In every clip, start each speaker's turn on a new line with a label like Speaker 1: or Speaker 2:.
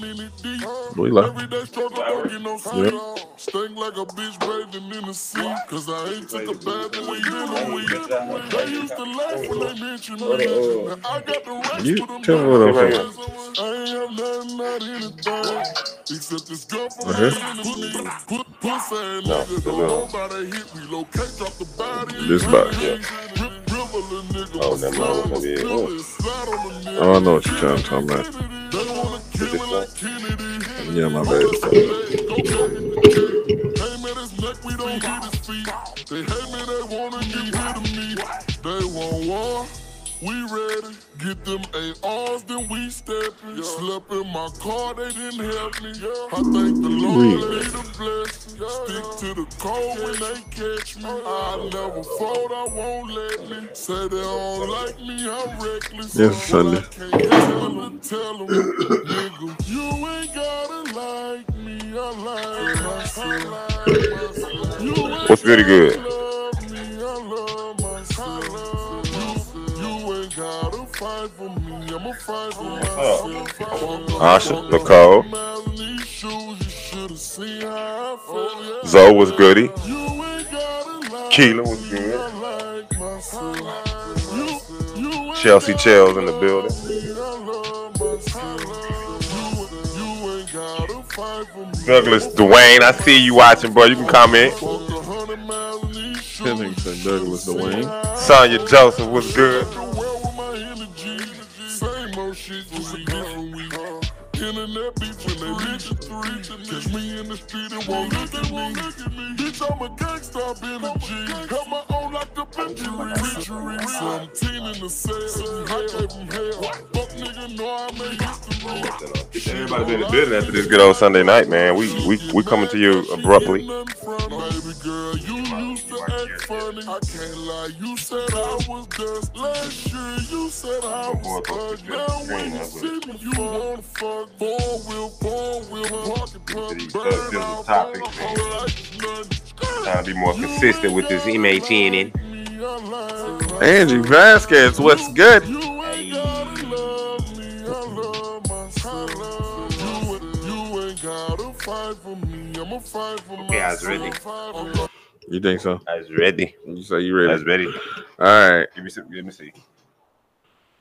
Speaker 1: minute deep.
Speaker 2: We left.
Speaker 1: Every day struggle working on
Speaker 2: Yep.
Speaker 1: sleep. Stink like a bitch bathing in the sea. Cause I ain't took a bath in a year and a week. They used to laugh when they mentioned me. Now I got the rest
Speaker 2: You
Speaker 1: for them
Speaker 2: tell me what I'm
Speaker 1: niggas.
Speaker 2: saying.
Speaker 1: I ain't have nothing, not anything. Except this girl for
Speaker 2: Right
Speaker 1: my
Speaker 2: here.
Speaker 1: enemy. Put pussy and
Speaker 3: No,
Speaker 1: nigga.
Speaker 3: the
Speaker 1: Don't
Speaker 3: little.
Speaker 1: nobody hit me. Locate, drop the body.
Speaker 2: This body.
Speaker 3: Yeah.
Speaker 1: Rip, rip a little nigga.
Speaker 3: Oh, never mind. I was
Speaker 1: Slide,
Speaker 3: gonna be
Speaker 1: slide
Speaker 3: oh,
Speaker 1: on the
Speaker 2: I don't know what you're trying to talk about.
Speaker 1: They wanna
Speaker 3: is
Speaker 1: kill
Speaker 3: this
Speaker 1: me
Speaker 3: one?
Speaker 1: like Kennedy.
Speaker 2: Yeah, my bad.
Speaker 1: Came at his neck, we don't get his feet. They hate me, they wanna get rid of me. They want war, we ready. Get them ARs, then we steppin'. Slept in my car, they didn't help me. I thank the Lord,
Speaker 2: Read.
Speaker 1: they the blessing. Stick to the code when they catch me. I never fold, I won't let me. Say they don't like me, I'm reckless.
Speaker 2: Yes, Sunday.
Speaker 1: Can't tell 'em, tell 'em, nigga, you ain't gotta like me. I like myself. You ain't
Speaker 3: What's good, good?
Speaker 1: gotta love me. I love myself. You, you ain't gotta fight for me. I'ma fight for
Speaker 3: Oh.
Speaker 1: myself.
Speaker 3: Asha, Nicole, Zoe was goody. Keela was good. Chelsea Chell's in the building. Douglas, Dwayne, I see you watching, bro. You can comment.
Speaker 2: Pennington Douglas Dwayne.
Speaker 3: Sonya Joseph was good.
Speaker 1: Same old shit, just a different week. Internet beats when they reach a three. Catch me in the street and won't look at me. Bitch, I'm a gangsta, I've been a G. Got my own locked up injury. Seventeen in the cell. I gave 'em hell. Fuck nigga, know I made history.
Speaker 3: Everybody been in the building after this good old Sunday night, man. We we, we coming to you abruptly.
Speaker 1: Baby girl, you used to act funny. I can't lie, you said I was dust. Last year, you said I was stuck. Now when you see me, you wanna fuck. Four wheel, four wheel, pocket
Speaker 3: These
Speaker 1: pump.
Speaker 3: uh,
Speaker 1: Burn
Speaker 3: different
Speaker 1: out,
Speaker 3: topics, man.
Speaker 1: all like nothing.
Speaker 3: Trying to be more consistent with this inmate in.
Speaker 2: Angie Vasquez, what's good?
Speaker 1: You ain't gotta love me, I love myself. You, you ain't gotta fight for me, I'ma fight for myself.
Speaker 3: Okay, I was ready.
Speaker 2: You think so?
Speaker 3: I was ready.
Speaker 2: You say you
Speaker 3: I
Speaker 2: ready?
Speaker 3: was ready.
Speaker 2: All right.
Speaker 3: Give me some. Give me see.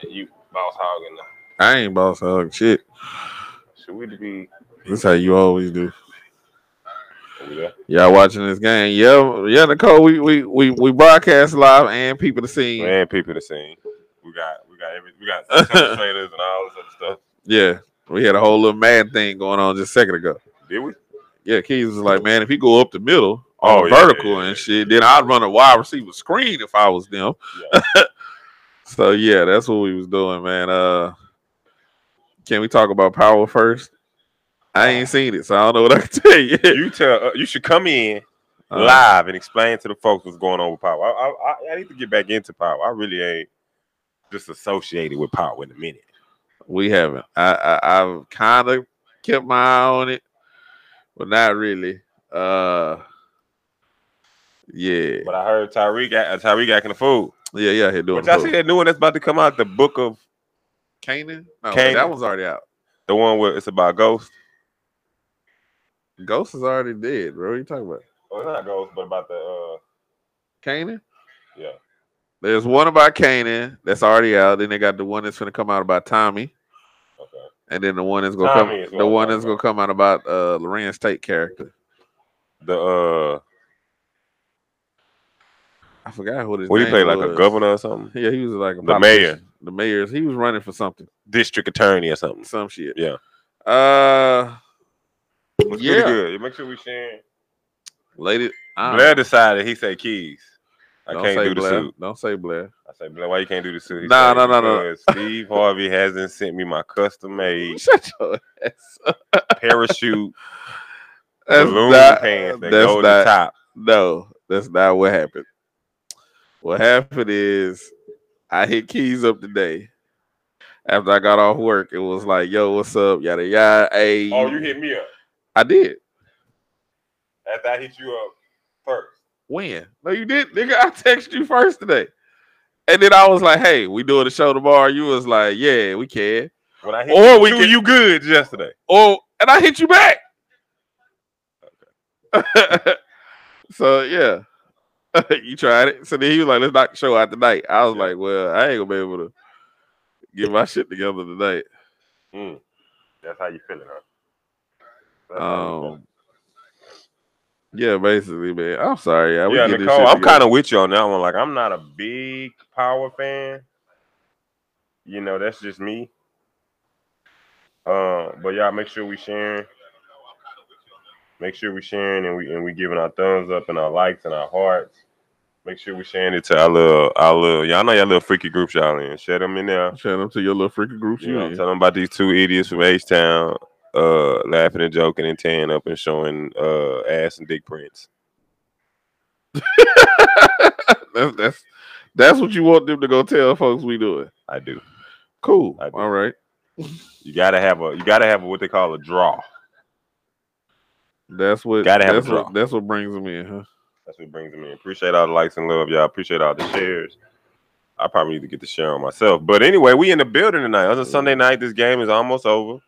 Speaker 3: You boss hogging now.
Speaker 2: I ain't boss hug. Shit.
Speaker 3: Should we be?
Speaker 2: This how you always do.
Speaker 3: Are we there?
Speaker 2: Y'all watching this game? Yeah, yeah, Nicole. We we we, we broadcast live and people to see.
Speaker 3: Man, people to sing. We got we got every we got trailers and all this other stuff.
Speaker 2: Yeah, we had a whole little mad thing going on just a second ago.
Speaker 3: Did we?
Speaker 2: Yeah, Keys was like, man, if he go up the middle on
Speaker 3: Oh, yeah,
Speaker 2: vertical
Speaker 3: yeah, yeah.
Speaker 2: and shit, then I'd run a wide receiver screen if I was them.
Speaker 3: Yeah.
Speaker 2: So yeah, that's what we was doing, man. Uh, can we talk about power first? I ain't seen it, so I don't know what I can tell you.
Speaker 3: you tell. Uh, you should come in
Speaker 2: Uh,
Speaker 3: live and explain to the folks what's going on with power. I, I I- I need to get back into power. I really ain't just associated with power in a minute.
Speaker 2: we haven't. I, I I've kind of kept my eye on it, but not really. Uh, yeah,
Speaker 3: But I heard Tyreek uh, Tyreek acting a fool.
Speaker 2: yeah, yeah. Here doing
Speaker 3: But y'all see
Speaker 2: it.
Speaker 3: that new one that's about to come out, the book of
Speaker 2: Canaan? No, that
Speaker 3: Kanan.
Speaker 2: one's already out.
Speaker 3: the one where it's about ghosts.
Speaker 2: Ghost is already dead, bro. What you talking about?
Speaker 3: Oh, it's not ghosts, but about the uh
Speaker 2: Canaan?
Speaker 3: yeah.
Speaker 2: There's one about Canaan that's already out. Then they got the one that's gonna come out about Tommy,
Speaker 3: Okay.
Speaker 2: and then the one that's gonna
Speaker 3: Tommy is what
Speaker 2: come, the
Speaker 3: I'm
Speaker 2: one
Speaker 3: talking
Speaker 2: that's gonna come out about uh Lorenz Tate character.
Speaker 3: The uh
Speaker 2: I forgot what his
Speaker 3: what do you
Speaker 2: name
Speaker 3: play like a
Speaker 2: was.
Speaker 3: governor or something?
Speaker 2: Yeah, he was like a
Speaker 3: The mayor.
Speaker 2: politician. The mayor's he was running for something,
Speaker 3: District attorney or something.
Speaker 2: some shit.
Speaker 3: Yeah.
Speaker 2: Uh,
Speaker 3: Looks
Speaker 2: Yeah.
Speaker 3: pretty good. Make sure we share.
Speaker 2: lady, I
Speaker 3: Blair decided he said keys. I
Speaker 2: don't, don't
Speaker 3: can't do
Speaker 2: say
Speaker 3: the
Speaker 2: Blair.
Speaker 3: suit.
Speaker 2: Don't say Blair.
Speaker 3: I said, Blair, why you can't do the suit? He
Speaker 2: Nah,
Speaker 3: said,
Speaker 2: nah, nah, nah.
Speaker 3: "Because Steve Harvey hasn't sent me my custom made
Speaker 2: Shut your ass. up.
Speaker 3: parachute
Speaker 2: That's
Speaker 3: balloon
Speaker 2: not-
Speaker 3: pants that
Speaker 2: that's
Speaker 3: go to the
Speaker 2: not-
Speaker 3: top.
Speaker 2: No, that's not what happened. What happened is I hit keys up today. After I got off work, it was like, yo, what's up? Yada yada. Hey,
Speaker 3: Oh, you hit me up.
Speaker 2: I did.
Speaker 3: After I hit you up first.
Speaker 2: When? No, you did, nigga. I texted you first today. And then I was like, hey, we doing the show tomorrow. You was like, yeah, we can.
Speaker 3: When I hit
Speaker 2: Or
Speaker 3: you,
Speaker 2: we
Speaker 3: two,
Speaker 2: can-
Speaker 3: you good yesterday.
Speaker 2: Oh, and I hit you back. so yeah, you tried it. So then he was like, "Let's knock the show out tonight." I was like, "Well, I ain't gonna be able to get my shit together tonight."
Speaker 3: Mm. That's how you feeling, huh? That's how you
Speaker 2: Um, yeah, basically, man. I'm sorry, yeah.
Speaker 3: feeling.
Speaker 2: We
Speaker 3: yeah,
Speaker 2: get this
Speaker 3: Nicole,
Speaker 2: shit
Speaker 3: I'm
Speaker 2: together.
Speaker 3: kind of with you on that one. Like, I'm not a big power fan. You know, that's just me. Uh, but y'all make sure we sharing. Make sure we sharing and we and we giving our thumbs up and our likes and our hearts. Make sure we sharing it to our little our little y'all know y'all little freaky groups y'all in. Share them in there.
Speaker 2: Shout out to your little freaking group.
Speaker 3: You
Speaker 2: You
Speaker 3: know,
Speaker 2: in.
Speaker 3: tell them about these two idiots from H Town, uh, laughing and joking and tearing up and showing uh ass and dick prints.
Speaker 2: that's, that's that's what you want them to go tell folks we doing.
Speaker 3: I do.
Speaker 2: Cool.
Speaker 3: I do.
Speaker 2: All right.
Speaker 3: You gotta have a you gotta have a, what they call a draw.
Speaker 2: That's what.
Speaker 3: Gotta have a
Speaker 2: that's
Speaker 3: draw.
Speaker 2: what, that's what brings them in, huh?
Speaker 3: That's what brings them in. Appreciate all the likes and love, y'all. Appreciate all the shares. I probably need to get the share on myself. But anyway, we in the building tonight. It's a Sunday night. This game is almost over.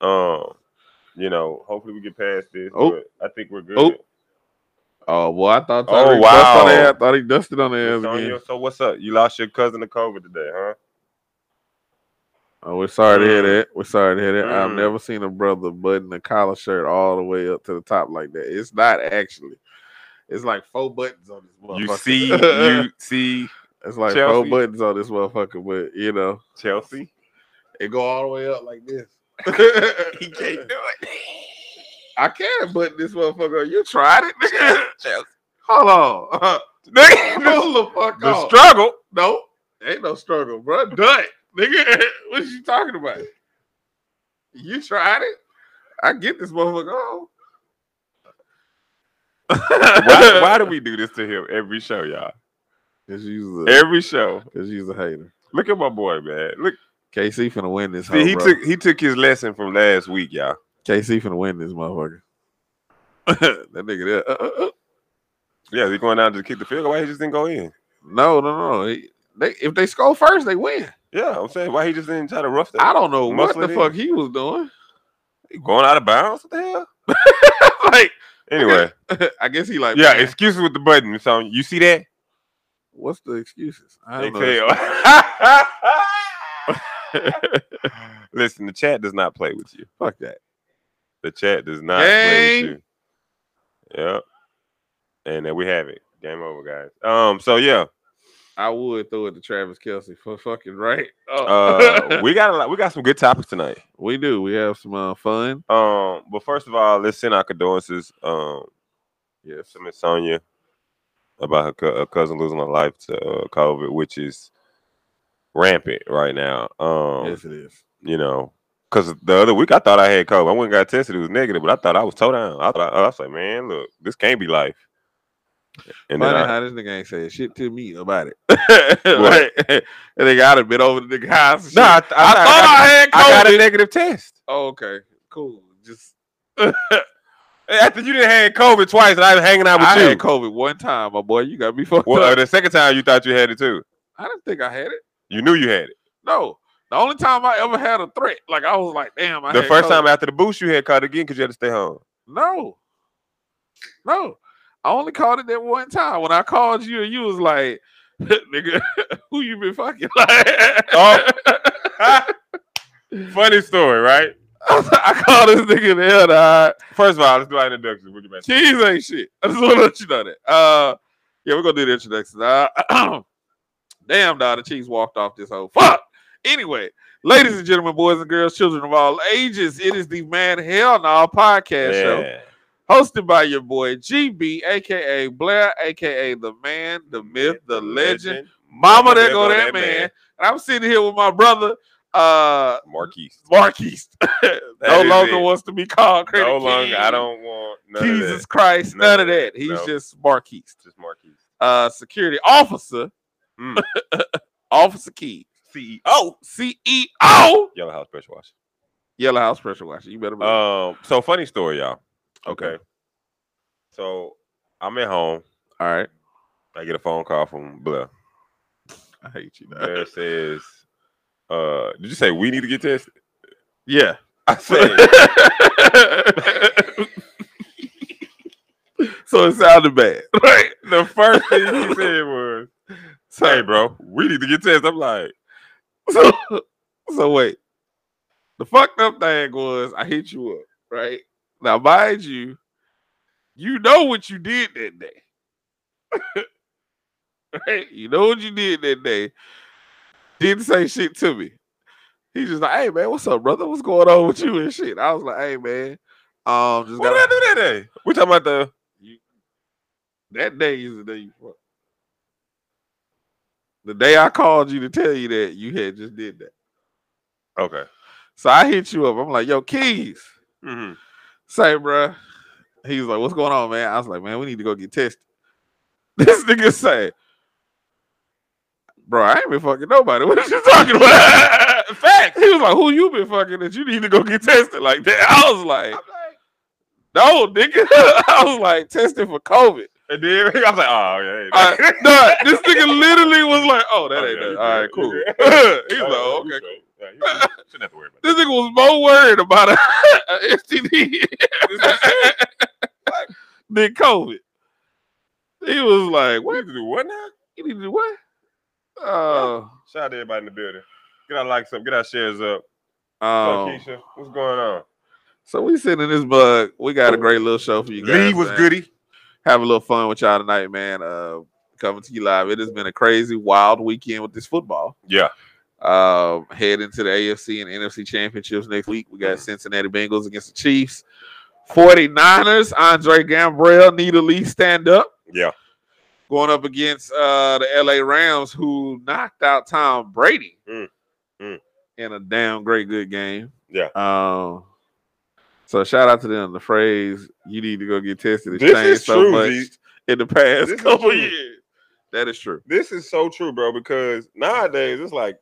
Speaker 3: Um, you know, hopefully we get past this.
Speaker 2: Oh.
Speaker 3: but I think we're good.
Speaker 2: Oh. Oh well, I thought.
Speaker 3: Oh,
Speaker 2: Tyreek dusted on their
Speaker 3: wow.
Speaker 2: ass- thought he dusted on their ass again.
Speaker 3: Sonya, so what's up? You lost your cousin to COVID today, huh?
Speaker 2: Oh, we're sorry to hear
Speaker 3: Mm.
Speaker 2: that. We're sorry to hear that. I've
Speaker 3: Mm.
Speaker 2: never seen a brother button a collar shirt all the way up to the top like that. It's not actually. It's like four buttons on this motherfucker.
Speaker 3: You see, you see
Speaker 2: it's like
Speaker 3: Chelsea.
Speaker 2: four buttons on this motherfucker, but you know,
Speaker 3: Chelsea.
Speaker 2: it go all the way up like this.
Speaker 3: He can't do it.
Speaker 2: I can't button this motherfucker. You tried it, nigga. Hold on. Pull the fuck
Speaker 3: the
Speaker 2: off.
Speaker 3: struggle.
Speaker 2: no, ain't no struggle, bro. Done, nigga. what you talking about? You tried it. I get this motherfucker on.
Speaker 3: Why, why do we do this to him every show, y'all?
Speaker 2: Cause you's a,
Speaker 3: Every show.
Speaker 2: cause you's a hater.
Speaker 3: Look at my boy, man. Look,
Speaker 2: KC finna win this.
Speaker 3: see,
Speaker 2: hoe,
Speaker 3: he
Speaker 2: bro.
Speaker 3: took he took his lesson from last week, y'all.
Speaker 2: KC finna win this motherfucker. that nigga there. Uh, uh, uh.
Speaker 3: Yeah, he going out to kick the field. goal. Why he just didn't go in?
Speaker 2: No, no, no. He- they, if they score first, they win.
Speaker 3: Yeah, I'm saying why he just didn't try to rough
Speaker 2: I
Speaker 3: that.
Speaker 2: don't know what
Speaker 3: Muscle
Speaker 2: the
Speaker 3: it
Speaker 2: fuck he was doing.
Speaker 3: He Going out of bounds? What the hell?
Speaker 2: like,
Speaker 3: Anyway,
Speaker 2: I guess he like,
Speaker 3: yeah,
Speaker 2: man,
Speaker 3: excuses with the button. So you see that?
Speaker 2: what's the excuses? I
Speaker 3: They
Speaker 2: don't know.
Speaker 3: tell. Listen, the chat does not play with you.
Speaker 2: Fuck that.
Speaker 3: The chat does not play
Speaker 2: Gang.
Speaker 3: with you. Yep. And there we have it. Game over, guys. Um, so yeah.
Speaker 2: I would throw it to Travis Kelsey for fucking right.
Speaker 3: Uh
Speaker 2: Oh.
Speaker 3: we got a lot, we got some good topics tonight.
Speaker 2: we do. We have some uh, fun.
Speaker 3: Um, but first of all, let's send our condolences. Um
Speaker 2: Yes.
Speaker 3: to Miss Sonia about her, cou- her cousin losing her life to uh, COVID, which is rampant right now. Um,
Speaker 2: yes, it is.
Speaker 3: you know, because the other week I thought I had COVID. I went and got tested. It was negative, but I thought I was toe down. I thought I, was like, man, look, this can't be life. And then
Speaker 2: Funny
Speaker 3: I,
Speaker 2: how this nigga ain't saying shit to me about it. like, and they got a bit over the nigga house. and
Speaker 3: nah, I,
Speaker 2: shit. Oh,
Speaker 3: th- I, thought I, got,
Speaker 2: had
Speaker 3: I got
Speaker 2: COVID.
Speaker 3: a negative test.
Speaker 2: Oh, okay, cool. Just
Speaker 3: After you didn't had COVID twice, and I was hanging out with
Speaker 2: I
Speaker 3: you.
Speaker 2: had COVID one time, my boy. You got me fucked
Speaker 3: Well, uh,
Speaker 2: up.
Speaker 3: the second time you thought you had it too.
Speaker 2: I didn't think I had it.
Speaker 3: You knew you had it.
Speaker 2: No, the only time I ever had a threat, like I was like, damn. I
Speaker 3: the
Speaker 2: had
Speaker 3: first
Speaker 2: COVID.
Speaker 3: time after the boost, you had caught again because you had to stay home.
Speaker 2: No. No. I only called it that one time. When I called you and you was like, nigga, who you been fucking? Like,
Speaker 3: Oh. Funny story, right?
Speaker 2: I called this nigga the hell dog.
Speaker 3: First of all, let's do our introduction. We'll get back to
Speaker 2: Keys ain't shit. I just want to let you know that. Uh, yeah, we're gonna do the introduction. Uh, damn, dog, the Chiefs walked off this whole fuck. Anyway, ladies and gentlemen, boys and girls, children of all ages, it is the Man Hell Now podcast show.
Speaker 3: Yeah.
Speaker 2: hosted by your boy GB, aka Blair, aka the man, the myth, the legend, Mama there go that man. And I'm sitting here with my brother, uh,
Speaker 3: Marquise.
Speaker 2: Marquise. no
Speaker 3: is
Speaker 2: longer
Speaker 3: it.
Speaker 2: wants to be called credit.
Speaker 3: No longer.
Speaker 2: King.
Speaker 3: I don't want none
Speaker 2: Jesus
Speaker 3: of that.
Speaker 2: Christ, none, of that. He's
Speaker 3: No.
Speaker 2: just Marquise.
Speaker 3: Just Marquise.
Speaker 2: Uh, security officer,
Speaker 3: Mm.
Speaker 2: Officer Key,
Speaker 3: CEO.
Speaker 2: CEO,
Speaker 3: Yellow House Pressure Wash.
Speaker 2: Yellow House Pressure Washer. You better believe. it.
Speaker 3: Um. So funny story, y'all. So I'm at home.
Speaker 2: All right.
Speaker 3: I get a phone call from Blair.
Speaker 2: I hate you. Now.
Speaker 3: Blair says, Uh, did you say we need to get tested?
Speaker 2: Yeah.
Speaker 3: I said
Speaker 2: so it sounded bad. Right.
Speaker 3: the first thing he said was, "Hey, bro, we need to get tested." I'm like,
Speaker 2: So, so wait. The fucked up thing was I hit you up, right? Now, mind you, you know what you did that day. right? You know what you did that day. Didn't say shit to me. He's just like, hey man, what's up, brother? What's going on with you and shit? I was like, hey man, um just
Speaker 3: "What
Speaker 2: got
Speaker 3: did I do that day?" We talking about the
Speaker 2: That day is the day you fucked. The day I called you to tell you that you had just did that.
Speaker 3: okay.
Speaker 2: So I hit you up. I'm like, yo, keys.
Speaker 3: Mhm.
Speaker 2: Say, bruh. He was like, what's going on, man? I was like, man, we need to go get tested. This nigga say, bro, I ain't been fucking nobody. What are you talking about? Facts. He was like, who you been fucking that you need to go get tested like that? I was like, no, nigga. I was like, tested for COVID.
Speaker 3: And then I was like, "Oh yeah."
Speaker 2: I, nah, this nigga literally was like, oh, that
Speaker 3: Oh,
Speaker 2: ain't
Speaker 3: yeah,
Speaker 2: that.
Speaker 3: you
Speaker 2: All
Speaker 3: good,
Speaker 2: right, cool.
Speaker 3: you
Speaker 2: He's
Speaker 3: Yeah,
Speaker 2: like,
Speaker 3: yeah,
Speaker 2: "Oh,
Speaker 3: you
Speaker 2: okay.
Speaker 3: straight. Yeah, you- you shouldn't have to worry about
Speaker 2: This nigga was more worried about a, a STD
Speaker 3: that.
Speaker 2: than COVID. He was like,
Speaker 3: We
Speaker 2: what?
Speaker 3: need to do what now?
Speaker 2: You need to do what? Oh,
Speaker 3: Shout out to everybody in the building. Get our likes up. Get our shares up.
Speaker 2: oh.
Speaker 3: What's up, Keisha? What's going on?
Speaker 2: So we sitting in this bug. We got a great little show for you guys.
Speaker 3: Lee was
Speaker 2: man.
Speaker 3: goody.
Speaker 2: Have a little fun with y'all tonight, man. Uh, coming to you live. It has been a crazy, wild weekend with this football.
Speaker 3: Yeah.
Speaker 2: Um, head into the AFC and NFC championships next week. We got
Speaker 3: Mhm.
Speaker 2: Cincinnati Bengals against the Chiefs. 49ers, Andre Gambrell need a lead stand up.
Speaker 3: Yeah.
Speaker 2: Going up against uh, the LA Rams, who knocked out Tom Brady
Speaker 3: Mm. Mm.
Speaker 2: in a damn great good game.
Speaker 3: Yeah.
Speaker 2: Um, so shout out to them. The phrase "you need to go get tested" has
Speaker 3: This
Speaker 2: changed
Speaker 3: is
Speaker 2: so
Speaker 3: true,
Speaker 2: much
Speaker 3: Zeke.
Speaker 2: in the past
Speaker 3: This is
Speaker 2: couple
Speaker 3: true.
Speaker 2: years. That is true.
Speaker 3: Oh, This is so true, bro, because nowadays it's like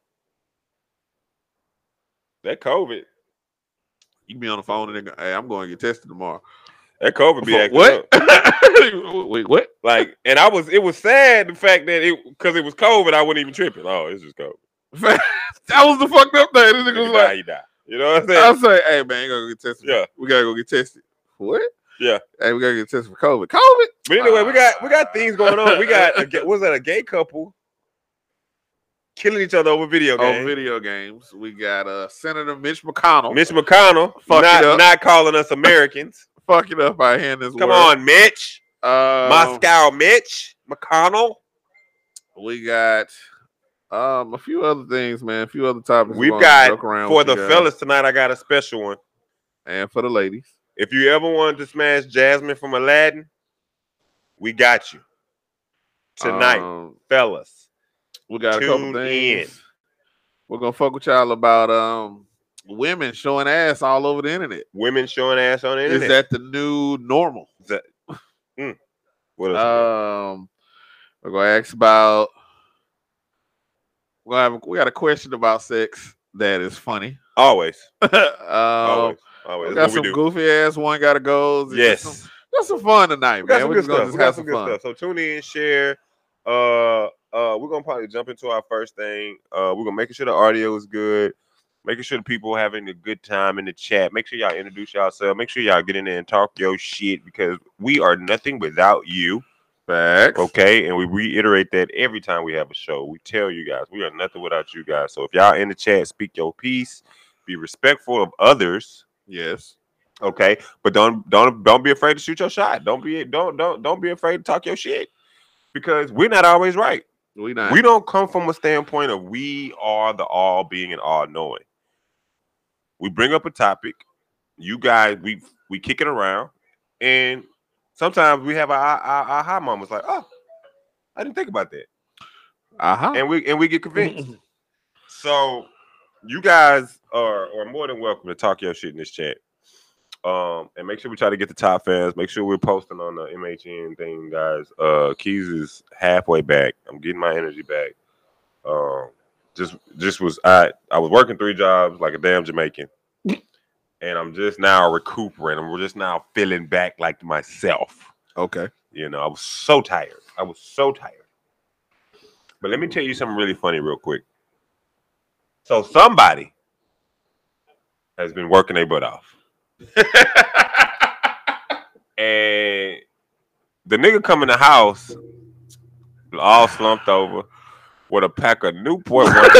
Speaker 3: that COVID.
Speaker 2: You can be on the phone and they go, "Hey, I'm going to get tested tomorrow."
Speaker 3: That COVID be
Speaker 2: For
Speaker 3: acting
Speaker 2: what?
Speaker 3: up.
Speaker 2: Wait, what?
Speaker 3: Like, and I was it was sad the fact that it because it was COVID, I wasn't even tripping. Oh, it's just COVID.
Speaker 2: that was the fucked up thing. This nigga
Speaker 3: You
Speaker 2: was
Speaker 3: die,
Speaker 2: like,
Speaker 3: you die. You know what I'm
Speaker 2: "I
Speaker 3: saying?
Speaker 2: say, hey man, you gotta get tested.
Speaker 3: Yeah.
Speaker 2: we gotta go get tested." What?
Speaker 3: Yeah.
Speaker 2: Hey, we gotta get tested for COVID. COVID.
Speaker 3: But anyway, we got we got things going on. We got a, ga- what was that a gay couple killing each other over video
Speaker 2: On
Speaker 3: games.
Speaker 2: video games, we got uh Senator Mitch McConnell.
Speaker 3: Mitch McConnell
Speaker 2: Fuck it
Speaker 3: not
Speaker 2: up.
Speaker 3: not calling us Americans.
Speaker 2: fucking up our hand this
Speaker 3: Come
Speaker 2: word.
Speaker 3: on, Mitch.
Speaker 2: Um,
Speaker 3: Moscow, Mitch McConnell.
Speaker 2: We got um a few other things, man. A few other topics.
Speaker 3: We've
Speaker 2: wanna
Speaker 3: got
Speaker 2: joke around
Speaker 3: For
Speaker 2: with
Speaker 3: the
Speaker 2: you guys.
Speaker 3: fellas tonight, I got a special one.
Speaker 2: and for the ladies.
Speaker 3: If you ever wanted to smash Jasmine from Aladdin, we got you tonight,
Speaker 2: Um,
Speaker 3: fellas.
Speaker 2: we got a
Speaker 3: Tune
Speaker 2: couple things. We're gonna fuck with y'all about um women showing ass all over the internet.
Speaker 3: Women showing ass on the
Speaker 2: Is
Speaker 3: internet.
Speaker 2: that the new normal?
Speaker 3: what else?
Speaker 2: Um, we're gonna ask about. We're gonna have, we got a question about sex that is funny.
Speaker 3: always,
Speaker 2: um,
Speaker 3: always, always.
Speaker 2: we
Speaker 3: That's Oh,
Speaker 2: got
Speaker 3: what uh, we
Speaker 2: some
Speaker 3: do.
Speaker 2: goofy ass one gotta goes. It's just
Speaker 3: yes.
Speaker 2: some- That's some fun tonight,
Speaker 3: We got
Speaker 2: man.
Speaker 3: some
Speaker 2: We're
Speaker 3: good
Speaker 2: just gonna
Speaker 3: stuff.
Speaker 2: just
Speaker 3: We got
Speaker 2: have
Speaker 3: some
Speaker 2: some
Speaker 3: good
Speaker 2: fun.
Speaker 3: stuff. So tune in, share. Uh, uh, we're gonna probably jump into our first thing. Uh, we're gonna making sure the audio is good, making sure the people having a good time in the chat. Make sure y'all introduce yourself. Make sure y'all get in there and talk your shit because we are nothing without you.
Speaker 2: Facts.
Speaker 3: Okay, and we reiterate that every time we have a show. We tell you guys we are nothing without you guys. So if y'all in the chat, speak your piece, be respectful of others.
Speaker 2: Yes.
Speaker 3: Okay, but don't don't don't be afraid to shoot your shot. Don't be don't don't don't be afraid to talk your shit because we're not always right.
Speaker 2: We not.
Speaker 3: We don't come from a standpoint of we are the all being and all knowing. We bring up a topic, you guys we we kick it around, and sometimes we have our our, our aha moments like oh, I didn't think about that,
Speaker 2: uh-huh.
Speaker 3: and we and we get convinced. So you guys are, are more than welcome to talk your shit in this chat. Um, and make sure we try to get the top fans. Make sure we're posting on the MHN thing, guys. Uh Keys is halfway back. I'm getting my energy back. Um just just was I I was working three jobs like a damn Jamaican. And I'm just now recuperating. I'm just now feeling back like myself.
Speaker 2: okay.
Speaker 3: You know, I was so tired. I was so tired. But let me tell you something really funny, real quick. So somebody has been working their butt off. and the nigga come in the house all slumped over with a pack of Newport. ones.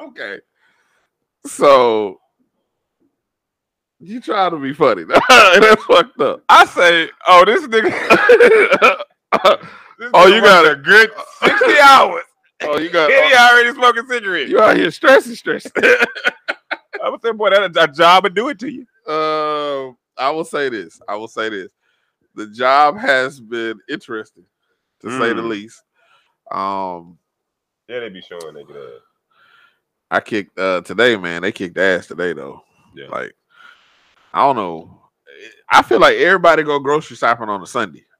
Speaker 2: Okay. So you try to be funny. That's fucked up.
Speaker 3: I say, oh, this nigga. this
Speaker 2: Oh,
Speaker 3: nigga
Speaker 2: you got
Speaker 3: worked a good 60 hours.
Speaker 2: Oh, you
Speaker 3: And
Speaker 2: got
Speaker 3: he already smoking cigarettes.
Speaker 2: you out here stressing, stressing.
Speaker 3: I would say, boy, that a, a job would do it to you.
Speaker 2: Um, I will say this. I will say this. The job has been interesting, to say the
Speaker 3: Mm.
Speaker 2: least. Um,
Speaker 3: Yeah, they be showing nigga that.
Speaker 2: I kicked uh today, man. They kicked ass today though.
Speaker 3: Yeah.
Speaker 2: Like, I don't know. I feel like everybody go grocery shopping on a Sunday.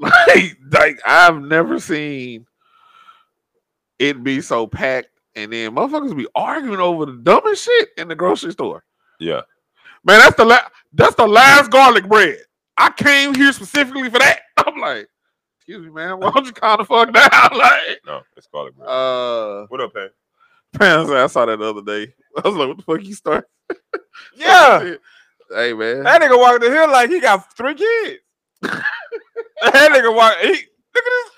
Speaker 2: Like, like I've never seen it be so packed, and then motherfuckers be arguing over the dumbest shit in the grocery store.
Speaker 3: Yeah.
Speaker 2: Man, that's the la- that's the last garlic bread. I came here specifically for that. I'm like, excuse me, man. Why don't you calm the fuck down? Like,
Speaker 3: No, it's garlic bread.
Speaker 2: uh,
Speaker 3: what up, man?
Speaker 2: Pam said, I saw that the other day. I was like, what the fuck you start?
Speaker 3: Yeah.
Speaker 2: hey man.
Speaker 3: That nigga walked the hill like he got three kids. that nigga walk. He, look at this.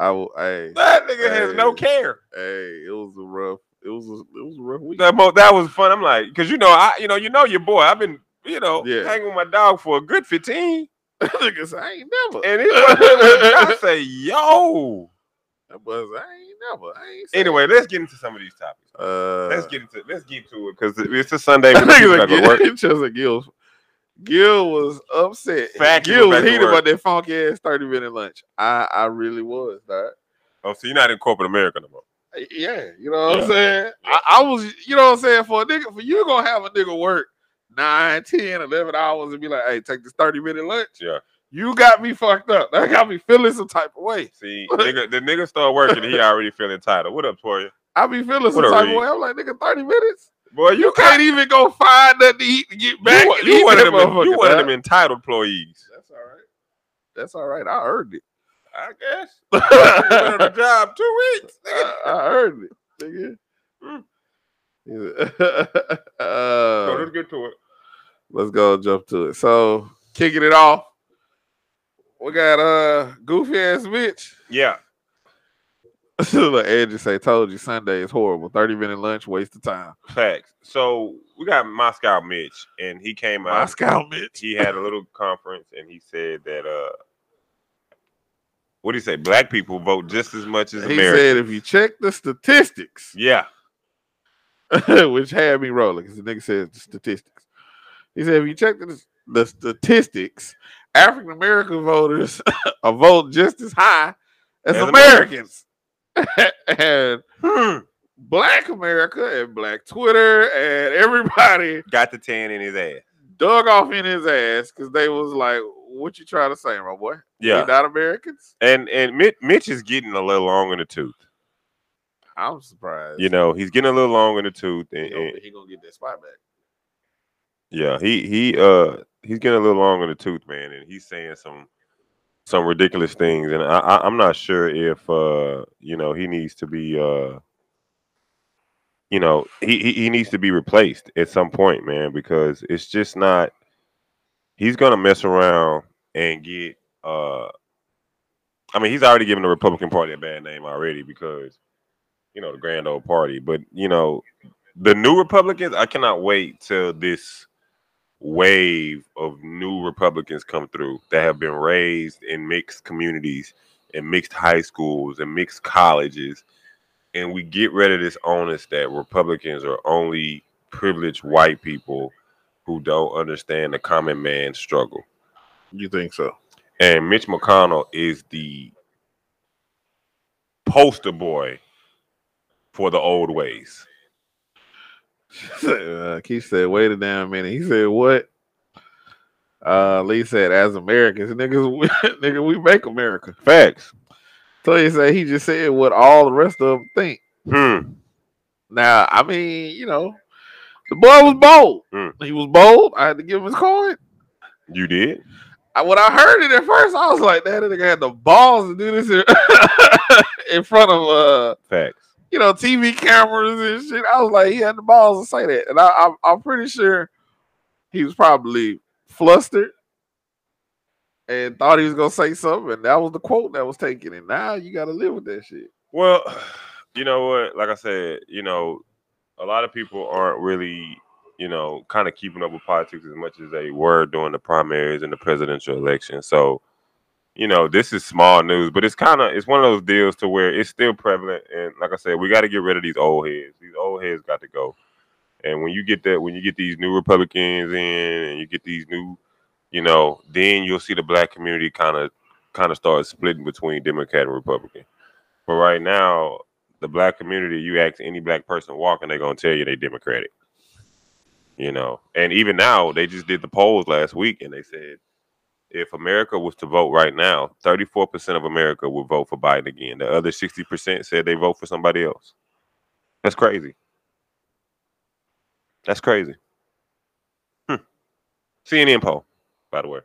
Speaker 2: I will hey,
Speaker 3: That nigga has no care.
Speaker 2: hey, it was a rough, it was a, it was a rough week.
Speaker 3: That mo- that was fun. I'm like, because you know, I you know, you know your boy. I've been you know
Speaker 2: Yeah.
Speaker 3: hanging with my dog for a good 15,
Speaker 2: Nigga said, I ain't never.
Speaker 3: and it was, I say, yo.
Speaker 2: That was I ain't never. I ain't seen-
Speaker 3: Anyway, let's get into some of these topics.
Speaker 2: uh,
Speaker 3: Let's get into let's get to it because it's a Sunday.
Speaker 2: I
Speaker 3: We're back
Speaker 2: think it's like
Speaker 3: to work.
Speaker 2: Gil, it's just like Gil. Gil was upset.
Speaker 3: Fact, he
Speaker 2: Gil
Speaker 3: was
Speaker 2: was
Speaker 3: back to
Speaker 2: heated
Speaker 3: work.
Speaker 2: about that funky ass 30 minute lunch. I I really was, dog.
Speaker 3: Oh, so you're not in corporate America no more.
Speaker 2: Eh, Yeah, you know what
Speaker 3: Yeah.
Speaker 2: I'm saying? I, I was, you know what I'm saying? For a nigga, for you gonna have a nigga work nine, 10, 11 hours and be like, hey, take this 30 minute lunch.
Speaker 3: Yeah.
Speaker 2: You got me fucked up. That got me feeling some type of way.
Speaker 3: See, nigga, the nigga start working. He already feeling entitled. What up, Toya?
Speaker 2: I be feeling some
Speaker 3: What a
Speaker 2: type
Speaker 3: read.
Speaker 2: of way. I'm like, nigga, 30 minutes?
Speaker 3: Boy,
Speaker 2: You can't even go find nothing to eat to get back.
Speaker 3: You,
Speaker 2: and
Speaker 3: you
Speaker 2: eat
Speaker 3: one of
Speaker 2: that
Speaker 3: them. You
Speaker 2: motherfucker,
Speaker 3: one of
Speaker 2: dog.
Speaker 3: them entitled employees.
Speaker 2: That's all right. That's all right. I earned it.
Speaker 3: I guess.
Speaker 2: I,
Speaker 3: the job two weeks.
Speaker 2: I earned it,
Speaker 3: Mm.
Speaker 2: nigga.
Speaker 3: so
Speaker 2: Uh,
Speaker 3: let's get to it.
Speaker 2: let's go jump to it. So kicking it off, we got uh goofy ass bitch.
Speaker 3: Yeah.
Speaker 2: Look, Andrew say, "Told you Sunday is horrible. Thirty minute lunch, waste of time."
Speaker 3: Facts. So we got Moscow Mitch, and he came out.
Speaker 2: Moscow bitch.
Speaker 3: He had a little conference, and he said that uh, what do you say? Black people vote just as much
Speaker 2: He
Speaker 3: as Americans.
Speaker 2: said, "If you check the statistics,
Speaker 3: Yeah.
Speaker 2: which had me rolling, because the nigga says the statistics." He said, "If you check the, the statistics, African American voters are voting just as high as,
Speaker 3: As
Speaker 2: Americans." and
Speaker 3: Hmm.
Speaker 2: Black America and Black Twitter and everybody
Speaker 3: Got the tan in his ass.
Speaker 2: dug off in his ass because they was like, "What you trying to say, my boy?
Speaker 3: Yeah.
Speaker 2: we not Americans."
Speaker 3: And and Mitch, Mitch is getting a little long in the tooth.
Speaker 2: I'm surprised.
Speaker 3: You know, eh, he's getting a little long in the tooth, and,
Speaker 2: he gonna,
Speaker 3: and-
Speaker 2: he gonna get that spot back.
Speaker 3: yeah, he he uh he's getting a little long in the tooth, man, and he's saying some some ridiculous things, and I, I I'm not sure if uh you know he needs to be uh you know he he he needs to be replaced at some point, man, because it's just not he's gonna mess around and get uh I mean he's already given the Republican Party a bad name already because you know the grand old party, but you know the new Republicans, I cannot wait till this wave of new Republicans come through that have been raised in mixed communities and mixed high schools and mixed colleges. And we get rid of this onus that Republicans are only privileged white people who don't understand the common man's struggle.
Speaker 2: You think so?
Speaker 3: And Mitch McConnell is the poster boy for the old ways.
Speaker 2: uh, Keith said, "Wait a damn minute." He said, "What?" Uh, Lee said, "As Americans, niggas, we, nigga, we make America."
Speaker 3: Facts.
Speaker 2: So he said, "He just said what all the rest of them think."
Speaker 3: Hmm.
Speaker 2: Now, I mean, you know, the boy was bold.
Speaker 3: Mm.
Speaker 2: He was bold. I had to give him his card.
Speaker 3: You did?
Speaker 2: I, when I heard it at first, I was like, "That nigga had the balls to do this in, in front of uh,
Speaker 3: Facts.
Speaker 2: you know, TV cameras and shit." I was like, "He had the balls to say that," and I, I'm, I'm pretty sure he was probably flustered and thought he was gonna say something, and that was the quote that was taken. And now you got to live with that shit.
Speaker 3: Well, you know what? Like I said, you know, a lot of people aren't really, you know, kind of keeping up with politics as much as they were during the primaries and the presidential election. So, you know, this is small news, but it's kind of it's one of those deals to where it's still prevalent. And like I said, we got to get rid of these old heads. These old heads got to go. And when you get that, when you get these new Republicans in, and you get these new, you know, then you'll see the black community kind of kind of start splitting between Democrat and Republican. But right now, the black community, you ask any black person walking, they're gonna tell you they Democratic. You know, and even now, they just did the polls last week, and they said if America was to vote right now, 34% of America would vote for Biden again. The other 60% said they vote for somebody else. That's crazy. That's crazy. Hmm. CNN poll, by the way.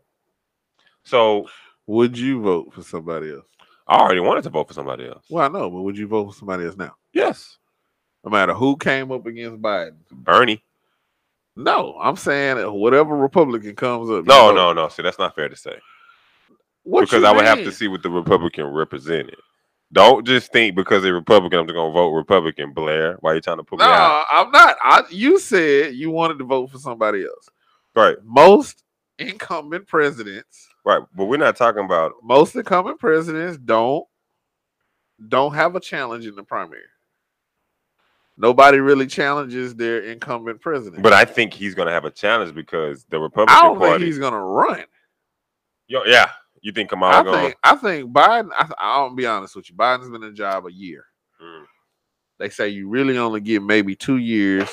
Speaker 3: So
Speaker 2: Would you vote for somebody else?
Speaker 3: I already wanted to vote for somebody else.
Speaker 2: Well, I know, but would you vote for somebody else now?
Speaker 3: Yes,
Speaker 2: No matter who came up against Biden.
Speaker 3: Bernie.
Speaker 2: No, I'm saying that whatever Republican comes up.
Speaker 3: No,
Speaker 2: you know,
Speaker 3: no, no. See, that's not fair to say.
Speaker 2: What
Speaker 3: because
Speaker 2: you
Speaker 3: I would have to
Speaker 2: mean?
Speaker 3: see what the Republican represented. Don't just think because they're Republican, I'm just gonna vote Republican, Blair. Why you trying to put
Speaker 2: No,
Speaker 3: me out?
Speaker 2: I'm not. I you said you wanted to vote for somebody else.
Speaker 3: Right,
Speaker 2: Most incumbent presidents,
Speaker 3: right. But we're not talking about
Speaker 2: most incumbent presidents don't don't have a challenge in the primary. Nobody really challenges their incumbent president.
Speaker 3: but I think he's gonna have a challenge because the
Speaker 2: I
Speaker 3: Republican
Speaker 2: don't think
Speaker 3: Party
Speaker 2: he's gonna run.
Speaker 3: Yo, yeah. You think Kamala
Speaker 2: I
Speaker 3: gonna
Speaker 2: think I think Biden. I, I'll be honest with you. Biden's been in the job a year.
Speaker 3: Mm,
Speaker 2: They say you really only get maybe two years.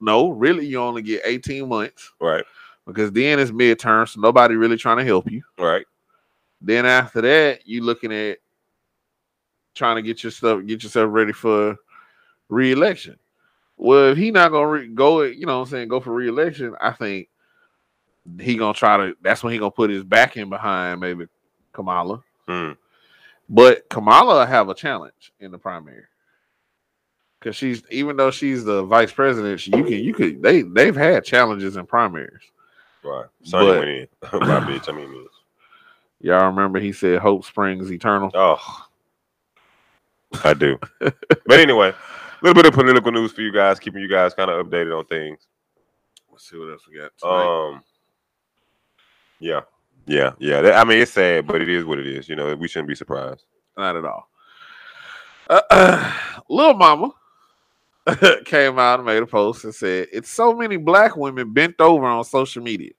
Speaker 2: No, really, you only get 18 months
Speaker 3: right,
Speaker 2: because then it's midterm, so nobody really trying to help you.
Speaker 3: right.
Speaker 2: Then after that, you looking at trying to get your stuff, get yourself ready for reelection. Well, if he not gonna re- go, you know, what I'm saying go for reelection, I think he gonna try to. That's when he gonna put his back in behind maybe Kamala.
Speaker 3: Mm,
Speaker 2: But Kamala have a challenge in the primary because she's even though she's the vice president, she, you can you could they they've had challenges in primaries.
Speaker 3: right. Sonny
Speaker 2: But-
Speaker 3: went in. My bitch, I mean bitch.
Speaker 2: Y'all remember he said hope springs eternal.
Speaker 3: Oh, I do. but anyway, a little bit of political news for you guys, keeping you guys kind of updated on things.
Speaker 2: Let's see what else we got.
Speaker 3: Um. Yeah, yeah, yeah. That- I mean, it's sad, but it is what it is. You know, we shouldn't be surprised.
Speaker 2: Not at all. Uh, Little Mama came out and made a post and said, "It's so many black women bent over on social media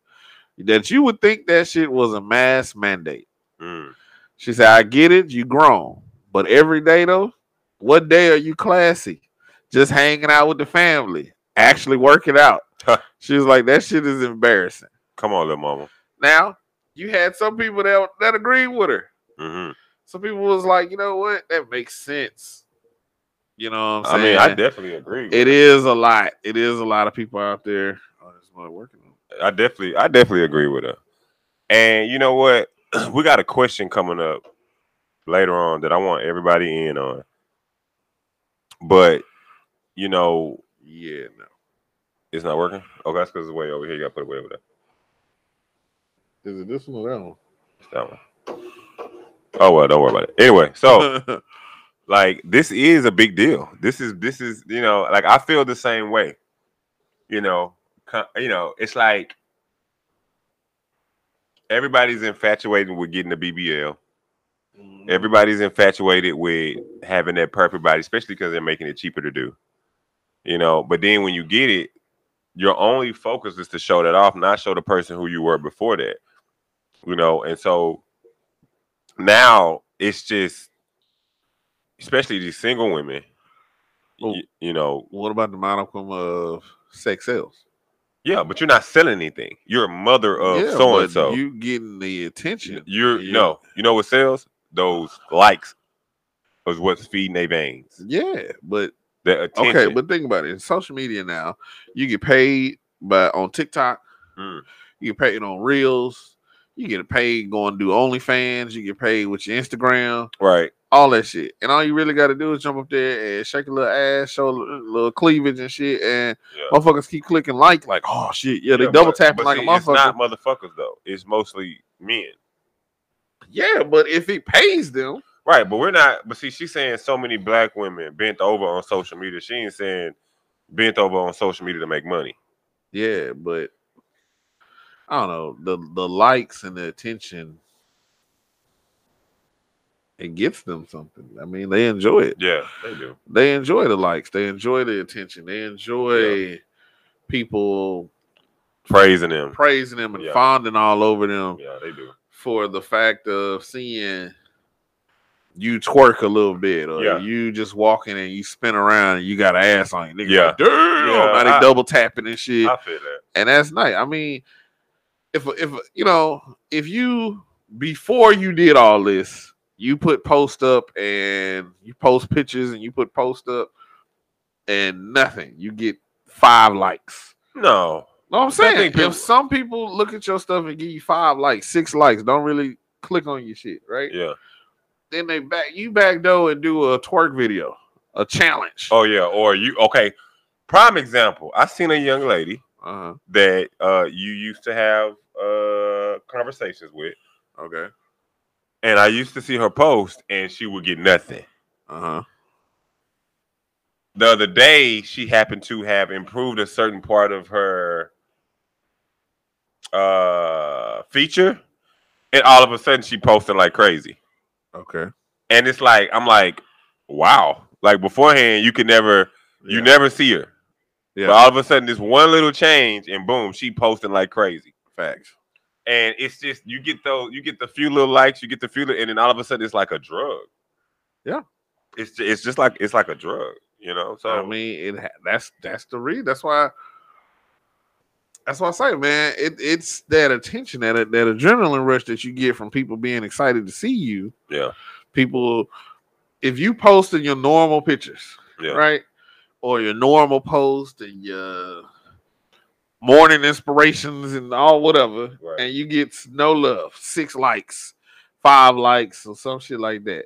Speaker 2: that you would think that shit was a mass mandate."
Speaker 3: Mm.
Speaker 2: She said, I get it, you grown. But every day though, what day are you classy? Just hanging out with the family, actually working out. she was like, That shit is embarrassing.
Speaker 3: Come on, little mama.
Speaker 2: Now, you had some people that that agreed with her.
Speaker 3: hmm
Speaker 2: Some people was like, you know what? That makes sense. You know what
Speaker 3: I
Speaker 2: I'm
Speaker 3: mean,
Speaker 2: saying?
Speaker 3: I definitely agree. with
Speaker 2: it
Speaker 3: her.
Speaker 2: is a lot. It is a lot of people out there. Oh, this mother working on.
Speaker 3: I definitely, I definitely agree with her. And you know what? we got a question coming up later on that I want everybody in on. But you know,
Speaker 2: Yeah, no.
Speaker 3: it's not working. Oh, that's because it's way over here. You got to put it way over there.
Speaker 2: Is it this one or that one?
Speaker 3: It's that one. Oh well, don't worry about it. Anyway, so. like this is a big deal. This is this is you know like I feel the same way. You know, co- you know it's like everybody's infatuated with getting a BBL. Everybody's infatuated with having that perfect body, especially because they're making it cheaper to do. You know, but then when you get it, your only focus is to show that off, not show the person who you were before that. You know, and so now it's just, especially these single women.
Speaker 2: Oh.
Speaker 3: y- you know,
Speaker 2: what about the monochrome of sex sales?
Speaker 3: yeah, but you're not selling anything. You're a mother of so and so.
Speaker 2: but You getting the attention.
Speaker 3: You're
Speaker 2: Yeah.
Speaker 3: no, you know what sells? Those likes is what's feeding their veins.
Speaker 2: Yeah, but
Speaker 3: The attention.
Speaker 2: okay, but think about it. In social media now, you get paid by on TikTok,
Speaker 3: Mm.
Speaker 2: you get paid on Reels, You get paid going to do OnlyFans. You get paid with your Instagram,
Speaker 3: Right.
Speaker 2: all that shit. And all you really got to do is jump up there and shake a little ass, show a little, little cleavage and shit. And
Speaker 3: Yeah.
Speaker 2: motherfuckers keep clicking like, like, oh shit, oh, yeah, they
Speaker 3: Yeah,
Speaker 2: double
Speaker 3: but-
Speaker 2: tapping
Speaker 3: but
Speaker 2: like
Speaker 3: see,
Speaker 2: a motherfucker.
Speaker 3: It's not motherfuckers though. It's mostly men.
Speaker 2: yeah, but if he pays them,
Speaker 3: Right, but we're not. But see, she's saying so many black women bent over on social media. She ain't saying bent over on social media to make money.
Speaker 2: yeah, but I don't know the the likes and the attention. It gets them something. I mean, they enjoy it.
Speaker 3: Yeah, they do.
Speaker 2: they enjoy the likes, they enjoy the attention, they enjoy people
Speaker 3: Praising them.
Speaker 2: praising them and
Speaker 3: Yeah.
Speaker 2: fondling all over them
Speaker 3: Yeah, they do.
Speaker 2: for the fact of seeing you twerk a little bit or
Speaker 3: Yeah.
Speaker 2: you just walking and you spin around and you got an ass on you. Nigga,
Speaker 3: Yeah.
Speaker 2: like, damn,
Speaker 3: Yeah,
Speaker 2: now they
Speaker 3: I-
Speaker 2: double tapping and shit.
Speaker 3: I feel that.
Speaker 2: and that's nice. I mean, if if you know, if you before you did all this, you put post up and you post pictures and you put post up and nothing, you get five likes.
Speaker 3: No,
Speaker 2: Know what I'm
Speaker 3: I
Speaker 2: saying?
Speaker 3: think people-
Speaker 2: if some people look at your stuff and give you five likes, six likes, don't really click on your shit, right?
Speaker 3: yeah.
Speaker 2: Then they back you back though and do a twerk video, a challenge.
Speaker 3: Oh yeah. Or you okay? Prime example. I seen a young lady
Speaker 2: Uh-huh.
Speaker 3: that uh you used to have uh conversations with,
Speaker 2: Okay.
Speaker 3: and I used to see her post, and she would get nothing.
Speaker 2: Uh-huh.
Speaker 3: the other day she happened to have improved a certain part of her uh feature and all of a sudden she posted like crazy
Speaker 2: Okay.
Speaker 3: and it's like i'm like wow like beforehand you could never you
Speaker 2: Yeah.
Speaker 3: never see her
Speaker 2: Yeah.
Speaker 3: but all of a sudden this one little change and boom she posting like crazy
Speaker 2: facts.
Speaker 3: and it's just you get those you get the few little likes you get the few little, and then all of a sudden it's like a drug
Speaker 2: Yeah.
Speaker 3: it's just, it's just like it's like a drug you know so
Speaker 2: I mean, it ha- that's that's the read. That's why. That's why I say, man, it, it's that attention, that that adrenaline rush that you get from people being excited to see you.
Speaker 3: Yeah.
Speaker 2: People, if you post in your normal pictures,
Speaker 3: Yeah.
Speaker 2: right, or your normal post and your morning inspirations and all whatever,
Speaker 3: Right.
Speaker 2: and you get no love, six likes, five likes, or some shit like that,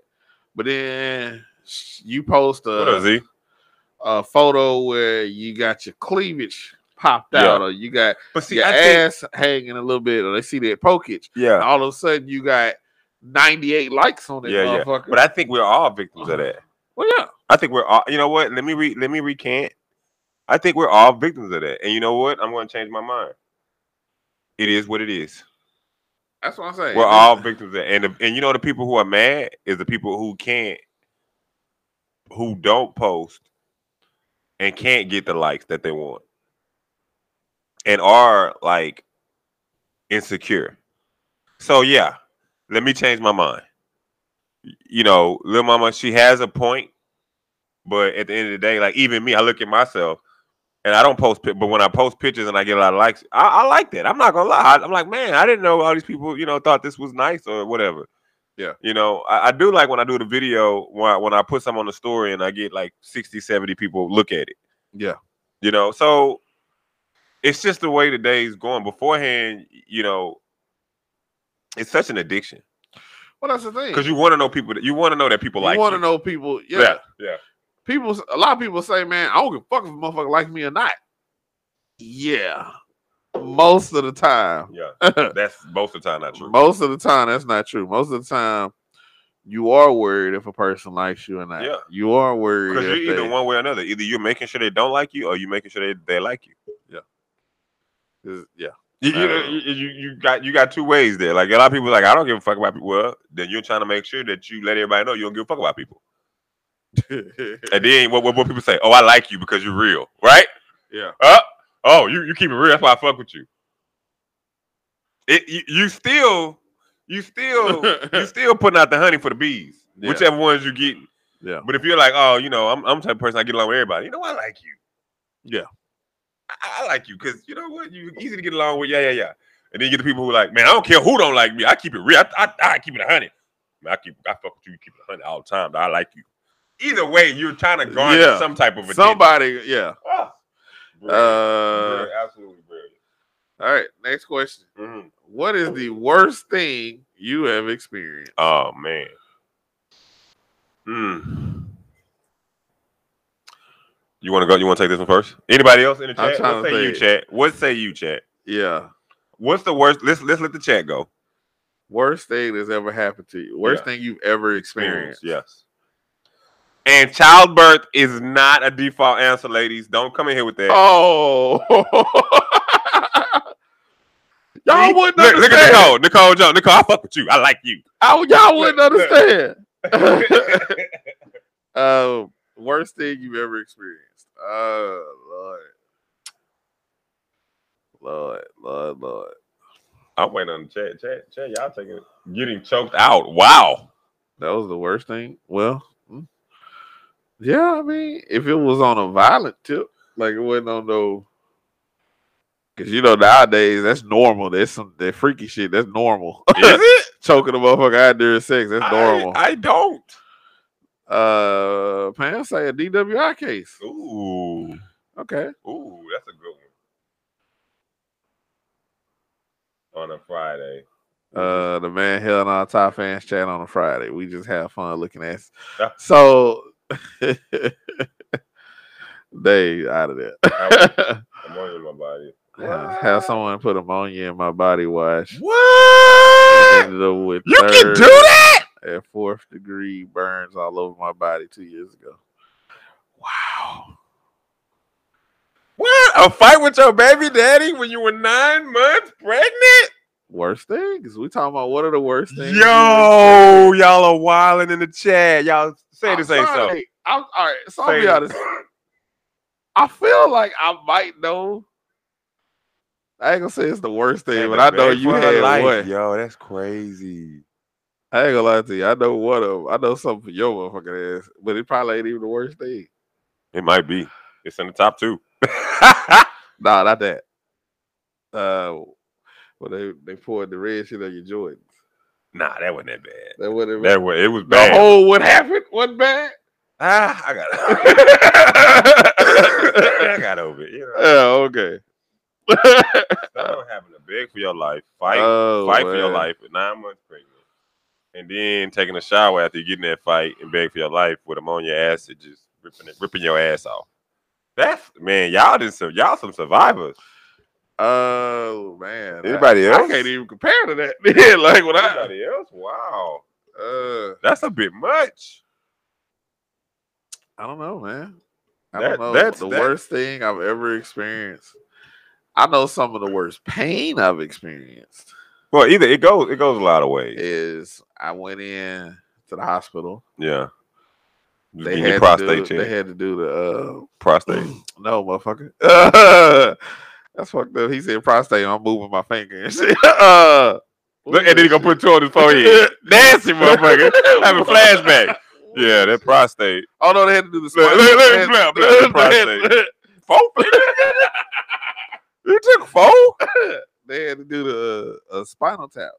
Speaker 2: but then you post a
Speaker 3: what up, Z?
Speaker 2: a photo where you got your cleavage popped
Speaker 3: Yeah.
Speaker 2: out, or you got
Speaker 3: But see,
Speaker 2: your
Speaker 3: I think, Uh,
Speaker 2: ass hanging a little bit, or they see that pokage, and
Speaker 3: yeah,
Speaker 2: all of a sudden you got 98 likes on that
Speaker 3: Yeah, yeah.
Speaker 2: motherfucker.
Speaker 3: but I think we're all victims of that.
Speaker 2: well, yeah,
Speaker 3: I think we're all. You know what? Let me re, let me recant. I think we're all victims of that. And you know what? I'm going to change my mind. It is what it is.
Speaker 2: that's what I'm saying.
Speaker 3: We're all victims of that. And the, and you know the people who are mad is the people who can't, who don't post, and can't get the likes that they want, and are like insecure. So yeah, let me change my mind. You know, little mama, she has a point, but at the end of the day, like even me, I look at myself. And I don't post, pic- but when I post pictures and I get a lot of likes, I, I like that. I'm not gonna lie. I, am like, man, I didn't know all these people, you know, thought this was nice or whatever.
Speaker 2: Yeah.
Speaker 3: You know, I, I do like when I do the video when I, when I put some on the story and I get like 60, 70 people look at it.
Speaker 2: Yeah.
Speaker 3: You know, so it's just the way the day's going. Beforehand, you know, it's such an addiction
Speaker 2: well, that's the thing
Speaker 3: because you want to know people. That, you want to know that people like.
Speaker 2: want to
Speaker 3: you.
Speaker 2: know people, yeah.
Speaker 3: Yeah. Yeah.
Speaker 2: People, a lot of people say, man, I don't give a fuck if a motherfucker like me or not. Yeah, most of the time,
Speaker 3: Yeah. That's most of the time not true.
Speaker 2: most of the time, that's not true. Most of the time. You are worried if a person likes you or not.
Speaker 3: Yeah.
Speaker 2: You are worried.
Speaker 3: Because
Speaker 2: if
Speaker 3: you're either
Speaker 2: they-
Speaker 3: one way or another. Either you're making sure they don't like you, or you're making sure they, they like you.
Speaker 2: Is- Yeah.
Speaker 3: You, you, know,
Speaker 2: Uh,
Speaker 3: you, you you got you got two ways there. Like a lot of people, like I don't give a fuck about people. Well, then you're trying to make sure that you let everybody know you don't give a fuck about people. And then what what, what people say? Oh, I like you because you're real, right?
Speaker 2: yeah.
Speaker 3: Oh, you you keep it real. That's why I fuck with you. It you, you still you still you still putting out the honey for the bees,
Speaker 2: Yeah.
Speaker 3: whichever ones you get.
Speaker 2: Yeah.
Speaker 3: But if you're like, oh, you know, I'm I'm the type of person I get along with everybody. You know, I like you.
Speaker 2: Yeah.
Speaker 3: I, I like you because you know what? You easy to get along with. Yeah, yeah, yeah. And then you get the people who are like, man, I don't care who don't like me. I keep it real. I, I, I keep it a hundred. Man, I keep I fuck with you. You keep it a hundred all the time. But I like you. Either way, you're trying to garner
Speaker 2: Yeah.
Speaker 3: some type of attention.
Speaker 2: Somebody, yeah.
Speaker 3: Ah, brilliant.
Speaker 2: Uh,
Speaker 3: Brilliant. absolutely brilliant.
Speaker 2: all right. Next question.
Speaker 3: Mhm.
Speaker 2: What is the worst thing you have experienced?
Speaker 3: Oh man. Hmm. You want to go? You want to take this one first? Anybody else in the
Speaker 2: I'm
Speaker 3: chat?
Speaker 2: trying
Speaker 3: What
Speaker 2: to
Speaker 3: say you,
Speaker 2: think.
Speaker 3: chat? What say you, chat?
Speaker 2: Yeah.
Speaker 3: What's the worst? Let's let's let the chat go.
Speaker 2: Worst thing that's ever happened to you. Worst
Speaker 3: Yeah.
Speaker 2: thing you've ever experienced.
Speaker 3: Yes. And childbirth is not a default answer, ladies. Don't come in here with that.
Speaker 2: Oh. y'all wouldn't
Speaker 3: look,
Speaker 2: understand.
Speaker 3: look at Nicole, Nicole Jones, Nicole. I fuck with you. I like you.
Speaker 2: I- y'all wouldn't
Speaker 3: Look, look.
Speaker 2: understand. Um, worst thing you've ever experienced. Oh Lord. Lord, Lord, Lord.
Speaker 3: I'm waiting on the chat, chat, chat. Y'all taking getting choked out. Wow.
Speaker 2: That was the worst thing. Well, mm. yeah, I mean, if it was on a violent tip, like it wasn't on no because you know nowadays that's normal. That's some that freaky shit. That's normal.
Speaker 3: Is it
Speaker 2: Choking a motherfucker out during sex. That's normal.
Speaker 3: I, I don't.
Speaker 2: uh Pam say a DWI case.
Speaker 3: Ooh,
Speaker 2: Okay.
Speaker 3: ooh, that's a good one. On a Friday.
Speaker 2: Uh, the man held on our top fans chat on a Friday. We just have fun looking at.
Speaker 3: Yeah.
Speaker 2: So they out of there.
Speaker 3: I'm on my body.
Speaker 2: have, have someone put ammonia in my body wash.
Speaker 3: What?
Speaker 2: Ended up with
Speaker 3: You can
Speaker 2: third
Speaker 3: do that?
Speaker 2: and fourth degree burns all over my body two years ago.
Speaker 3: Wow. What? A fight with your baby daddy when you were nine months pregnant?
Speaker 2: Worst things we talking about? What are the worst things? you
Speaker 3: Yo, y'all are wilding in the chat. Y'all say this ain't so.
Speaker 2: sorry. I'm all right. So
Speaker 3: Say
Speaker 2: I'll be
Speaker 3: it.
Speaker 2: honest. I feel like I might know. I ain't gonna say it's the worst thing, but I know you had one.
Speaker 3: Yo, that's crazy.
Speaker 2: I ain't gonna lie to you. I know one of them. I know something for your motherfucking ass, but it probably ain't even the worst thing.
Speaker 3: It might be. It's in the top two.
Speaker 2: Nah, not that. Uh, well, they they poured the red shit on your Jordans.
Speaker 3: nah, that wasn't that bad.
Speaker 2: That wasn't
Speaker 3: That was it was
Speaker 2: the
Speaker 3: bad.
Speaker 2: whole what happened wasn't bad.
Speaker 3: ah, I got I got over it. You know,
Speaker 2: Yeah, okay.
Speaker 3: Stop having to beg for your life, fight,
Speaker 2: Oh,
Speaker 3: fight for your
Speaker 2: man.
Speaker 3: life at nine months pregnant, and then taking a shower after you getting that fight and beg for your life with ammonia acid, just ripping it, ripping your ass off. That's man, y'all just some y'all some survivors.
Speaker 2: Oh man!
Speaker 3: Anybody
Speaker 2: I,
Speaker 3: else?
Speaker 2: I can't even compare to that. Yeah, like when I
Speaker 3: Anybody else? Wow,
Speaker 2: uh,
Speaker 3: that's a bit much.
Speaker 2: I don't know, man. I
Speaker 3: That-
Speaker 2: don't know.
Speaker 3: that's-
Speaker 2: the
Speaker 3: that-
Speaker 2: worst thing I've ever experienced. I know some of the worst pain I've experienced
Speaker 3: Well, either it goes it goes a lot of ways.
Speaker 2: is I went in to the hospital.
Speaker 3: Yeah, Just
Speaker 2: They
Speaker 3: getting your
Speaker 2: had,
Speaker 3: prostate
Speaker 2: prostate to do,
Speaker 3: checked.
Speaker 2: they had to do the
Speaker 3: prostate.
Speaker 2: uh, no, motherfucker. that's fucked up. He said prostate. I'm moving my finger and shit. Uh,
Speaker 3: Look, and then he gonna put two on his forehead. Nasty motherfucker. Having flashback. Yeah, that prostate.
Speaker 2: Oh no, they had to do the
Speaker 3: Look,
Speaker 2: spinal-
Speaker 3: look, look,
Speaker 2: they had-
Speaker 3: look, look,
Speaker 2: they had-
Speaker 3: Four. you took four.
Speaker 2: They had to do the uh, a spinal tap,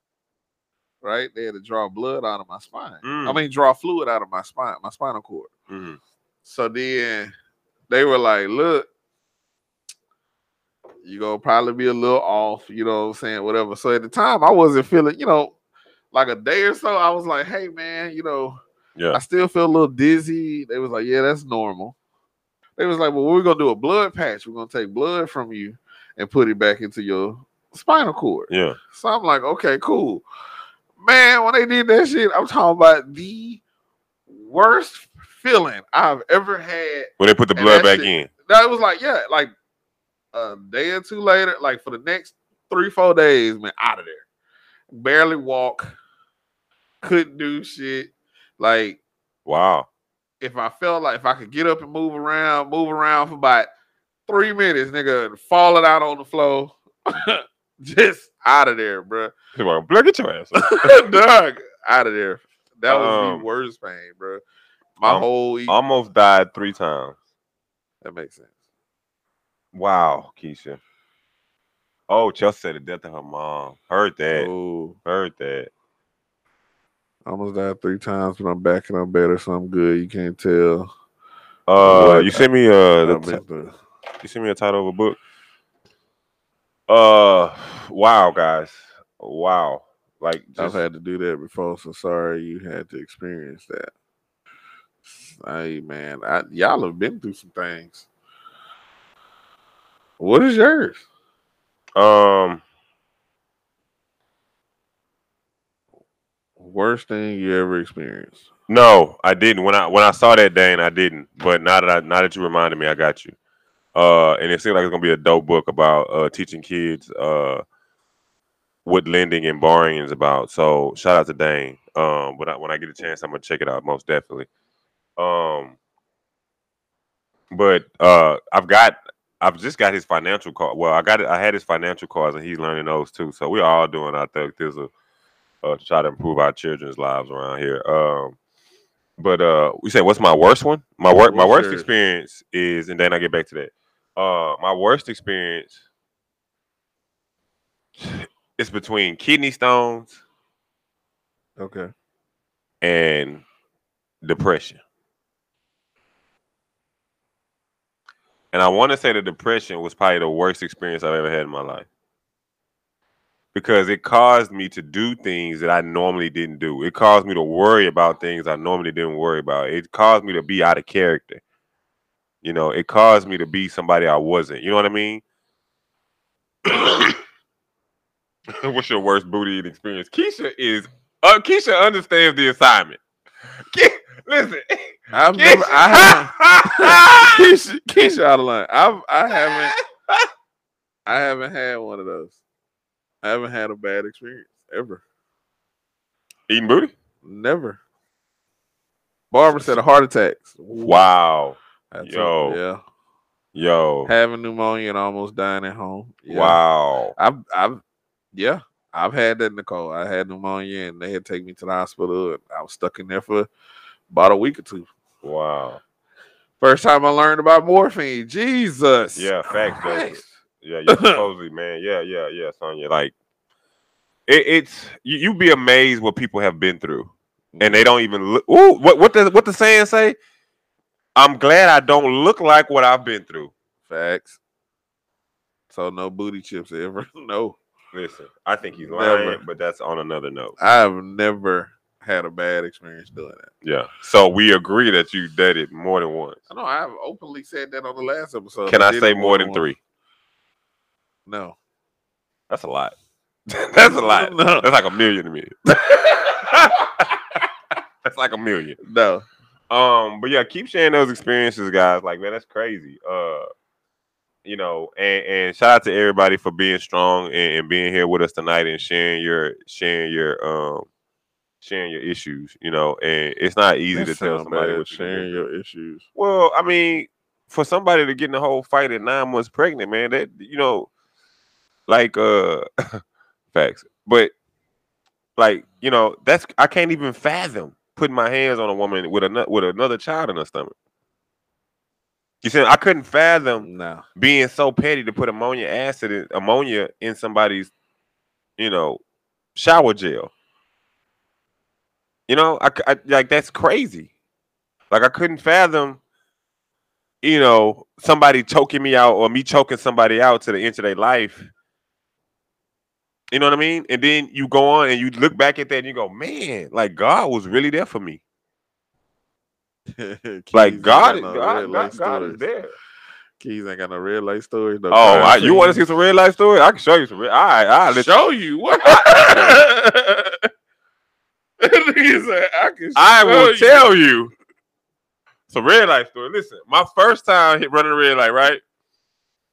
Speaker 2: right? They had to draw blood out of my spine. I
Speaker 3: Mm.
Speaker 2: mean, draw fluid out of my spine, my spinal cord.
Speaker 3: Mm-hmm.
Speaker 2: So then they were like, "Look, you gonna probably be a little off, you know what I'm saying? Whatever." So at the time, I wasn't feeling, you know, like a day or so. I was like, "Hey, man, you know."
Speaker 3: Yeah.
Speaker 2: I still feel a little dizzy. They was like, yeah, that's normal. They was like, well, we're gonna do a blood patch. We're gonna take blood from you and put it back into your spinal cord.
Speaker 3: Yeah.
Speaker 2: So I'm like, okay, cool. Man, when they did that shit, I'm talking about the worst feeling I've ever had.
Speaker 3: When they put the
Speaker 2: And
Speaker 3: blood
Speaker 2: that
Speaker 3: back
Speaker 2: shit-
Speaker 3: in.
Speaker 2: That was like, yeah, like a day or two later, like for the next three, four days, man, out of there. Barely walk, couldn't do shit. Like
Speaker 3: Wow.
Speaker 2: if I felt like if I could get up and move around, move around for about three minutes, nigga, falling out on the floor, just out of there, bruh.
Speaker 3: Come on, blood, get your ass. up.
Speaker 2: Dog, out of there. That was
Speaker 3: Um,
Speaker 2: the worst pain, bruh. My
Speaker 3: um,
Speaker 2: whole e-
Speaker 3: Almost died three times.
Speaker 2: that makes sense.
Speaker 3: Wow, Keisha. Oh, Chelsea said the death of her mom. Heard that.
Speaker 2: Oh,
Speaker 3: Heard that.
Speaker 2: almost died three times, but I'm back and I'm better, so I'm good. You can't tell.
Speaker 3: Uh,
Speaker 2: What?
Speaker 3: you sent me uh the
Speaker 2: I've
Speaker 3: t-
Speaker 2: been through.
Speaker 3: You send me a title of a book. Uh, wow, guys, Wow. Like
Speaker 2: I've
Speaker 3: just,
Speaker 2: had to do that before, so sorry you had to experience that. Hey man, I, y'all have been through some things. What is yours?
Speaker 3: um
Speaker 2: Worst thing you ever experienced?
Speaker 3: no, I didn't. When I when I saw that Dane, I didn't. But now that I now that you reminded me, I got you. Uh and it seems like it's gonna be a dope book about uh teaching kids uh what lending and borrowing is about. So shout out to Dane. Um when I when I get a chance, I'm gonna check it out most definitely. Um but uh I've got I've just got his financial card. Well, I got it, I had his financial cards and he's learning those too. So we're all doing our thug thizzle uh, to try to improve our children's lives around here. Um, but uh, we said, what's my worst one? My worst, my
Speaker 2: What's
Speaker 3: worst
Speaker 2: yours?
Speaker 3: experience is, and then I get back to that. Uh, my worst experience is between kidney stones
Speaker 2: Okay.
Speaker 3: and depression. And I want to say the depression was probably the worst experience I've ever had in my life because it caused me to do things that I normally didn't do. It caused me to worry about things I normally didn't worry about. It caused me to be out of character. You know, it caused me to be somebody I wasn't. You know what I mean? What's your worst booty eating experience? Keisha is uh, Keisha understands the assignment. Ke- Listen,
Speaker 2: I've
Speaker 3: Keisha,
Speaker 2: never. I haven't. Keisha, Keisha out of line. I've. I haven't. I haven't had one of those. I haven't had a bad experience ever.
Speaker 3: eating booty.
Speaker 2: Never. Barbara said a heart attacks.
Speaker 3: Wow,
Speaker 2: That's it.
Speaker 3: Yo.
Speaker 2: yeah.
Speaker 3: yo,
Speaker 2: Having pneumonia and almost dying at home. Yeah.
Speaker 3: wow,
Speaker 2: I've I've yeah, I've had that Nicole. I had pneumonia and they had to take me to the hospital and I was stuck in there for about a week or two.
Speaker 3: wow.
Speaker 2: First time I learned about morphine. Jesus.
Speaker 3: Yeah, facts, though.
Speaker 2: Christ.
Speaker 3: Yeah, yeah, supposedly, man. Yeah, yeah, yeah, Sonya. Like, it, it's you, you be amazed what people have been through, and they don't even look. Ooh, what what the what the saying say? I'm glad I don't look like what I've been through.
Speaker 2: facts. So no booty chips ever. No.
Speaker 3: Listen, I think he's lying,
Speaker 2: Never.
Speaker 3: but that's on another note.
Speaker 2: I've never had a bad experience doing that.
Speaker 3: Yeah. So we agree that you dated more than once.
Speaker 2: I know I've openly said that on the last episode.
Speaker 3: Can I
Speaker 2: did
Speaker 3: say
Speaker 2: it
Speaker 3: more than three?
Speaker 2: No.
Speaker 3: That's a lot. That's a lot.
Speaker 2: No.
Speaker 3: That's like a million to me. That's like a million.
Speaker 2: No.
Speaker 3: Um, but yeah, keep sharing those experiences, guys. Like, man, that's crazy. Uh, you know, and, and shout out to everybody for being strong and, and being here with us tonight and sharing your sharing your um sharing your issues. You know, and it's not easy
Speaker 2: That
Speaker 3: to tell
Speaker 2: sound
Speaker 3: somebody
Speaker 2: bad,
Speaker 3: what you're
Speaker 2: sharing your issues.
Speaker 3: Well, I mean, for somebody to get in the whole fight at nine months pregnant, man, that you know, like uh facts. But like, you know, that's I can't even fathom putting my hands on a woman with another with another child in her stomach. You said I couldn't fathom
Speaker 2: No.
Speaker 3: being so petty to put ammonia acid in, ammonia in somebody's, you know, shower gel. You know, I, c- I- like that's crazy. Like I couldn't fathom, you know, somebody choking me out or me choking somebody out to the end of their life. You know what I mean? And then you go on and you look back at that and you go, man, like God was really there for me. Like God, is- God, God, God is there.
Speaker 2: Keys ain't got no real life stories.
Speaker 3: Oh,
Speaker 2: No crime
Speaker 3: I, you want to see
Speaker 2: scenes.
Speaker 3: some real life story? I can show you some. Real, all right, all right. Let's,
Speaker 2: show you what? Nigga said, I can.
Speaker 3: I will
Speaker 2: show
Speaker 3: tell you. It's a red light story. Listen, my first time hit running a red light, right?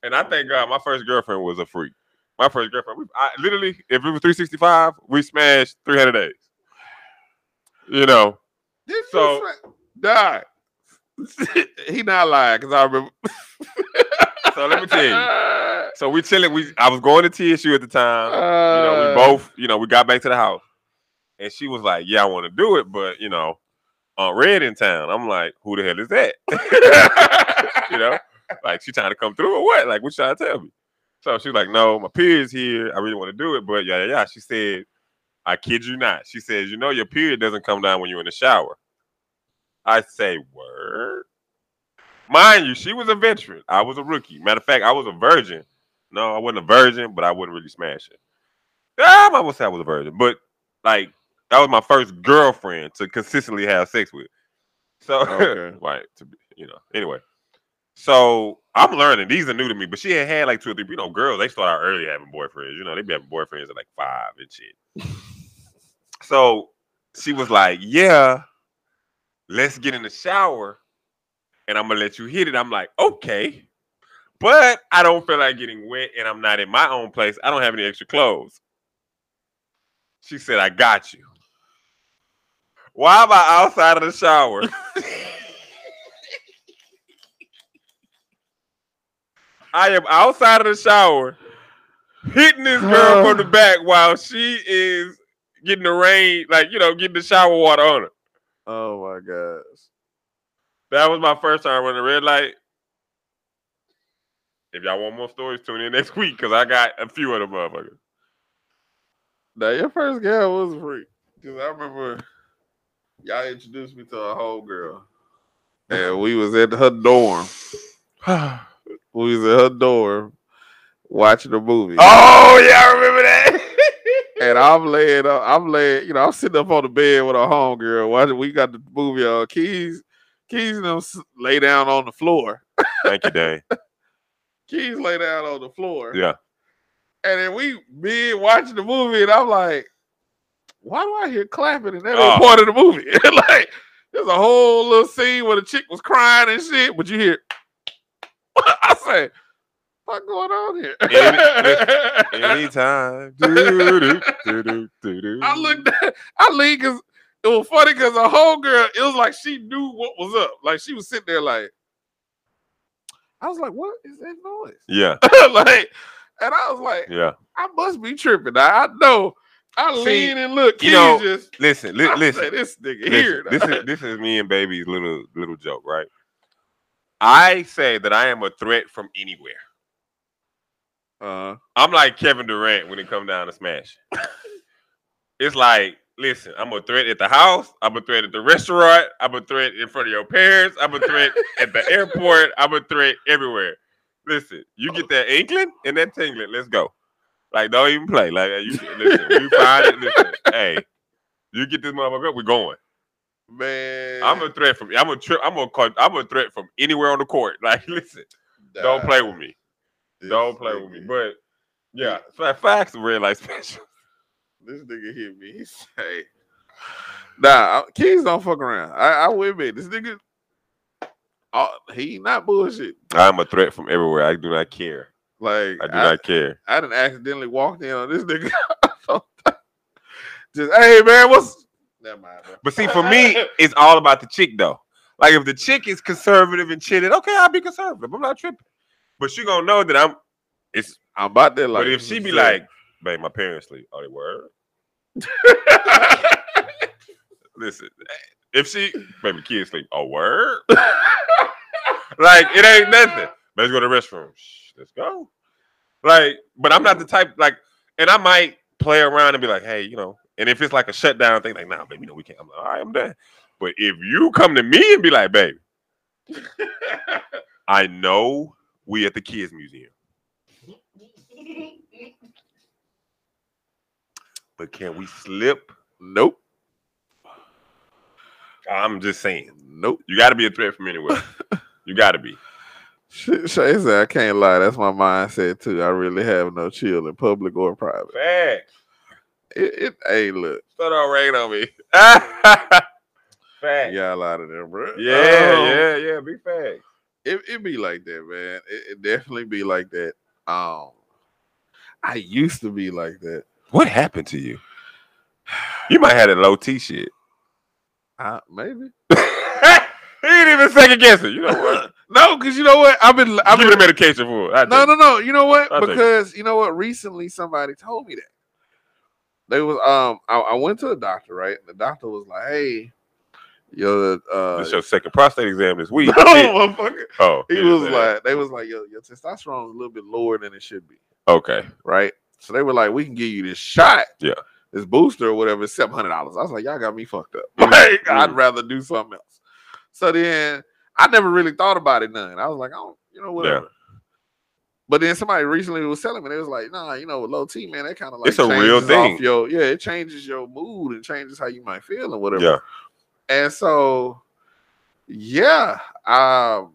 Speaker 3: And I thank God my first girlfriend was a freak. My first girlfriend, we, I, literally, if it was 365, we smashed 300 days. You know,
Speaker 2: you. Did
Speaker 3: So-
Speaker 2: you die. he not lying because I remember.
Speaker 3: so let me tell you. So we chilling. We I was going to TSU at the time. you know, we
Speaker 2: Uh,
Speaker 3: both, you know, we got back to the house, and she was like, "Yeah, I want to do it, but you know, Aunt Red in town." I'm like, "Who the hell is that?" you know, like she trying to come through or what? Like, what you trying to tell me? So she's like, "No, my period's here. I really want to do it, but yeah, yeah, yeah." She said, "I kid you not." She says, "You know, your period doesn't come down when you're in the shower." I say, "Word." Mind you, she was a veteran. I was a rookie. Matter of fact, I was a virgin. No, I wasn't a virgin, but I wouldn't really smash it. I'm almost say I was a virgin, but like that was my first girlfriend to consistently have sex with. So
Speaker 2: Okay.
Speaker 3: like to be, you know, anyway. So I'm learning. These are new to me, but she had had like two or three. You know, girls they start out early having boyfriends. You know, they be having boyfriends at like five and shit. so she was like, "Yeah, let's get in the shower, and I'm gonna let you hit it." I'm like, "Okay," but I don't feel like getting wet, and I'm not in my own place. I don't have any extra clothes. She said, "I got you." Why am I outside of the shower? I am outside of the shower, hitting this girl from the back while she is getting the rain, like you know, getting the shower water on her.
Speaker 2: Oh my gosh.
Speaker 3: That was my first time running the red light. If y'all want more stories, tune in next week because I got a few of them motherfuckers.
Speaker 2: Now your first girl was a freak. Cause I remember y'all introduced me to a whole girl. And we was at her dorm. we was at her dorm watching a movie.
Speaker 3: Oh yeah, I remember that.
Speaker 2: And I'm laying up, I'm laying, you know, I'm sitting up on the bed with a homegirl. Watching we got the movie on Keys. Keys and them s- lay down on the floor.
Speaker 3: Thank you, Dane.
Speaker 2: Keys lay down on the floor.
Speaker 3: Yeah.
Speaker 2: And then we mid watching the movie, and I'm like, why do I hear clapping? And that ain't
Speaker 3: Oh.
Speaker 2: part of the movie. like, there's a whole little scene where the chick was crying and shit, but you hear, I say, what going on here?
Speaker 3: Any- Anytime. Doo-doo, doo-doo, doo-doo.
Speaker 2: I looked at, I leaned because it was funny because a whole girl, it was like she knew what was up. Like, she was sitting there, like, I was like, what is that noise?
Speaker 3: Yeah,
Speaker 2: like, and I was like,
Speaker 3: yeah.
Speaker 2: I must be tripping. I, I know. I
Speaker 3: See,
Speaker 2: lean and look.
Speaker 3: you
Speaker 2: You
Speaker 3: know,
Speaker 2: just
Speaker 3: Listen, li-
Speaker 2: I
Speaker 3: listen.
Speaker 2: say, this nigga
Speaker 3: Listen,
Speaker 2: here.
Speaker 3: this is this is me and baby's little little joke, right? I say that I am a threat from anywhere.
Speaker 2: uh,
Speaker 3: I'm like Kevin Durant when it comes down to smash. it's like, listen, I'm a threat at the house. I'm a threat at the restaurant. I'm a threat in front of your parents. I'm a threat at the airport. I'm a threat everywhere. Listen, you get that inkling and that tingling. Let's go. Like, don't even play. Like, you, listen, we find it. Listen, hey, you get this motherfucker, we're going.
Speaker 2: man.
Speaker 3: I'm a threat from. I'm a trip. I'm a. call- I'm a threat from anywhere on the court. Like, listen, don't play with me.
Speaker 2: This
Speaker 3: Don't play with me.
Speaker 2: nigga-
Speaker 3: But yeah, fa- facts. Red light special.
Speaker 2: this nigga hit me. He say, "Nah, I- kids don't fuck around." I, I will admit, this nigga, oh, he not bullshit.
Speaker 3: I'm a threat from everywhere. I do not care.
Speaker 2: Like
Speaker 3: I do
Speaker 2: I,
Speaker 3: not care.
Speaker 2: I didn't accidentally walked in on this nigga. just hey man, what's? Never mind. bro.
Speaker 3: But see, for me, it's all about the chick though. Like if the chick is conservative and chilling, okay, I'll be conservative. I'm not tripping. But she gonna know that I'm. It's.
Speaker 2: I'm about that. Like,
Speaker 3: but if she be like, "Babe, my parents sleep," oh, they were. Listen, eh, if she, baby, kids sleep. Oh, word. Like it ain't nothing. Let's go to the restroom. Shh, let's go. Like, but I'm not the type like, and I might play around and be like, hey, you know, and if it's like a shutdown thing, like, nah, baby, no, we can't. I'm like, all right, I'm done. But if you come to me and be like, babe, I know we at the kids museum, but can we slip?
Speaker 2: nope,
Speaker 3: I'm just saying,
Speaker 2: nope.
Speaker 3: you got to be a threat from anywhere. you got to be.
Speaker 2: Shay said, I can't lie. That's my mindset too. I really have no chill in public or private.
Speaker 3: Facts.
Speaker 2: It, it hey, look.
Speaker 3: Start all rain on me. Facts. Yeah,
Speaker 2: Y'all out of there, bro.
Speaker 3: yeah, yeah, yeah. Big facts.
Speaker 2: It, it be like that, man. It, it definitely be like that. Um, I used to be like that.
Speaker 3: What happened to you? You might have that low T shit.
Speaker 2: I, maybe.
Speaker 3: he didn't even second guess it. You know what?
Speaker 2: No, because you know what? I've been.
Speaker 3: I'm
Speaker 2: I've
Speaker 3: giving
Speaker 2: been
Speaker 3: the medication for it. I
Speaker 2: no, no, no. You know what?
Speaker 3: I'll take it.
Speaker 2: because you know what? Recently, somebody told me that they was um. I, I went to the doctor, right? And the doctor was like, "Hey, your uh,
Speaker 3: This your second prostate exam this week.
Speaker 2: no, motherfucker."
Speaker 3: Oh,
Speaker 2: He
Speaker 3: yeah,
Speaker 2: was
Speaker 3: yeah.
Speaker 2: like, they was like, yo, your testosterone is a little bit lower than it should be,
Speaker 3: okay,
Speaker 2: right? So they were like, we can give you this shot,
Speaker 3: Yeah.
Speaker 2: this booster or whatever, it's seven hundred dollars. I was like, y'all got me fucked up.
Speaker 3: Mm,
Speaker 2: Like, I'd
Speaker 3: mm.
Speaker 2: rather do something else. So then I never really thought about it none. I was like, I don't, you know, whatever. But then somebody recently was telling me they was like, "Nah, you know, with low T, man, that kind of like
Speaker 3: It's a real
Speaker 2: changes
Speaker 3: thing.
Speaker 2: off Your, yeah, it changes your mood and changes how you might feel and whatever."
Speaker 3: Yeah.
Speaker 2: And so, yeah, um,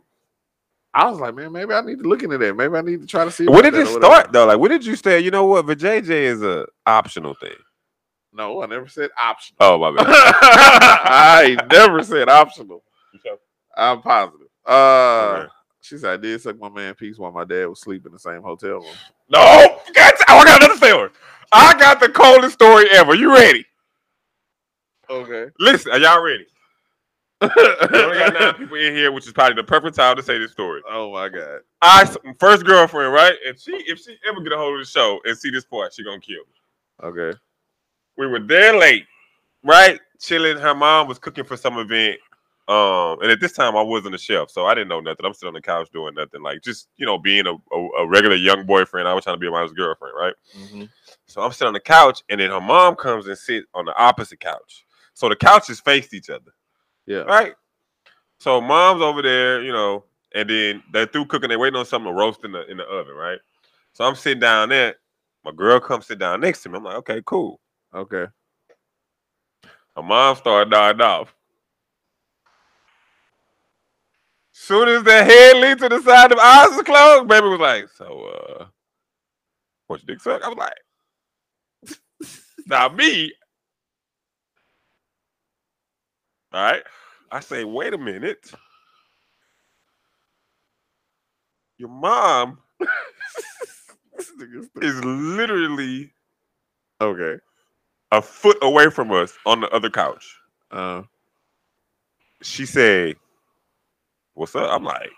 Speaker 2: I was like, man, maybe I need to look into that. Maybe I need to try to see.
Speaker 3: When
Speaker 2: about
Speaker 3: did
Speaker 2: that
Speaker 3: it
Speaker 2: or whatever.
Speaker 3: start though? Like, when did you say, you know what, vajayjay is a optional thing?
Speaker 2: No, I never said optional.
Speaker 3: Oh my bad.
Speaker 2: I never said optional. I'm positive. Uh,
Speaker 3: Okay.
Speaker 2: She said I did suck my man peace while my dad was sleeping in the same hotel room.
Speaker 3: No, that's, oh, I got another story. I got the coldest story ever. You ready?
Speaker 2: Okay.
Speaker 3: Listen, are y'all ready? We only got nine people in here, which is probably the perfect time to say this story.
Speaker 2: oh my god.
Speaker 3: I s- first girlfriend, right? If she if she ever get a hold of the show and see this part, she gonna kill me.
Speaker 2: Okay.
Speaker 3: We were there late, right? Chilling. Her mom was cooking for some event. Um, and at this time I wasn't a chef, so I didn't know nothing. I'm sitting on the couch doing nothing, like just you know, being a, a, a regular young boyfriend. I was trying to be around his girlfriend, right?
Speaker 2: Mm-hmm.
Speaker 3: So I'm sitting on the couch, and then her mom comes and sit on the opposite couch. So the couches faced each other,
Speaker 2: Yeah.
Speaker 3: right? So mom's over there, you know, and then they're through cooking. They're waiting on something to roast in the in the oven, right? So I'm sitting down there. My girl comes sit down next to me. I'm like, okay, cool.
Speaker 2: Okay.
Speaker 3: Her mom started nodding off. Soon as the head leaned to the side, the eyes was closed. Baby was like, "So, uh, what you dick suck?" I was like, "Not me." All right. I say, "Wait a minute." Your mom
Speaker 2: This nigga's th-
Speaker 3: is literally
Speaker 2: okay.
Speaker 3: a foot away from us on the other couch.
Speaker 2: Uh,
Speaker 3: she said, "What's up?" I'm like,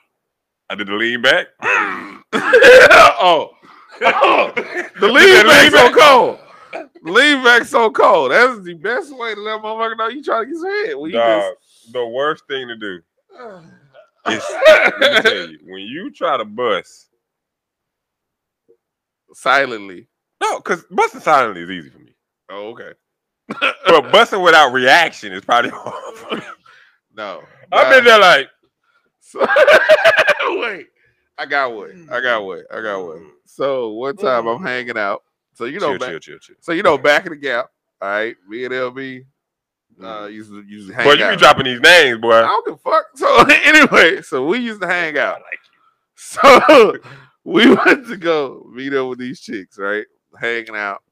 Speaker 3: "I did the lean back."
Speaker 2: oh, the lead back so cold. Leave back so cold. That's the best way to let a motherfucker know you trying to get some head. When you
Speaker 3: Dog, the worst thing to do.
Speaker 2: just,
Speaker 3: Let me tell you, when you try to bust,
Speaker 2: silently.
Speaker 3: no, because busting silently is easy for me,
Speaker 2: Oh, okay.
Speaker 3: but busting without reaction is probably hard. For me.
Speaker 2: No,
Speaker 3: I've been there like,
Speaker 2: So, wait, I got one. I got one. I got one. So one time I'm hanging out. So you know,
Speaker 3: Mm-hmm. chill,
Speaker 2: back,
Speaker 3: chill, chill, chill.
Speaker 2: so you know, back in the gap. All right, me and LB uh, used to used to hang
Speaker 3: Boy, Mm-hmm. you
Speaker 2: out.
Speaker 3: be dropping these names, boy.
Speaker 2: I don't give a fuck. So anyway, so we used to hang out. So we went to go meet up with these chicks, right? Hanging out.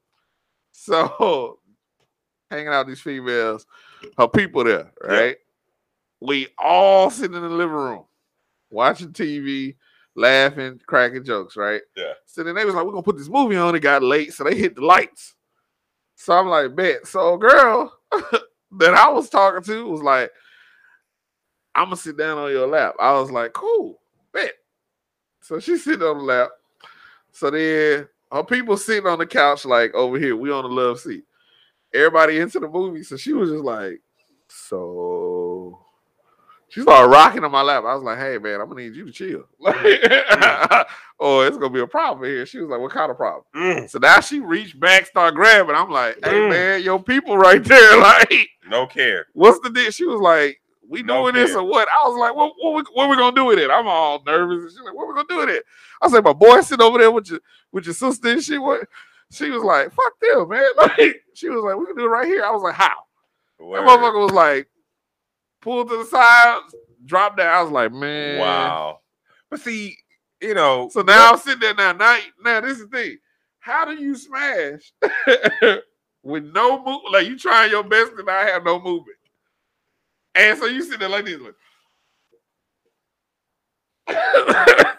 Speaker 2: So hanging out with these females, her people there,
Speaker 3: Yeah.
Speaker 2: right? We all sitting in the living room watching TV, laughing, cracking jokes, right?
Speaker 3: Yeah.
Speaker 2: So then they was like, we're gonna put this movie on. It got late, so they hit the lights. So I'm like, bet. So a girl that I was talking to was like, I'm gonna sit down on your lap. I was like, cool, bet. So she's sitting on the lap. So then her people sitting on the couch, like over here, we on the love seat. Everybody into the movie. So she was just like, so she started rocking on my lap. I was like, hey man, I'm gonna need you to chill. Like, or it's gonna be a problem here. She was like, What kind of problem?
Speaker 3: Mm,
Speaker 2: So now she reached back, start grabbing. I'm like, hey
Speaker 3: Mm.
Speaker 2: man, your people right there. Like,
Speaker 3: no care.
Speaker 2: what's the deal? She was like, we doing
Speaker 3: No
Speaker 2: this
Speaker 3: care.
Speaker 2: or what? I was like, what, what, we, what we gonna do with it? I'm all nervous. And she's like, what we gonna do with it? I said, my boy sitting over there with your with your sister and shit. What? She was like, fuck them, man. Like, she was like, we can do it right here. I was like, how? That
Speaker 3: Word.
Speaker 2: motherfucker was like, pulled to the side, dropped down. I was like, man.
Speaker 3: Wow. But see, you know,
Speaker 2: So now I'm sitting there now. Now, now this is the thing. How do you smash with no move? Like you trying your best and I have no movement. And so you sit there like this. Like,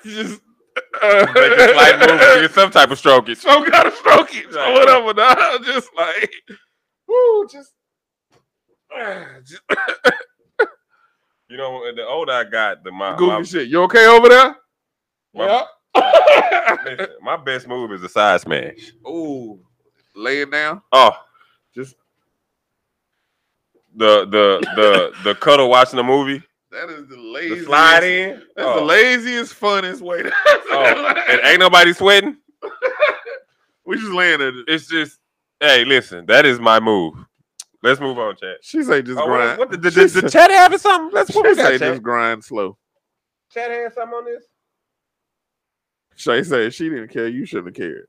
Speaker 2: just uh,
Speaker 3: make a slight move to get some type of stroke. It's
Speaker 2: so gotta stroke it. So
Speaker 3: Right.
Speaker 2: whatever. Nah, just like woo, just, ah, just
Speaker 3: You know, the older I got, the my
Speaker 2: goofy
Speaker 3: my,
Speaker 2: shit. You okay over there?
Speaker 3: my,
Speaker 2: Yeah.
Speaker 3: listen, my best move is a side smash.
Speaker 2: Ooh. Laying down.
Speaker 3: Oh,
Speaker 2: Just-
Speaker 3: the the the the cuddle watching the movie,
Speaker 2: That is the
Speaker 3: the
Speaker 2: laziest.
Speaker 3: slide in.
Speaker 2: That's
Speaker 3: oh,
Speaker 2: the laziest, funnest way. To-
Speaker 3: oh, and ain't nobody sweating.
Speaker 2: we just landed.
Speaker 3: It's just, hey, listen, that is my move. Let's move on, chat.
Speaker 2: She say just
Speaker 3: Oh,
Speaker 2: grind.
Speaker 3: what, what the, the,
Speaker 2: she
Speaker 3: the, the chat having something? Let's
Speaker 2: she
Speaker 3: what we
Speaker 2: say
Speaker 3: got,
Speaker 2: just
Speaker 3: chat.
Speaker 2: grind slow.
Speaker 3: Chat had something on this.
Speaker 2: Shay said she didn't care. You shouldn't have cared.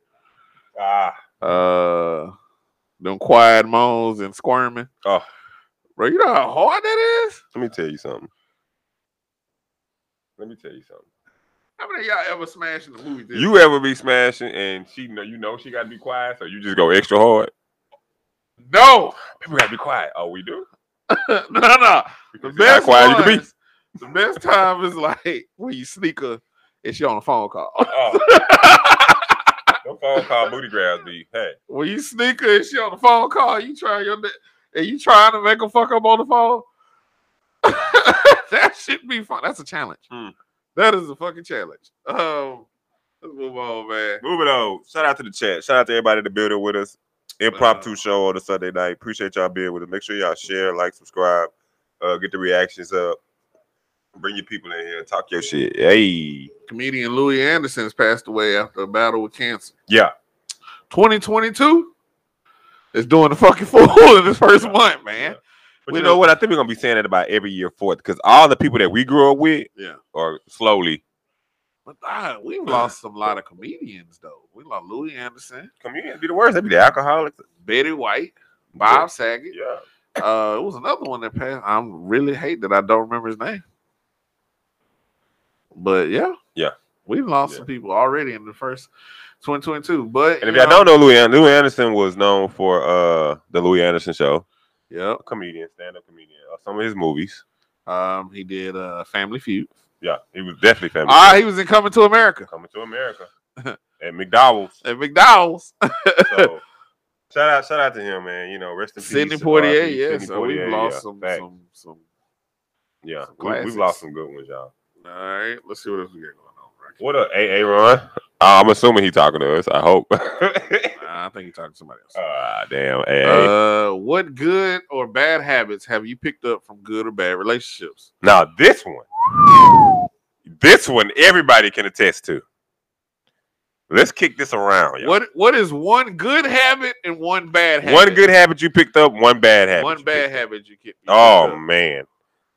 Speaker 3: Ah,
Speaker 2: Uh, them quiet moans and squirming.
Speaker 3: oh,
Speaker 2: Bro, you know how hard that is?
Speaker 3: let me tell you something. Let me tell you something.
Speaker 2: How many of y'all ever smashed in the movie theater?
Speaker 3: You ever be smashing and she know you know she gotta be quiet, so you just go extra hard.
Speaker 2: no,
Speaker 3: People gotta be quiet. Oh, we do.
Speaker 2: no, no. The
Speaker 3: See how
Speaker 2: best
Speaker 3: quiet you can be.
Speaker 2: ones- The best time is like when you sneak her and she on a phone call.
Speaker 3: Oh, no phone call booty grabs be. Hey,
Speaker 2: when you sneak her and she on the phone call, you try your ne- and you trying to make her fuck up on the phone. that should be fun. That's a challenge.
Speaker 3: Hmm.
Speaker 2: That is a fucking challenge. Um, let's move on, man.
Speaker 3: moving on. Shout out to the chat. Shout out to everybody in the building with us. Impromptu show on a Sunday night. Appreciate y'all being with us. Make sure y'all share, like, subscribe, uh, get the reactions up. Bring your people in here. Talk your shit. Hey.
Speaker 2: Comedian Louis Anderson's passed away after a battle with cancer.
Speaker 3: Yeah.
Speaker 2: 2022 is doing the fucking fool in this first month, man.
Speaker 3: But
Speaker 2: We
Speaker 3: you know
Speaker 2: know-
Speaker 3: what? I think we're gonna be saying that about every year fourth because all the people that we grew up with
Speaker 2: Yeah.
Speaker 3: are slowly
Speaker 2: But ah, we've lost a lot of comedians though. We lost Louis Anderson,
Speaker 3: comedians be the worst. They be the alcoholics.
Speaker 2: Betty White, Bob Saget.
Speaker 3: Yeah.
Speaker 2: Uh, it was another one that passed. I'm really hate that I don't remember his name. But yeah,
Speaker 3: Yeah.
Speaker 2: we've lost
Speaker 3: Yeah.
Speaker 2: some people already in the first 2022. But
Speaker 3: And if
Speaker 2: you
Speaker 3: y'all don't know Louis, An- Louis Anderson was known for uh the Louis Anderson show,
Speaker 2: yep,
Speaker 3: a comedian, stand up comedian. Uh, some of his movies.
Speaker 2: um, he did uh, Family Feud.
Speaker 3: Yeah, he was definitely famous.
Speaker 2: Ah, he was in Coming to America
Speaker 3: coming to America at McDowell's.
Speaker 2: at McDonald's.
Speaker 3: So shout out, shout out to him, man. You know, rest in peace.
Speaker 2: Sydney
Speaker 3: R.I.P.
Speaker 2: Portier, yeah.
Speaker 3: Sidney
Speaker 2: so
Speaker 3: Poitier,
Speaker 2: we've lost
Speaker 3: yeah.
Speaker 2: some,
Speaker 3: Fact.
Speaker 2: some, some.
Speaker 3: yeah,
Speaker 2: some
Speaker 3: we, we've
Speaker 2: classics.
Speaker 3: lost some good ones, y'all.
Speaker 2: All right, let's see what else we got going on. Rocky.
Speaker 3: What up, AA Ron? Uh, I'm assuming he talking to us. I hope.
Speaker 2: Nah, I think you're talking to somebody else.
Speaker 3: Ah, damn. AA.
Speaker 2: Uh, what good or bad habits have you picked up from good or bad relationships?
Speaker 3: now this one, this one, everybody can attest to. Let's kick this around, y'all.
Speaker 2: What What is one good habit and one bad habit?
Speaker 3: One good habit you picked up, one bad habit.
Speaker 2: one
Speaker 3: you
Speaker 2: bad
Speaker 3: picked up.
Speaker 2: habit you get.
Speaker 3: Oh man,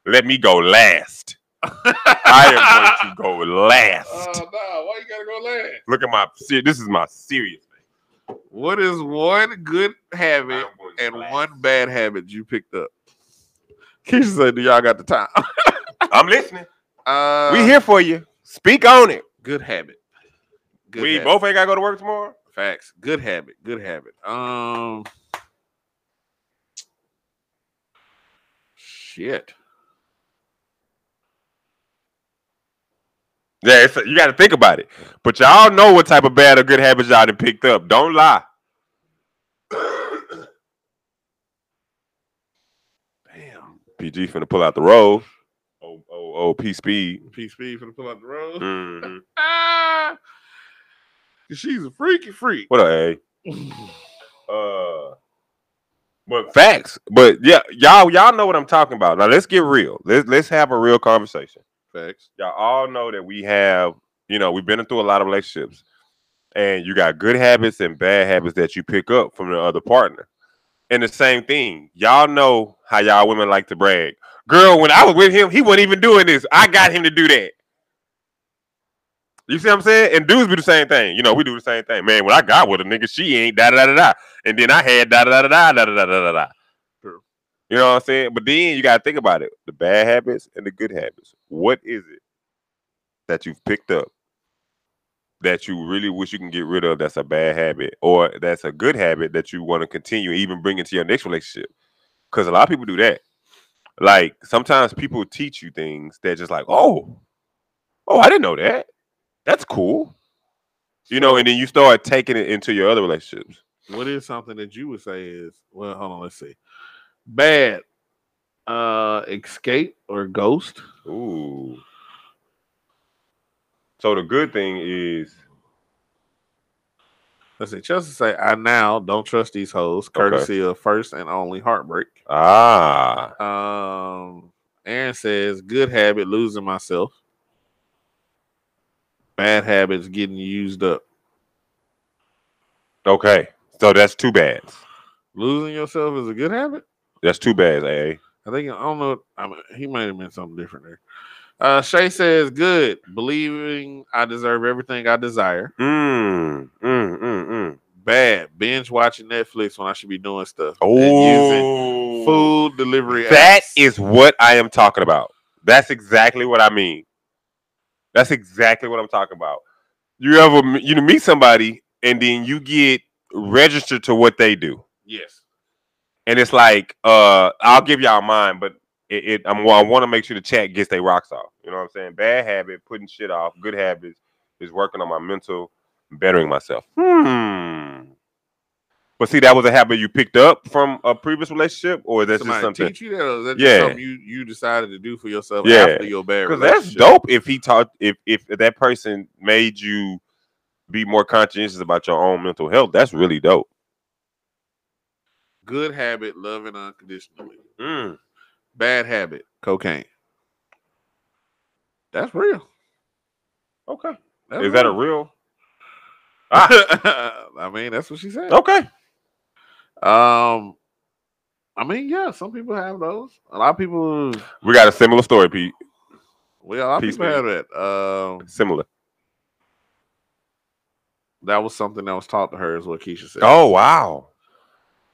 Speaker 3: let me go last. I am going to go
Speaker 2: Oh
Speaker 3: last.
Speaker 2: no! Why you gotta go last?
Speaker 3: Look at my. ser- This is my serious thing.
Speaker 2: What is one good habit
Speaker 3: I'm going
Speaker 2: and
Speaker 3: last.
Speaker 2: one bad habit you picked up? Keisha said, "Do y'all got the time?"
Speaker 3: I'm listening.
Speaker 2: Uh,
Speaker 3: we here for you. Speak on it.
Speaker 2: Good habit. Good
Speaker 3: we
Speaker 2: habit.
Speaker 3: both ain't gotta go to work tomorrow.
Speaker 2: Facts. Good habit. Good habit. Um. Shit.
Speaker 3: Yeah, it's you got to think about it. But y'all know what type of bad or good habits y'all done picked up. Don't lie.
Speaker 2: Damn.
Speaker 3: PG finna pull out the roll. Oh, oh, oh, P speed.
Speaker 2: P Speed for the pull out the road.
Speaker 3: Mhm.
Speaker 2: Ah! She's a freaky freak.
Speaker 3: What a uh, but facts. But yeah, y'all, y'all know what I'm talking about. Now let's get real. Let's let's have a real conversation.
Speaker 2: Facts.
Speaker 3: y'all all know that we have, you know, we've been through a lot of relationships, and you got good habits and bad habits that you pick up from the other partner. And the same thing, y'all know how y'all women like to brag. Girl, when I was with him, he wasn't even doing this. I got him to do that. You see what I'm saying? And dudes do the same thing. You know, we do the same thing. Man, when I got with a nigga, she ain't da da da da. And then I had da da da da da da da da da da.
Speaker 2: True.
Speaker 3: You know what I'm saying? But then you gotta think about it: the bad habits and the good habits. What is it? that you've picked up that you really wish you can get rid of that's a bad habit or that's a good habit that you want to continue even bring into your next relationship because a lot of people do that like sometimes people teach you things that just like oh oh i didn't know that that's cool you know and then you start taking it into your other relationships
Speaker 2: What is something that you would say is well? Hold on, let's see. Bad. Uh, escape or ghost?
Speaker 3: ooh so the good thing is
Speaker 2: Let's see. Chelsea say, "I now don't trust these hoes, courtesy of first and only heartbreak."
Speaker 3: ah
Speaker 2: Um, Aaron says, "Good habit, losing myself. Bad habits, getting used up.
Speaker 3: okay so that's two bads
Speaker 2: Losing yourself is a good habit.
Speaker 3: that's two bads a
Speaker 2: I think I don't know. I mean, he might have meant something different there. Uh, Shay says, "Good, believing I deserve everything I desire.
Speaker 3: Mm, mm, mm, mm.
Speaker 2: Bad, binge watching Netflix when I should be doing stuff. And using
Speaker 3: Oh,
Speaker 2: food delivery.
Speaker 3: that
Speaker 2: apps.
Speaker 3: is what I am talking about. That's exactly what I mean. That's exactly what I'm talking about. You ever m- you meet somebody and then you get registered to what they do,
Speaker 2: yes,
Speaker 3: and it's like, uh, I'll give y'all mine, but it, it I'm, I want to make sure the chat gets their rocks off. You know what I'm saying? Bad habit, putting shit off. Good habits is working on my mental, bettering myself. Hmm. But see, that was a habit you picked up from a previous relationship, or that's just
Speaker 2: Somebody
Speaker 3: something.
Speaker 2: teach you that, or is that just
Speaker 3: Yeah.
Speaker 2: something you you decided to do for yourself
Speaker 3: Yeah.
Speaker 2: after your bad
Speaker 3: Because that's
Speaker 2: relationship?
Speaker 3: dope. If he taught, if if that person made you be more conscientious about your own mental health, that's really dope.
Speaker 2: Good habit, loving unconditionally. Hmm.
Speaker 3: Mm.
Speaker 2: Bad habit, cocaine. That's real.
Speaker 3: Okay,
Speaker 2: That's
Speaker 3: is that a
Speaker 2: real?
Speaker 3: real?
Speaker 2: I mean, that's what she said.
Speaker 3: Okay,
Speaker 2: Um, I mean, yeah, some people have those. A lot of people,
Speaker 3: we got a similar story, Pete.
Speaker 2: well, a lot of
Speaker 3: Peace,
Speaker 2: people have that. Um,
Speaker 3: Similar.
Speaker 2: that was something that was taught to her, is what Keisha said.
Speaker 3: Oh wow,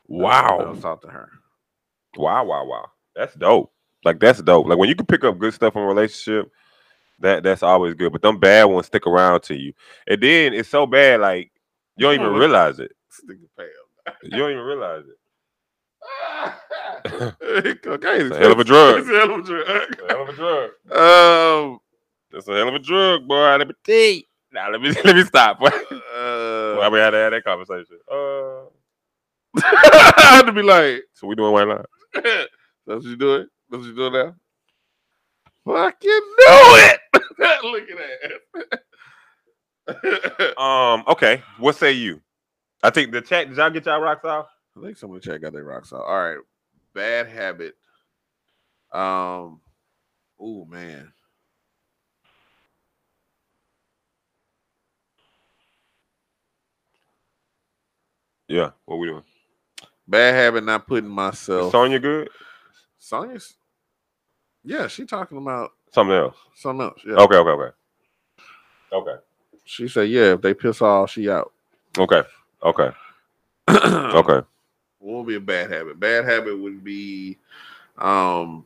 Speaker 2: That was something that was
Speaker 3: wow,
Speaker 2: taught to her.
Speaker 3: wow, wow, wow. That's dope. Like that's dope. Like when you can pick up good stuff from a relationship, that that's always good. But them bad ones stick around to you, and then it's so bad like you don't even realize it.
Speaker 2: Stinking pale.
Speaker 3: You don't even realize it.
Speaker 2: cocaine is
Speaker 3: a hell of a
Speaker 2: expensive.
Speaker 3: drug.
Speaker 2: It's a hell of a
Speaker 3: Hell of a drug.
Speaker 2: drug. Um,
Speaker 3: That's a hell of a drug, boy. Let me take. Now let me let me stop. Boy. Why
Speaker 2: uh,
Speaker 3: we had to have that conversation? Uh,
Speaker 2: I had to be like,
Speaker 3: so we doing white line.
Speaker 2: that's what you doing? That's what you doing now? Fucking do it! Look at that.
Speaker 3: Um. Okay. What say you? I think the chat. Did y'all get y'all rocks off?
Speaker 2: I think someone check out their rocks out. All right. Bad habit. Um oh man.
Speaker 3: Yeah. What we doing?
Speaker 2: Bad habit not putting
Speaker 3: Is
Speaker 2: myself
Speaker 3: Sonya good?
Speaker 2: Sonia's Yeah, she talking about
Speaker 3: Something else.
Speaker 2: something else. Yeah.
Speaker 3: Okay. Okay. Okay. Okay.
Speaker 2: She said, Yeah, if they piss off, she out.
Speaker 3: Okay. Okay.
Speaker 2: okay.
Speaker 3: Okay.
Speaker 2: What would be a bad habit? Bad habit would be um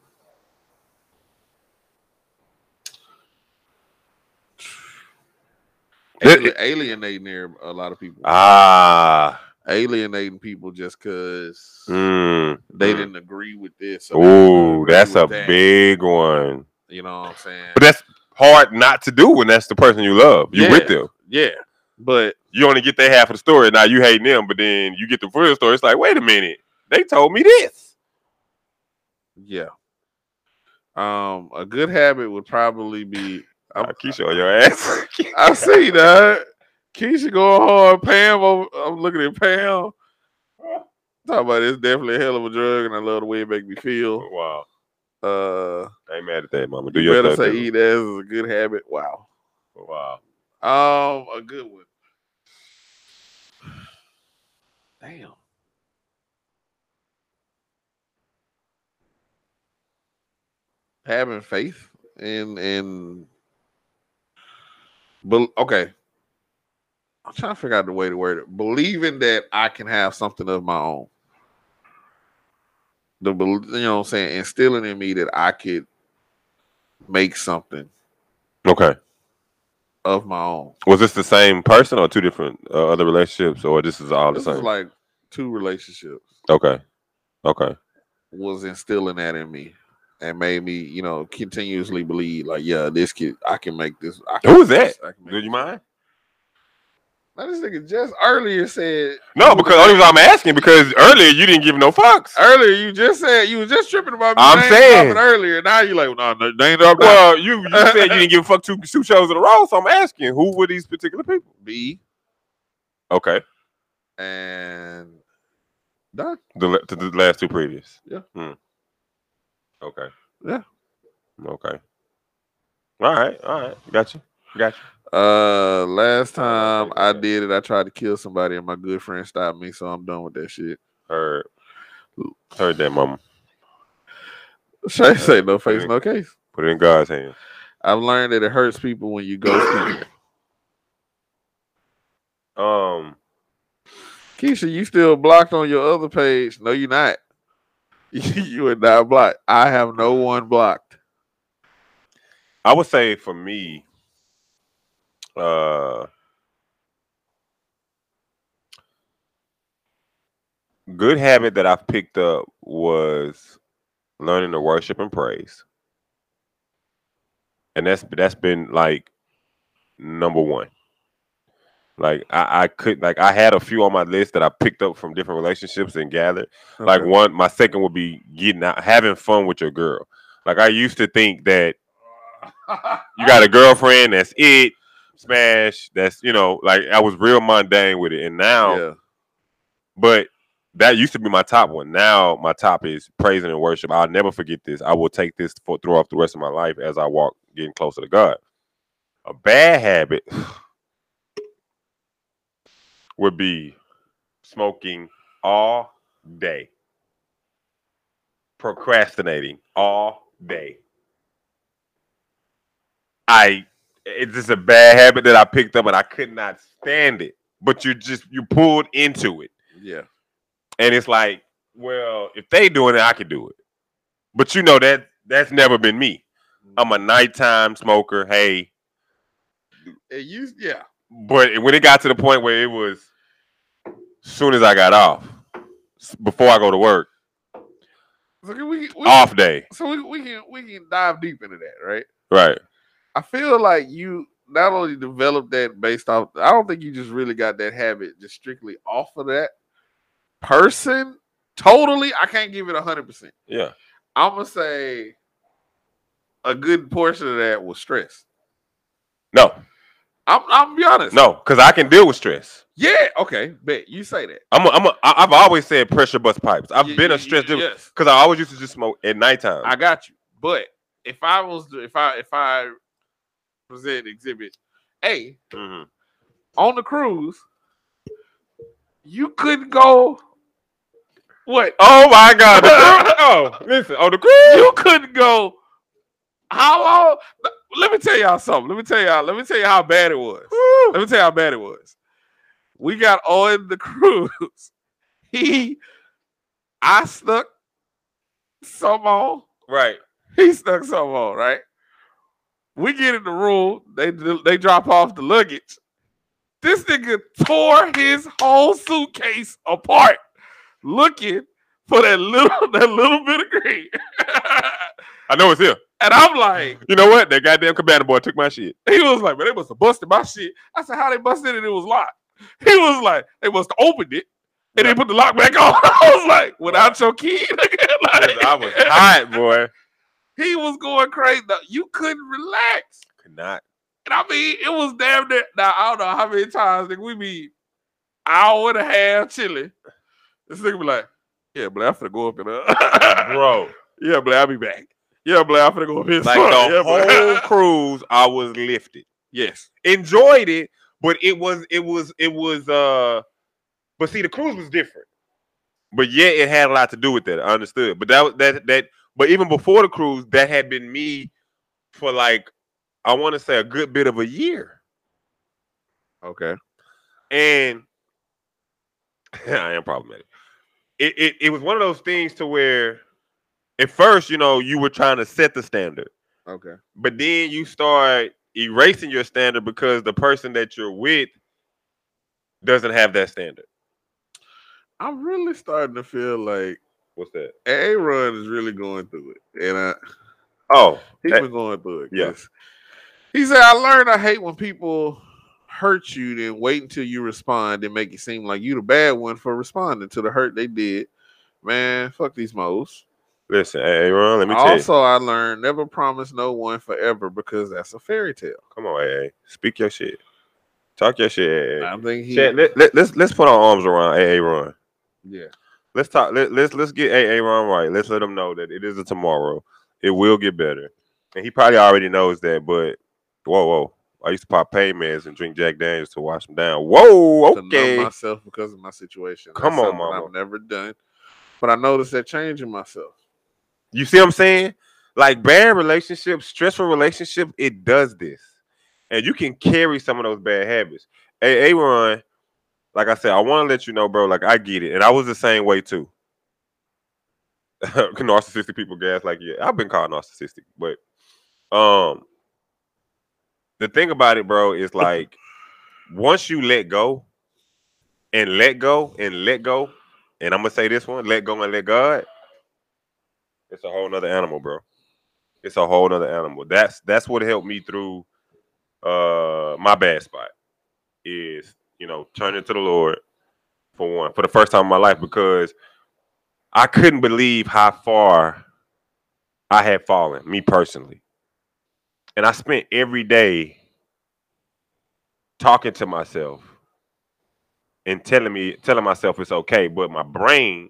Speaker 3: It-
Speaker 2: ali- alienating there a lot of people.
Speaker 3: Ah.
Speaker 2: alienating people just because
Speaker 3: Mm.
Speaker 2: they
Speaker 3: mm.
Speaker 2: didn't agree with this. or they didn't
Speaker 3: Ooh,
Speaker 2: agree
Speaker 3: that's
Speaker 2: with
Speaker 3: a
Speaker 2: that.
Speaker 3: big one.
Speaker 2: You know what I'm saying?
Speaker 3: But that's hard not to do when that's the person you love. You with
Speaker 2: Yeah.
Speaker 3: them.
Speaker 2: yeah, but
Speaker 3: you only get their half of the story. Now you hating them, but then you get the full story. It's like, wait a minute, they told me this.
Speaker 2: yeah. Um, a good habit would probably be.
Speaker 3: i
Speaker 2: I'm,
Speaker 3: Keisha on your ass.
Speaker 2: I see that. Keisha going hard. Pam, over, I'm looking at Pam. Talking about it's definitely a hell of a drug, and I love the way it make me feel.
Speaker 3: wow,
Speaker 2: Uh,
Speaker 3: I ain't mad at that, Mama. Do
Speaker 2: Oh. you
Speaker 3: your
Speaker 2: better
Speaker 3: stuff.
Speaker 2: say E.
Speaker 3: Say
Speaker 2: eat ass is a good habit. Wow.
Speaker 3: wow,
Speaker 2: Um, a good one. Damn. Having faith in in but okay. I'm trying to figure out the way to word it. Believing that I can have something of my own. The bel- you know what I'm saying, instilling in me that I could make something
Speaker 3: okay.
Speaker 2: of my own.
Speaker 3: Was this the same person or two different uh, other relationships, or this is all the
Speaker 2: This
Speaker 3: same?
Speaker 2: is like two relationships.
Speaker 3: okay, okay,
Speaker 2: was instilling that in me and made me, you know, continuously believe like, yeah, this kid, I can make this. I can
Speaker 3: Who
Speaker 2: make
Speaker 3: is that?
Speaker 2: this, I can make
Speaker 3: do you
Speaker 2: this.
Speaker 3: mind?
Speaker 2: Now, this nigga just earlier said,
Speaker 3: No, because only reason I'm asking because earlier you didn't give no fucks.
Speaker 2: earlier you just said you was just tripping about. me
Speaker 3: I'm
Speaker 2: name dropping
Speaker 3: saying.
Speaker 2: earlier. Now you like, nah, no, they ain't up there.
Speaker 3: Well, you, you said you didn't give a fuck two, two shows in a row, so I'm asking who were these particular people?
Speaker 2: B
Speaker 3: Okay,
Speaker 2: and Doc.
Speaker 3: the, la- the, the last two previous.
Speaker 2: Yeah.
Speaker 3: Hmm. Okay.
Speaker 2: Yeah.
Speaker 3: Okay. All right. All right. Gotcha. Gotcha.
Speaker 2: Uh, last time I did it, I tried to kill somebody, and my good friend stopped me, so I'm done with that shit.
Speaker 3: Heard. Heard that, mama.
Speaker 2: Shay say no face, no case.
Speaker 3: Put it in God's hands.
Speaker 2: I've learned that it hurts people when you ghost people.
Speaker 3: Um,
Speaker 2: Keisha, you still blocked on your other page? No, you're not. you are not blocked. I have no one blocked.
Speaker 3: I would say for me, uh, good habit that I've picked up was learning to worship and praise, and that's that's been like number one. Like I, I could like I had a few on my list that I picked up from different relationships and gathered. Like
Speaker 2: Okay.
Speaker 3: one, my second would be getting out, having fun with your girl. Like I used to think that you got a girlfriend, that's it, smash, that's you know, like I was real mundane with it, and now,
Speaker 2: yeah.
Speaker 3: but that used to be my top one. Now my top is praising and worship. I'll never forget this. I will take this for throughout the rest of my life as I walk getting closer to God. A bad habit would be smoking all day, procrastinating all day. I it's just a bad habit that I picked up and I could not stand it. But you just you pulled into it.
Speaker 2: Yeah.
Speaker 3: And it's like, well, if they doing it, I could do it. But you know that that's never been me. I'm a nighttime smoker. Hey,
Speaker 2: It used, yeah.
Speaker 3: but when it got to the point where it was, soon as I got off, s- before I go to work,
Speaker 2: So can we, we
Speaker 3: off day,
Speaker 2: so we, we can we can dive deep into that, right?
Speaker 3: right?
Speaker 2: I feel like you not only developed that based off. I don't think you just really got that habit just strictly off of that person. Totally, I can't give it hundred percent.
Speaker 3: Yeah,
Speaker 2: I'm gonna say a good portion of that was stress.
Speaker 3: no,
Speaker 2: I'm I'm be honest.
Speaker 3: no, because I can deal with stress.
Speaker 2: Yeah. Okay. Bet you say that.
Speaker 3: I'm, a, I'm, a, I- I've always said pressure bust pipes. I've
Speaker 2: Ye-
Speaker 3: been
Speaker 2: ye-
Speaker 3: a stress
Speaker 2: ye-
Speaker 3: because
Speaker 2: Yes.
Speaker 3: I always used to just smoke at nighttime.
Speaker 2: I got you. But if I was to- if I if I present exhibit A
Speaker 3: Mhm.
Speaker 2: on the cruise, you couldn't go what
Speaker 3: Oh my god! the cru- oh, listen, oh the cruise.
Speaker 2: you couldn't go how long let me tell y'all something. Let me tell y'all, let me tell you how bad it was.
Speaker 3: Woo.
Speaker 2: Let me tell you how bad it was. We got on the cruise. He I stuck some on.
Speaker 3: Right.
Speaker 2: He stuck something on, right? We get in the room. They they drop off the luggage. This nigga tore his whole suitcase apart, looking for that little that little bit of green.
Speaker 3: I know it's here.
Speaker 2: and I'm like,
Speaker 3: You know what? That goddamn cabana boy took my shit.
Speaker 2: he was like, man, they must have busted my shit. I said, how they busted it? It was locked. He was like, they must have opened it and they put the lock back on. I was like, without your key, nigga.
Speaker 3: Because
Speaker 2: Like,
Speaker 3: I was hot, boy.
Speaker 2: He was going crazy. You couldn't relax.
Speaker 3: Could not.
Speaker 2: And I mean, it was damn near. Now I don't know how many times nigga, we be hour and a half chilling. This nigga be like, "Yeah, but I'm finna go up and up.
Speaker 3: Bro.
Speaker 2: yeah, but I'll be back. Yeah, but I'm finna go up here.
Speaker 3: Like the
Speaker 2: yeah, Blair."
Speaker 3: whole cruise, I was lifted.
Speaker 2: yes,
Speaker 3: Enjoyed it, but it was it was it was uh but see the cruise was different. But yeah, it had a lot to do with that. I understood. But that was that that but even before the cruise, that had been me for like I want to say a good bit of a year.
Speaker 2: okay,
Speaker 3: and I am problematic. It, it it was one of those things to where, at first, you know, you were trying to set the standard,
Speaker 2: okay,
Speaker 3: but then you start erasing your standard because the person that you're with doesn't have that standard.
Speaker 2: I'm really starting to feel like
Speaker 3: What's that?
Speaker 2: Aaron is really going through it, and I,
Speaker 3: Oh,
Speaker 2: he's
Speaker 3: that-
Speaker 2: been going through it.
Speaker 3: yeah.
Speaker 2: Yes, he said, "I learned I hate when people." Hurt you, then wait until you respond and make it seem like you the bad one for responding to the hurt they did. Man, fuck these moles.
Speaker 3: listen, Aaron, let me tell you.
Speaker 2: Also, I learned never promise no one forever because that's a fairy tale.
Speaker 3: Come on, AA. speak your shit, talk your shit. AA.
Speaker 2: I think he,
Speaker 3: Chat, let, let, let's let's put our arms around Aaron.
Speaker 2: yeah,
Speaker 3: let's talk. Let, let's let's get AA Ron right. Let's let him know that it is a tomorrow. It will get better, and he probably already knows that. But whoa, whoa! I used to pop pain meds and drink Jack Daniels to wash them down. Whoa,
Speaker 2: to numb
Speaker 3: okay.
Speaker 2: myself because of my situation.
Speaker 3: Come on,
Speaker 2: something
Speaker 3: mama.
Speaker 2: I've never done, but I noticed that changing myself.
Speaker 3: You see what I'm saying? Like bad relationships, stressful relationships, it does this. And you can carry some of those bad habits. Hey, Aaron, like I said, I want to let you know, bro, like I get it. And I was the same way too. narcissistic people gas like yeah. I've been called narcissistic, but um the thing about it, bro, is like once you let go and let go and let go, and I'm gonna say this one, let go and let God, it's a whole nother animal, bro. It's a whole nother animal. That's that's what helped me through uh my bad spot is you know turning to the Lord for one for the first time in my life because I couldn't believe how far I had fallen, me personally. And I spent every day talking to myself and telling me telling myself it's okay but my brain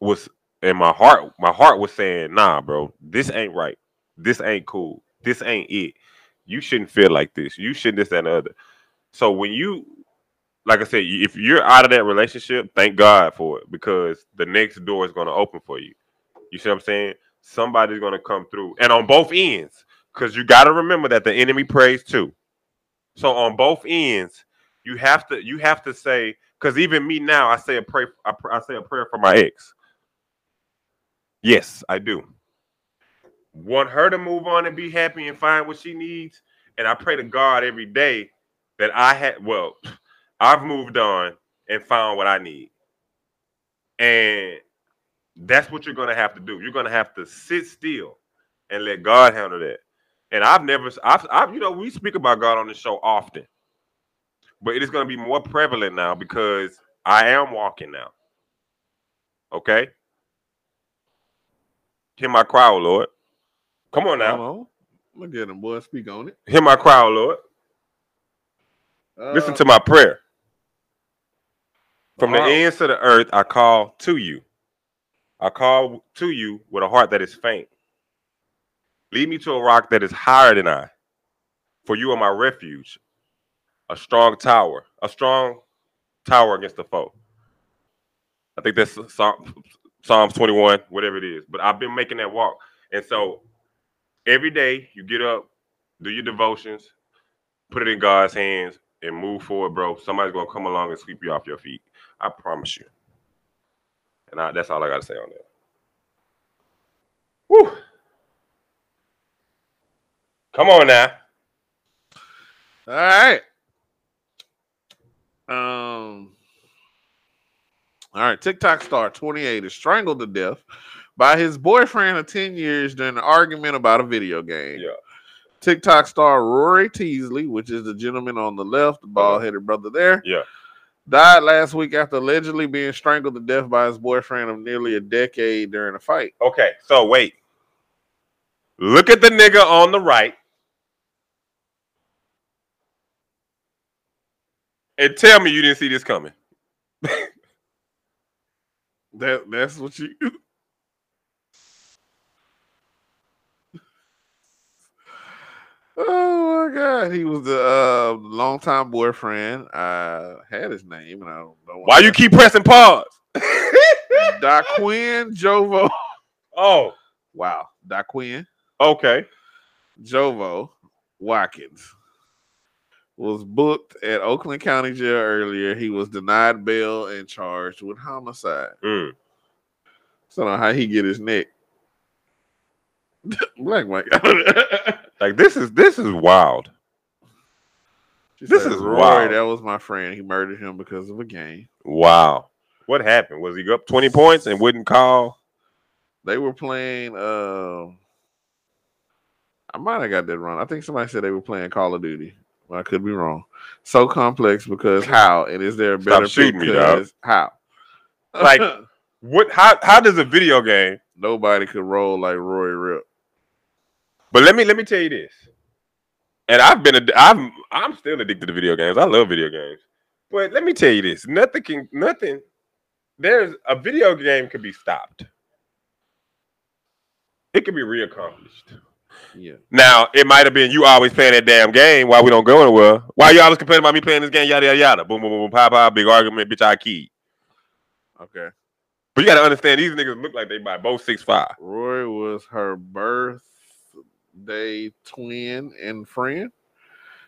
Speaker 3: was and my heart my heart was saying nah bro this ain't right this ain't cool this ain't it you shouldn't feel like this you shouldn't this that, and the other so when you like i said if you're out of that relationship thank god for it because the next door is going to open for you you see what i'm saying somebody's going to come through and on both ends because you got to remember that the enemy prays too so on both ends, you have to you have to say because even me now, I say a pray I, pr- I say a prayer for my ex. Yes, I do. Want her to move on and be happy and find what she needs, and I pray to God every day that I had well, I've moved on and found what I need, and that's what you're gonna have to do. You're gonna have to sit still and let God handle that. And I've never, I've, I've, you know, we speak about God on the show often, but it is going to be more prevalent now because I am walking now. Okay, hear my cry, oh Lord. Come on
Speaker 2: Come
Speaker 3: now,
Speaker 2: on. Look at him, boy. Speak on it.
Speaker 3: hear my cry, oh Lord.
Speaker 2: Uh,
Speaker 3: Listen to my prayer. From the
Speaker 2: Wow.
Speaker 3: ends of the earth, I call to you. I call to you with a heart that is faint. Lead me to a rock that is higher than I, for you are my refuge, a strong tower, a strong tower against the foe. I think that's Psalm, Psalms 21, whatever it is. But I've been making that walk. And so every day you get up, do your devotions, put it in God's hands, and move forward, bro. Somebody's going to come along and sweep you off your feet. I promise you. And I, that's all I got to say on that. Woo! Come on now.
Speaker 2: All right. Um. All right. TikTok star 28 is strangled to death by his boyfriend of 10 years during an argument about a video game.
Speaker 3: Yeah.
Speaker 2: TikTok star Rory Teasley, which is the gentleman on the left, the bald headed brother there,
Speaker 3: Uh-huh. Yeah.
Speaker 2: died last week after allegedly being strangled to death by his boyfriend of nearly a decade during a fight.
Speaker 3: Okay, so wait. Look at the nigga on the right. And tell me you didn't see this coming.
Speaker 2: That that's what you. oh my god, he was the uh, longtime boyfriend. I had his name, and I don't know
Speaker 3: Why you keep pressing pause?
Speaker 2: Daquin Jovo.
Speaker 3: oh,
Speaker 2: Wow, Daquin
Speaker 3: okay.
Speaker 2: Jovo Watkins was booked at Oakland County Jail earlier. He was denied bail and charged with homicide.
Speaker 3: Mm.
Speaker 2: So I don't know how he get his neck. Black Mike.
Speaker 3: Like this is this is wild.
Speaker 2: She
Speaker 3: This
Speaker 2: said,
Speaker 3: is
Speaker 2: Roy,
Speaker 3: wild.
Speaker 2: That was my friend. He murdered him because of a game.
Speaker 3: Wow. What happened? Was he up 20 points and wouldn't call?
Speaker 2: They were playing. Uh, I might have got that wrong. I think somebody said they were playing Call of Duty. Well, I could be wrong. So complex because how? And is there a
Speaker 3: Stop
Speaker 2: better
Speaker 3: shooting me, dog.
Speaker 2: because how?
Speaker 3: Like- What how how does a video game?
Speaker 2: nobody could roll like Roy Rip.
Speaker 3: But let me let me tell you this. And I've been add- I'm I'm still addicted to video games. I love video games. But let me tell you this. Nothing can nothing there's a video game can be stopped. It can be reaccomplished.
Speaker 2: Yeah.
Speaker 3: Now, it might have been you always playing that damn game. Why we don't go anywhere? Why you always complaining about me playing this game? Yada yada yada. Boom boom boom boom. Pop pop. Big argument. Bitch, I key.
Speaker 2: Okay.
Speaker 3: But you gotta understand these niggas look like they buy both six five.
Speaker 2: Roy was her birthday twin and friend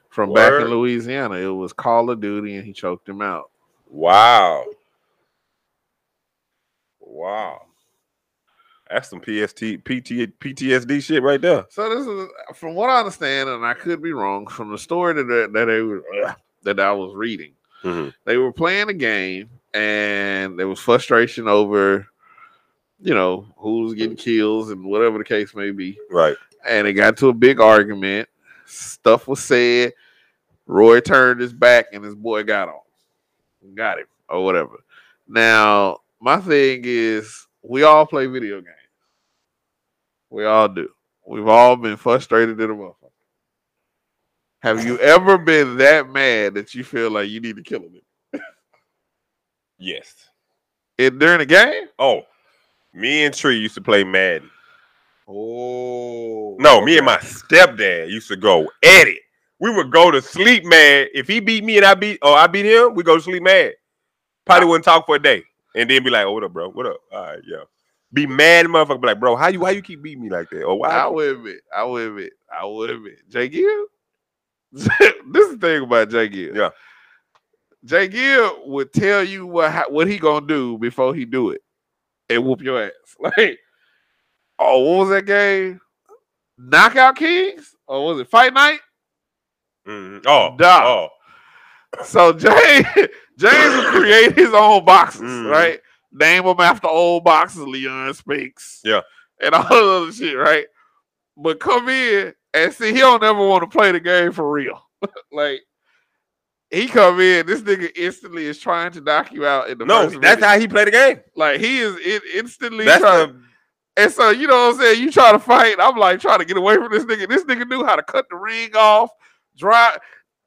Speaker 2: from back in
Speaker 3: Word.
Speaker 2: Louisiana. It was Call of Duty, and he choked him out.
Speaker 3: Wow. Wow. That's some PST PT, PTSD shit right there.
Speaker 2: So this is, from what I understand, and I could be wrong, from the story that that, that they were, that I was reading. They were playing a game, and there was frustration over, you know, who's getting kills and whatever the case may be.
Speaker 3: Right.
Speaker 2: and it got to a big argument. Stuff was said. Roy turned his back, and his boy got on, got him, or whatever. Now, my thing is, we all play video games. We all do. We've all been frustrated in a motherfucker. Have you ever been that mad that you feel like you need to kill him?
Speaker 3: Yes.
Speaker 2: It during a game?
Speaker 3: Oh, me and Tree used to play Madden.
Speaker 2: Oh
Speaker 3: No, me and my stepdad used to go at it. We would go to sleep mad. If he beat me and I beat or I beat him, we go to sleep mad. Probably wouldn't talk for a day. And then be like, oh, what up, bro? What up? All right, yeah. Be mad motherfucker. Be like, bro, how you why you keep beating me like that? Or why
Speaker 2: I would admit. I would admit. I would admit. Jay Gill. this is the thing about Jay Gill.
Speaker 3: Yeah.
Speaker 2: Jay Gill would tell you what ha- what he gonna do before he do it, and whoop your ass. Like, oh, what was that game? Knockout Kings, or was it Fight Night?
Speaker 3: Mhm. Oh,
Speaker 2: Doc.
Speaker 3: oh.
Speaker 2: So James James would create his own boxes,
Speaker 3: Mhm.
Speaker 2: right? Name them after old boxes, Leon Spinks.
Speaker 3: Yeah.
Speaker 2: And all that other shit, right? But come in and see he don't ever want to play the game for real. like he come in, this nigga instantly is trying to knock you out in the
Speaker 3: No,
Speaker 2: first
Speaker 3: that's
Speaker 2: minute.
Speaker 3: how he played the game.
Speaker 2: like he is it instantly
Speaker 3: That's
Speaker 2: trying
Speaker 3: the
Speaker 2: and so you know what I'm saying. You try to fight. I'm like trying to get away from this nigga. This nigga knew how to cut the ring off, drive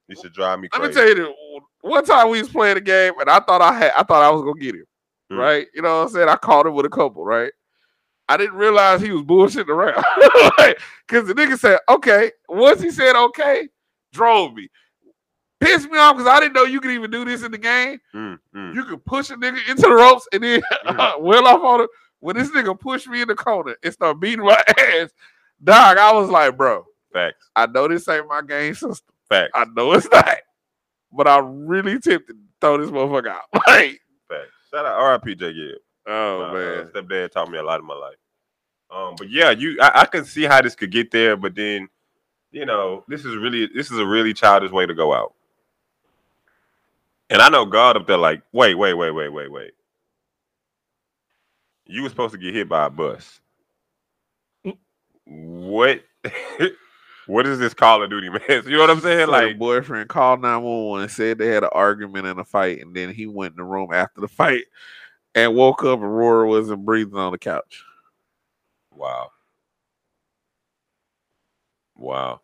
Speaker 3: you should drive me
Speaker 2: let
Speaker 3: crazy.
Speaker 2: me tell you, this. one time we was playing a game, and I thought I had, I thought I was gonna get him,
Speaker 3: Mm.
Speaker 2: right? You know what I'm saying? I caught him with a couple, right? I didn't realize he was bullshitting around, Like, cause the nigga said, "Okay." Once he said, "Okay," drove me, pissed me off because I didn't know you could even do this in the game.
Speaker 3: Mm, mm.
Speaker 2: You could push a nigga into the ropes and then
Speaker 3: Mm.
Speaker 2: well off on him. When this nigga pushed me in the corner and started beating my ass, dog, I was like, "Bro,
Speaker 3: Facts.
Speaker 2: I know this ain't my game system."
Speaker 3: Facts.
Speaker 2: I know it's not, but I'm really tempted to throw this motherfucker out. Like,
Speaker 3: Facts. Shout out R.I.P. J. Gibb.
Speaker 2: oh
Speaker 3: My, uh, stepdad taught me a lot in my life. Um, but yeah, you I, I can see how this could get there, but then you know, this is really this is a really childish way to go out. And I know God up there like, wait, wait, wait, wait, wait, wait. You were supposed to get hit by a bus.
Speaker 2: Mm.
Speaker 3: What what is this Call of Duty, man? You know what I'm saying?
Speaker 2: like,
Speaker 3: Like
Speaker 2: boyfriend called 911 and said they had an argument and a fight, and then he went in the room after the fight and woke up and Rory wasn't breathing on the couch.
Speaker 3: wow. Wow.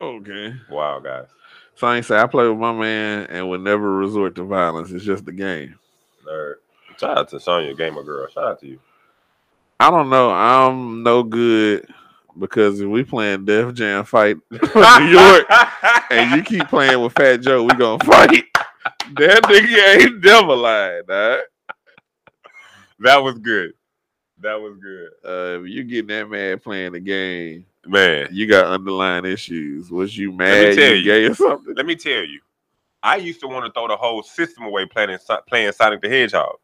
Speaker 2: Okay.
Speaker 3: Wow, guys.
Speaker 2: So I ain't say I play with my man and would never resort to violence. It's just a game.
Speaker 3: Nerd. Shout out to Sonya Gamer Girl. Shout out to you.
Speaker 2: I don't know. I'm no good because if we playing Def Jam fight
Speaker 3: New York.
Speaker 2: and you keep playing with Fat Joe, we gonna fight. that nigga ain't never lying, dog.
Speaker 3: that was good. That was good.
Speaker 2: uh, if you getting that mad playing the game,
Speaker 3: Man,
Speaker 2: you got underlying issues. Was you
Speaker 3: me
Speaker 2: mad?
Speaker 3: tell
Speaker 2: You
Speaker 3: you.
Speaker 2: gay or something?
Speaker 3: let me tell you. I used to want to throw the whole system away playing Si- playing Sonic the Hedgehog.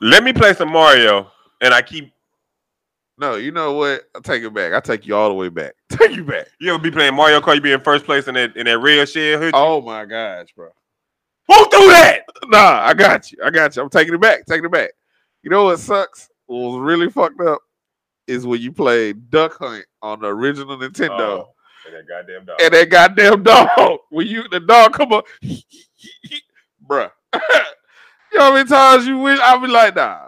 Speaker 3: Let me play some Mario, and I keep
Speaker 2: No, you know what? I take it back. I take you all the way back. Take you back.
Speaker 3: you ever be playing Mario Kart, you be in first place in that in that red shell. Hit you.
Speaker 2: Oh my gosh, bro.
Speaker 3: Who threw that?
Speaker 2: Nah, I got you. I got you. I'm taking it back. Taking it back. You know what sucks? What was really fucked up is when you played Duck Hunt on the original Nintendo.
Speaker 3: Oh, and that goddamn dog.
Speaker 2: and that goddamn dog. When you the dog come up, bruh. you know how many times you wish I be like, nah.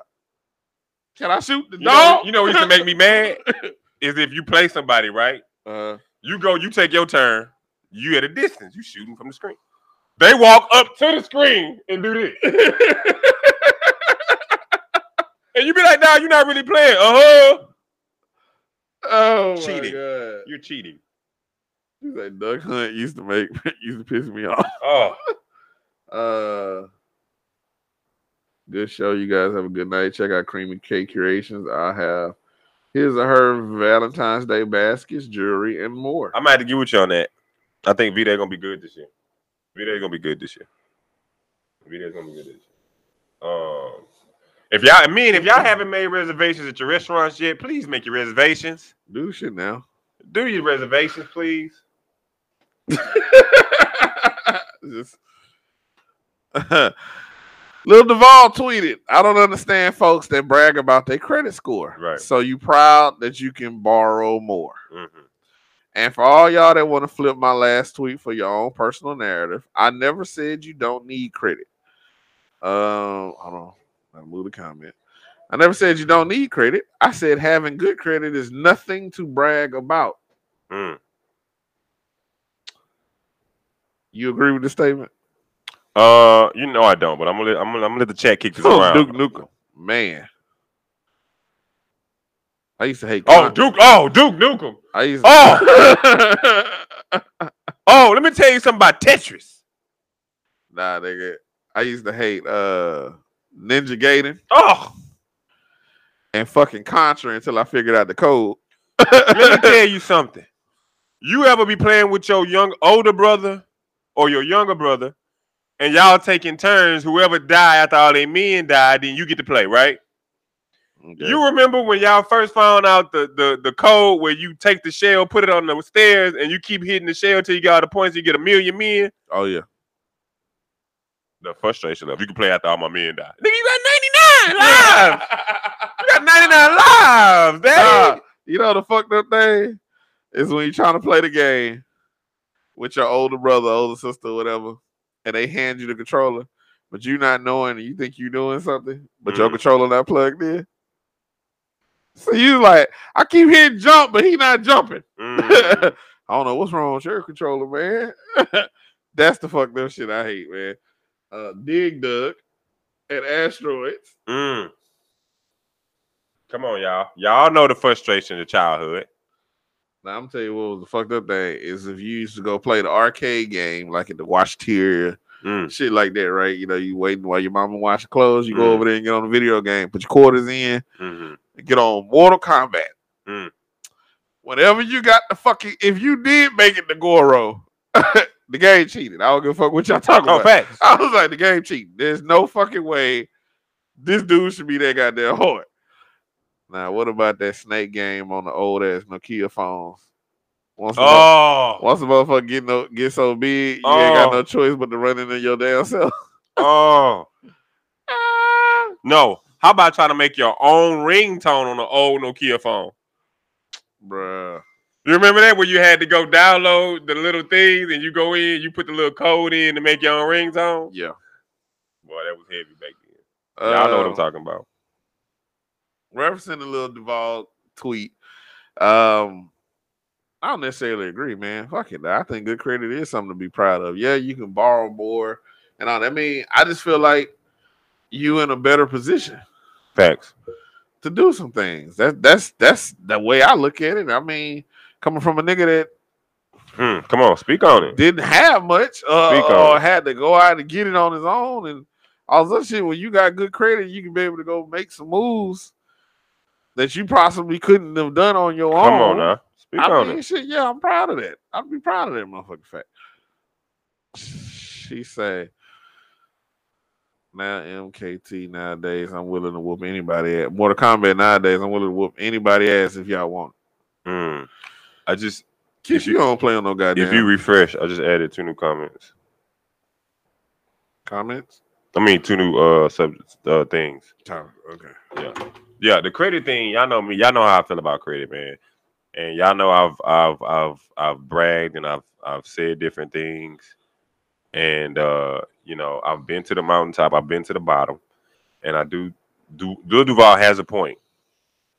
Speaker 2: Can I shoot the
Speaker 3: you, know,
Speaker 2: dog?
Speaker 3: you know what used to make me mad is if you play somebody right.
Speaker 2: Uh,
Speaker 3: You go, you take your turn. You at a distance. You shooting from the screen. They walk up to the screen and do this. and you be like, nah, you're not really playing. Uh-huh.
Speaker 2: oh
Speaker 3: Cheating.
Speaker 2: my god!
Speaker 3: You're cheating.
Speaker 2: You say Duck Hunt used to make used to piss me off.
Speaker 3: Oh,
Speaker 2: Uh, Good show. You guys have a good night. Check out Creamy Cake Creations. I have his or her Valentine's Day baskets, jewelry, and more.
Speaker 3: I might have to get with you on that. I think V Day gonna be good this year. V Day gonna be good this year. V Day's gonna be good this year. Um, if y'all, I mean, if y'all haven't made reservations at your restaurants yet, please make your reservations.
Speaker 2: Do the shit now.
Speaker 3: Do your reservations, please.
Speaker 2: Just- Lil Duval tweeted, I don't understand folks that brag about their credit score.
Speaker 3: Right.
Speaker 2: So you proud that you can borrow more.
Speaker 3: Mhm.
Speaker 2: And for all y'all that want to flip my last tweet for your own personal narrative, I never said you don't need credit. Um, hold on. I move the comment. I never said you don't need credit. I said having good credit is nothing to brag about.
Speaker 3: Mm.
Speaker 2: You agree with the statement?
Speaker 3: Uh, you know I don't, but I'm gonna let, I'm gonna, I'm gonna let the chat kick this around.
Speaker 2: Duke Nukem. Man. I used to hate
Speaker 3: Oh,
Speaker 2: Congress.
Speaker 3: Duke. Oh, Duke Nukem.
Speaker 2: I used
Speaker 3: Oh. Oh, let me tell you something about Tetris.
Speaker 2: nah, nigga. I used to hate uh Ninja Gaiden
Speaker 3: Oh,
Speaker 2: and fucking Contra until I figured out the code.
Speaker 3: let me tell you something. You ever be playing with your young older brother or your younger brother, and y'all taking turns. Whoever die after all they men die, then you get to play, right?
Speaker 2: Okay.
Speaker 3: You remember when y'all first found out the, the the code where you take the shell, put it on the stairs, and you keep hitting the shell till you get all the points, you get a million men.
Speaker 2: oh yeah.
Speaker 3: The frustration of you can play after all my men die. Nigga, you got 99 lives. you got 99 lives,
Speaker 2: Nah,
Speaker 3: dad.
Speaker 2: you know the fucked up thing is when you're trying to play the game with your older brother, older sister, whatever, and they hand you the controller, but you not knowing and you think you doing something, but your
Speaker 3: Mhm.
Speaker 2: controller not plugged in. So you like, I keep hitting jump, but he not jumping.
Speaker 3: Mm.
Speaker 2: I don't know what's wrong with your controller, man. That's the fucked up shit I hate, man. Uh, Dig Dug and Asteroids.
Speaker 3: Mm. Come on, y'all. Y'all know the frustration of childhood.
Speaker 2: Now I'm tell you what was the fucked up thing is if you used to go play the arcade game like at the watch tier,
Speaker 3: Mm.
Speaker 2: shit like that, right? You know, you waiting while your mama wash clothes, you
Speaker 3: Mhm.
Speaker 2: go over there and get on the video game, put your quarters in,
Speaker 3: hmm
Speaker 2: and get on Mortal Kombat.
Speaker 3: Mm.
Speaker 2: Whenever you got the fucking, if you did make it to Goro, the game cheated. I don't give a fuck what y'all talking
Speaker 3: Oh,
Speaker 2: about.
Speaker 3: facts.
Speaker 2: I was like, the game cheating. There's no fucking way this dude should be that goddamn hard. Now, what about that snake game on the old ass Nokia phones? Once, the mo-
Speaker 3: Oh,
Speaker 2: once the motherfucker get no get so big, you ain't got
Speaker 3: Oh.
Speaker 2: no choice but to run into your damn self.
Speaker 3: oh. No. How about trying to make your own ringtone on the old Nokia phone?
Speaker 2: Bruh.
Speaker 3: You remember that where you had to go download the little things and you go in, you put the little code in to make your own ringtone?
Speaker 2: Yeah. Um,
Speaker 3: Boy, that was heavy back then. Y'all know what I'm talking about.
Speaker 2: referencing the little Duval tweet. Um, I don't necessarily agree, man. Fuck it. I think good credit is something to be proud of. Yeah, you can borrow more and all. that. I mean, I just feel like you in a better position
Speaker 3: Facts.
Speaker 2: to do some things. That that's that's the way I look at it. I mean, coming from a nigga that
Speaker 3: Mm, come on, speak on it.
Speaker 2: didn't have much
Speaker 3: Speak
Speaker 2: uh,
Speaker 3: on
Speaker 2: or
Speaker 3: it.
Speaker 2: had to go out and get it on his own and all that shit. When you got good credit, you can be able to go make some moves that you possibly couldn't have done on your own.
Speaker 3: Come on now. Speak
Speaker 2: I
Speaker 3: on
Speaker 2: mean,
Speaker 3: it.
Speaker 2: shit, yeah, I'm proud of that. I'd be proud of that motherfucking fact. She said, now MKT nowadays, I'm willing to whoop anybody at Mortal Kombat nowadays, I'm willing to whoop anybody ass if y'all want.
Speaker 3: Mm. I just
Speaker 2: Kiss you,
Speaker 3: you-
Speaker 2: don't play on no goddamn
Speaker 3: If you refresh, I just added two new comments.
Speaker 2: comments.
Speaker 3: I mean, two new uh sub uh, things.
Speaker 2: Okay.
Speaker 3: Yeah, the credit thing, y'all know me. Y'all know how I feel about credit, man. And y'all know I've I've I've I've bragged and I've I've said different things. And uh, you know, I've been to the mountaintop. I've been to the bottom. And I do do. Lil Duval has a point.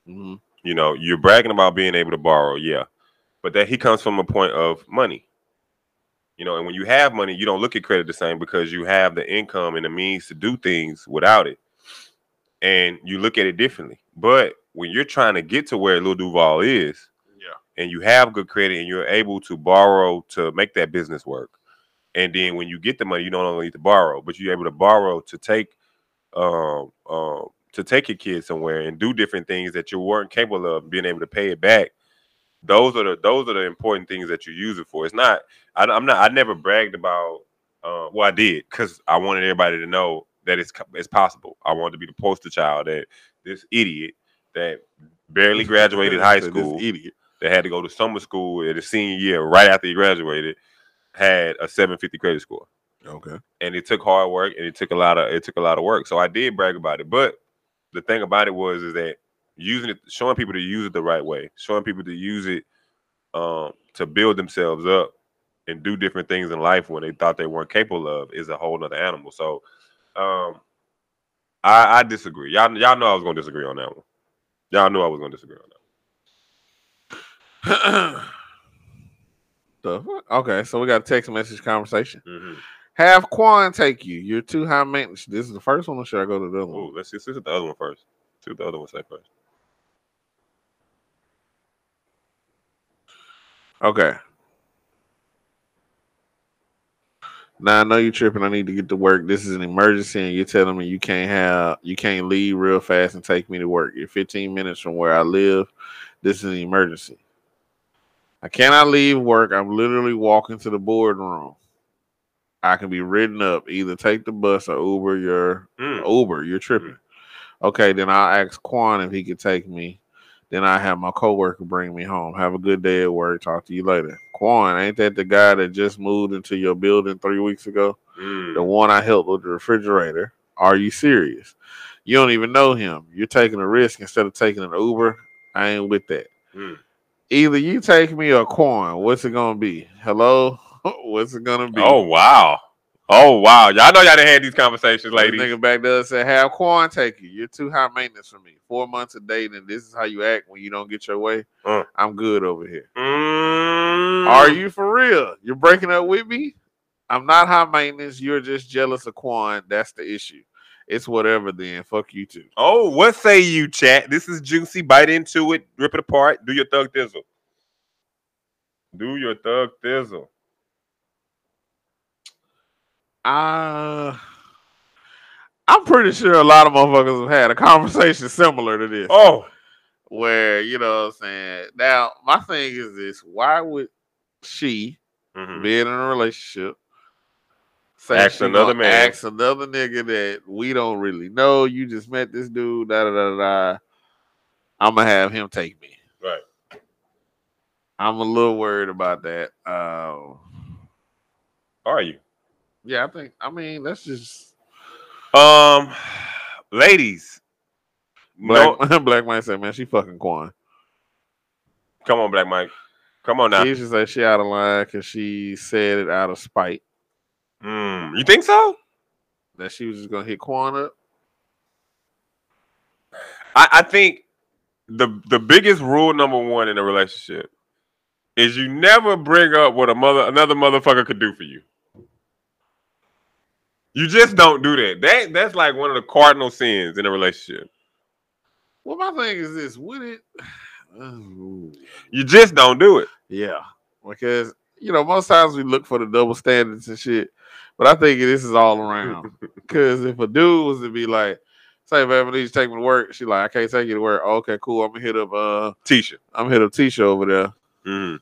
Speaker 2: Mhm.
Speaker 3: You know, you're bragging about being able to borrow, yeah, but that he comes from a point of money. You know, and when you have money, you don't look at credit the same because you have the income and the means to do things without it, and you look at it differently. But when you're trying to get to where Lil Duval is,
Speaker 2: Yeah.
Speaker 3: and you have good credit and you're able to borrow to make that business work, and then when you get the money, you don't only need to borrow, but you're able to borrow to take um, um, to take your kids somewhere and do different things that you weren't capable of being able to pay it back. Those are the those are the important things that you use it for. It's not. I, I'm not. I never bragged about. Uh, well, I did because I wanted everybody to know that it's co- it's possible. I wanted to be the poster child that this idiot that barely graduated high
Speaker 2: This
Speaker 3: school
Speaker 2: idiot.
Speaker 3: that had to go to summer school in his senior year right after he graduated had a 750 credit score
Speaker 2: Okay.
Speaker 3: and it took hard work and it took a lot of it took a lot of work so i did brag about it but the thing about it was is that using it showing people to use it the right way showing people to use it um to build themselves up and do different things in life when they thought they weren't capable of is a whole nother animal so um i i disagree y'all y'all know i was gonna disagree on that one y'all knew i was gonna disagree on that
Speaker 2: the fuck? Okay, so we got a text message conversation.
Speaker 3: one.
Speaker 2: Have Quan take you. You're too high maintenance. This is the first one, or should I go to the other one?
Speaker 3: Ooh, let's see. Let's see what the other one first. See what the other one say first.
Speaker 2: Okay. Now I know you're tripping. I need to get to work. This is an emergency, and you're telling me you can't have you can't leave real fast and take me to work. You're 15 minutes from where I live. This is an emergency. I cannot leave work. I'm literally walking to the boardroom. I can be ridden up. Either take the bus or Uber your
Speaker 3: Mm.
Speaker 2: Uber. You're tripping. Okay, then I'll ask Quan if he could take me. Then I have my coworker bring me home. Have a good day at work. Talk to you later. Quan, ain't that the guy that just moved into your building three weeks ago?
Speaker 3: Mm.
Speaker 2: The one I helped with the refrigerator. Are you serious? You don't even know him. You're taking a risk instead of taking an Uber. I ain't with that.
Speaker 3: Mm.
Speaker 2: Either you take me or Quan. What's it gonna be? Hello? What's it gonna be?
Speaker 3: Oh wow. Oh wow. Y'all know y'all done had these conversations,
Speaker 2: This
Speaker 3: ladies.
Speaker 2: Nigga back there said, "Have Quan take you. You're too high maintenance for me. Four months of dating, and this is how you act when you don't get your way.
Speaker 3: Mm.
Speaker 2: I'm good over here.
Speaker 3: Mm.
Speaker 2: Are you for real? You're breaking up with me. I'm not high maintenance. You're just jealous of Quan. That's the issue. It's whatever. Then fuck you too.
Speaker 3: Oh, what say you, chat? This is juicy. Bite into it. Rip it apart. Do your thug thizzle. Do your thug thizzle.
Speaker 2: Uh I'm pretty sure a lot of motherfuckers have had a conversation similar to this.
Speaker 3: Oh,
Speaker 2: Where, you know what I'm saying? Now, my thing is this why would she
Speaker 3: Mhm.
Speaker 2: being in a relationship. Say
Speaker 3: Ask
Speaker 2: she
Speaker 3: another
Speaker 2: gonna
Speaker 3: man.
Speaker 2: Ask another nigga that we don't really know. You just met this dude. Da da da da. I'm gonna have him take me.
Speaker 3: right.
Speaker 2: I'm a little worried about that. Um,
Speaker 3: Are you?
Speaker 2: yeah, I think. I mean, that's just
Speaker 3: Um, ladies.
Speaker 2: black.
Speaker 3: No,
Speaker 2: black man said, man, she fucking Quan.
Speaker 3: come on, Black Mike. Come on now.
Speaker 2: He should say she out of line because she said it out of spite
Speaker 3: Mm. You think so?
Speaker 2: that she was just gonna hit Quan up.
Speaker 3: I, I think the the biggest rule number one in a relationship is you never bring up what a mother another motherfucker could do for you. You just don't do that. That that's like one of the cardinal sins in a relationship.
Speaker 2: Well, my thing is this: would it? Ooh.
Speaker 3: You just don't do it.
Speaker 2: Yeah, because you know most times we look for the double standards and shit, but I think this is all around. Because if a dude was to be like, "Say, baby, I need you to take me to work," she like, "I can't take you to work." "Oh, okay, cool. I'm gonna hit up. Uh,
Speaker 3: Tisha.
Speaker 2: I'm gonna hit up Tisha over there.
Speaker 3: Mm.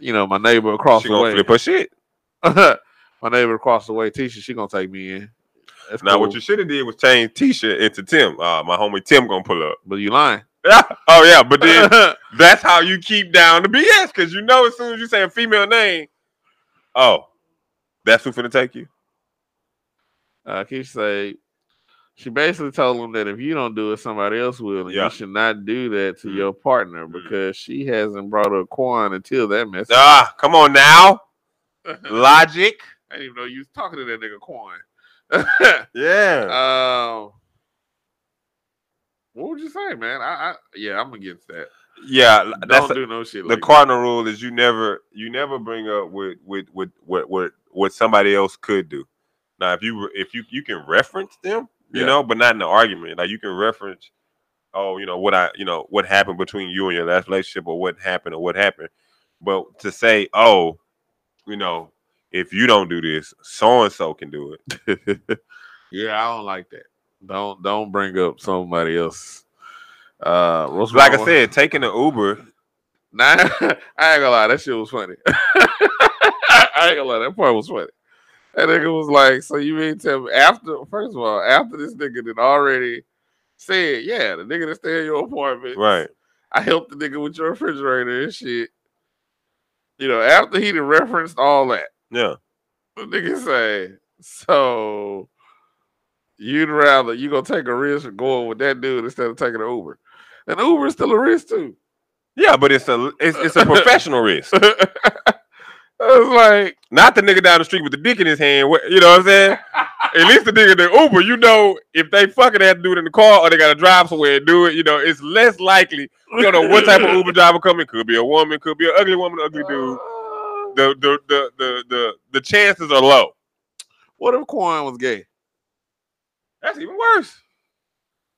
Speaker 2: You know, my neighbor across
Speaker 3: She
Speaker 2: the
Speaker 3: gonna
Speaker 2: way.
Speaker 3: flip her shit.
Speaker 2: my neighbor across the way, Tisha, she gonna take me in. That's
Speaker 3: Now what
Speaker 2: cool.
Speaker 3: you should have did was change Tisha into Tim. Uh, my homie Tim gonna pull up.
Speaker 2: But you lying.
Speaker 3: oh yeah, but then that's how you keep down the BS because you know as soon as you say a female name, oh, that's who finna take you.
Speaker 2: uh, Keisha say she basically told him that if you don't do it, somebody else will, and
Speaker 3: Yeah.
Speaker 2: you should not do that to
Speaker 3: Mhm.
Speaker 2: your partner
Speaker 3: Mhm.
Speaker 2: because she hasn't brought up Quan until that mess.
Speaker 3: Ah, come on now. Logic.
Speaker 2: I didn't even know you was talking to that nigga Quan.
Speaker 3: Yeah.
Speaker 2: um, what would you say, man? I, I yeah, I'm against that.
Speaker 3: yeah, that's
Speaker 2: don't do no shit.
Speaker 3: the
Speaker 2: like
Speaker 3: cardinal rule is you never you never bring up with with with what what what somebody else could do. Now if you if you you can reference them, you
Speaker 2: Yeah.
Speaker 3: know, but not in the argument. Like you can reference oh, you know, what I you know, what happened between you and your last relationship or what happened or what happened. But to say, "Oh, you know, if you don't do this, so and so can do it."
Speaker 2: that. yeah, I don't like that. Don't don't bring up somebody else. Uh, what's
Speaker 3: Like I
Speaker 2: wrong
Speaker 3: said, taking an Uber.
Speaker 2: with- nah, I ain't gonna lie, that shit was funny. I ain't gonna lie, that part was funny. That nigga was like, so you mean tell me after? First of all, after this nigga that already said, yeah, the nigga that stay in your apartment,
Speaker 3: Right.
Speaker 2: I helped the nigga with your refrigerator and shit. You know, after he done referenced all that,
Speaker 3: Yeah.
Speaker 2: the nigga say, so you'd rather you gonna take a risk of going with that dude instead of taking an Uber. And Uber is still a risk too.
Speaker 3: Yeah, but it's a it's, it's a professional risk.
Speaker 2: I was like,
Speaker 3: Not the nigga down the street with the dick in his hand. wh- You know what I'm saying? At least the nigga that Uber, you know, if they fucking had to do it in the car or they gotta drive somewhere and do it, you know, it's less likely. You don't know what type of Uber driver coming. Could be a woman, could be an ugly woman, ugly dude.
Speaker 2: "Uh,
Speaker 3: The the the the the, the chances are low.
Speaker 2: What if Quan was gay?
Speaker 3: That's even worse.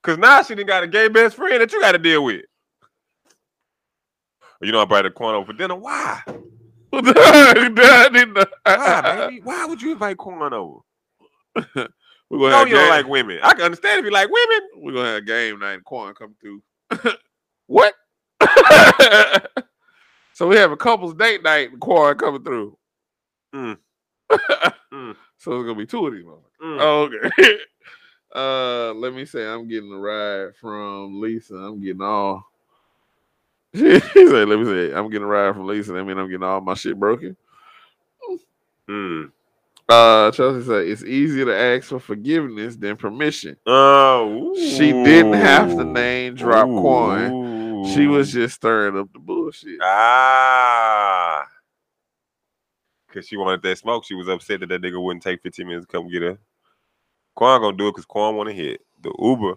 Speaker 3: Cause now she done got a gay best friend that you gotta deal with. You know I brought the Quan over for dinner. Why?
Speaker 2: I didn't know.
Speaker 3: Why, baby? Why would you invite Quan over?
Speaker 2: We're gonna
Speaker 3: No,
Speaker 2: have
Speaker 3: you don't
Speaker 2: game.
Speaker 3: Oh, like women. I can understand if you like women.
Speaker 2: we're gonna have game night and Quan come through. what? so we have a couple's date night and Quan coming through.
Speaker 3: Mm. Mm.
Speaker 2: So it's gonna be two of these motherfuckers.
Speaker 3: Oh,
Speaker 2: Oh, okay. uh let me say I'm getting a ride from Lisa. I'm getting all he said, let me say, I'm getting a ride from Lisa. That mean I'm getting all my shit broken.
Speaker 3: mm.
Speaker 2: Uh Chelsea said, it's easier to ask for forgiveness than permission.
Speaker 3: Oh,
Speaker 2: She didn't have to
Speaker 3: ooh.
Speaker 2: name drop Quan. She was
Speaker 3: Ooh.
Speaker 2: just stirring up the bullshit.
Speaker 3: ah, because she wanted that smoke. She was upset that that nigga wouldn't take 15 minutes to come get her. Quan gonna do it because Quan want to hit the Uber.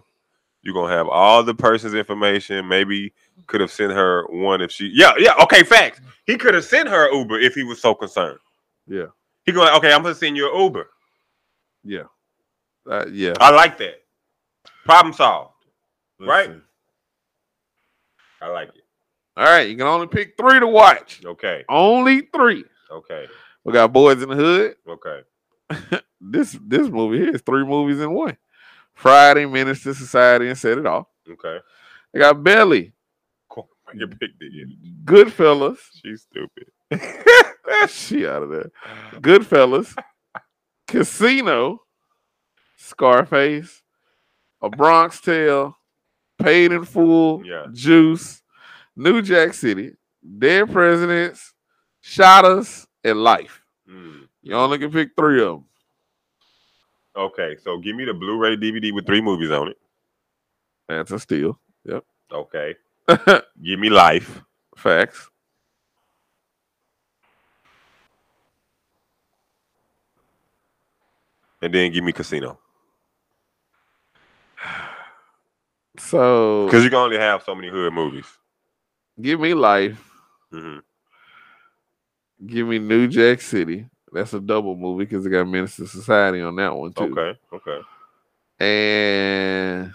Speaker 3: You gonna have all the person's information. Maybe could have sent her one if she. Yeah, yeah. Okay, facts. He could have sent her an Uber if he was so concerned.
Speaker 2: Yeah.
Speaker 3: He going okay. I'm gonna send you an Uber.
Speaker 2: Uh, yeah.
Speaker 3: I like that. Problem solved.
Speaker 2: let's
Speaker 3: right.
Speaker 2: see.
Speaker 3: I like it.
Speaker 2: All right. You can only pick three to watch.
Speaker 3: Okay.
Speaker 2: Only three.
Speaker 3: Okay.
Speaker 2: We got Boys in the Hood.
Speaker 3: Okay.
Speaker 2: This this movie here is three movies in one. Friday, Menace to Society, and Set It Off.
Speaker 3: Okay.
Speaker 2: They got Belly,
Speaker 3: Cool. Your big dick.
Speaker 2: Goodfellas.
Speaker 3: She's stupid.
Speaker 2: she out of there. Goodfellas, Casino, Scarface, A Bronx Tale, Paid in Full,
Speaker 3: Yeah.
Speaker 2: Juice, New Jack City, Dead Presidents, Shot Us, and Life.
Speaker 3: Mm.
Speaker 2: You only can pick three of them.
Speaker 3: Okay. So give me the Blu-ray DVD with three movies on it.
Speaker 2: That's a steal.
Speaker 3: Okay. Give me Life.
Speaker 2: Facts.
Speaker 3: And then give me Casino.
Speaker 2: So
Speaker 3: Because you can only have so many hood movies.
Speaker 2: give me Life.
Speaker 3: hmm
Speaker 2: Give me New Jack City. That's a double movie because it got Menace to Society on that one too.
Speaker 3: Okay. Okay.
Speaker 2: And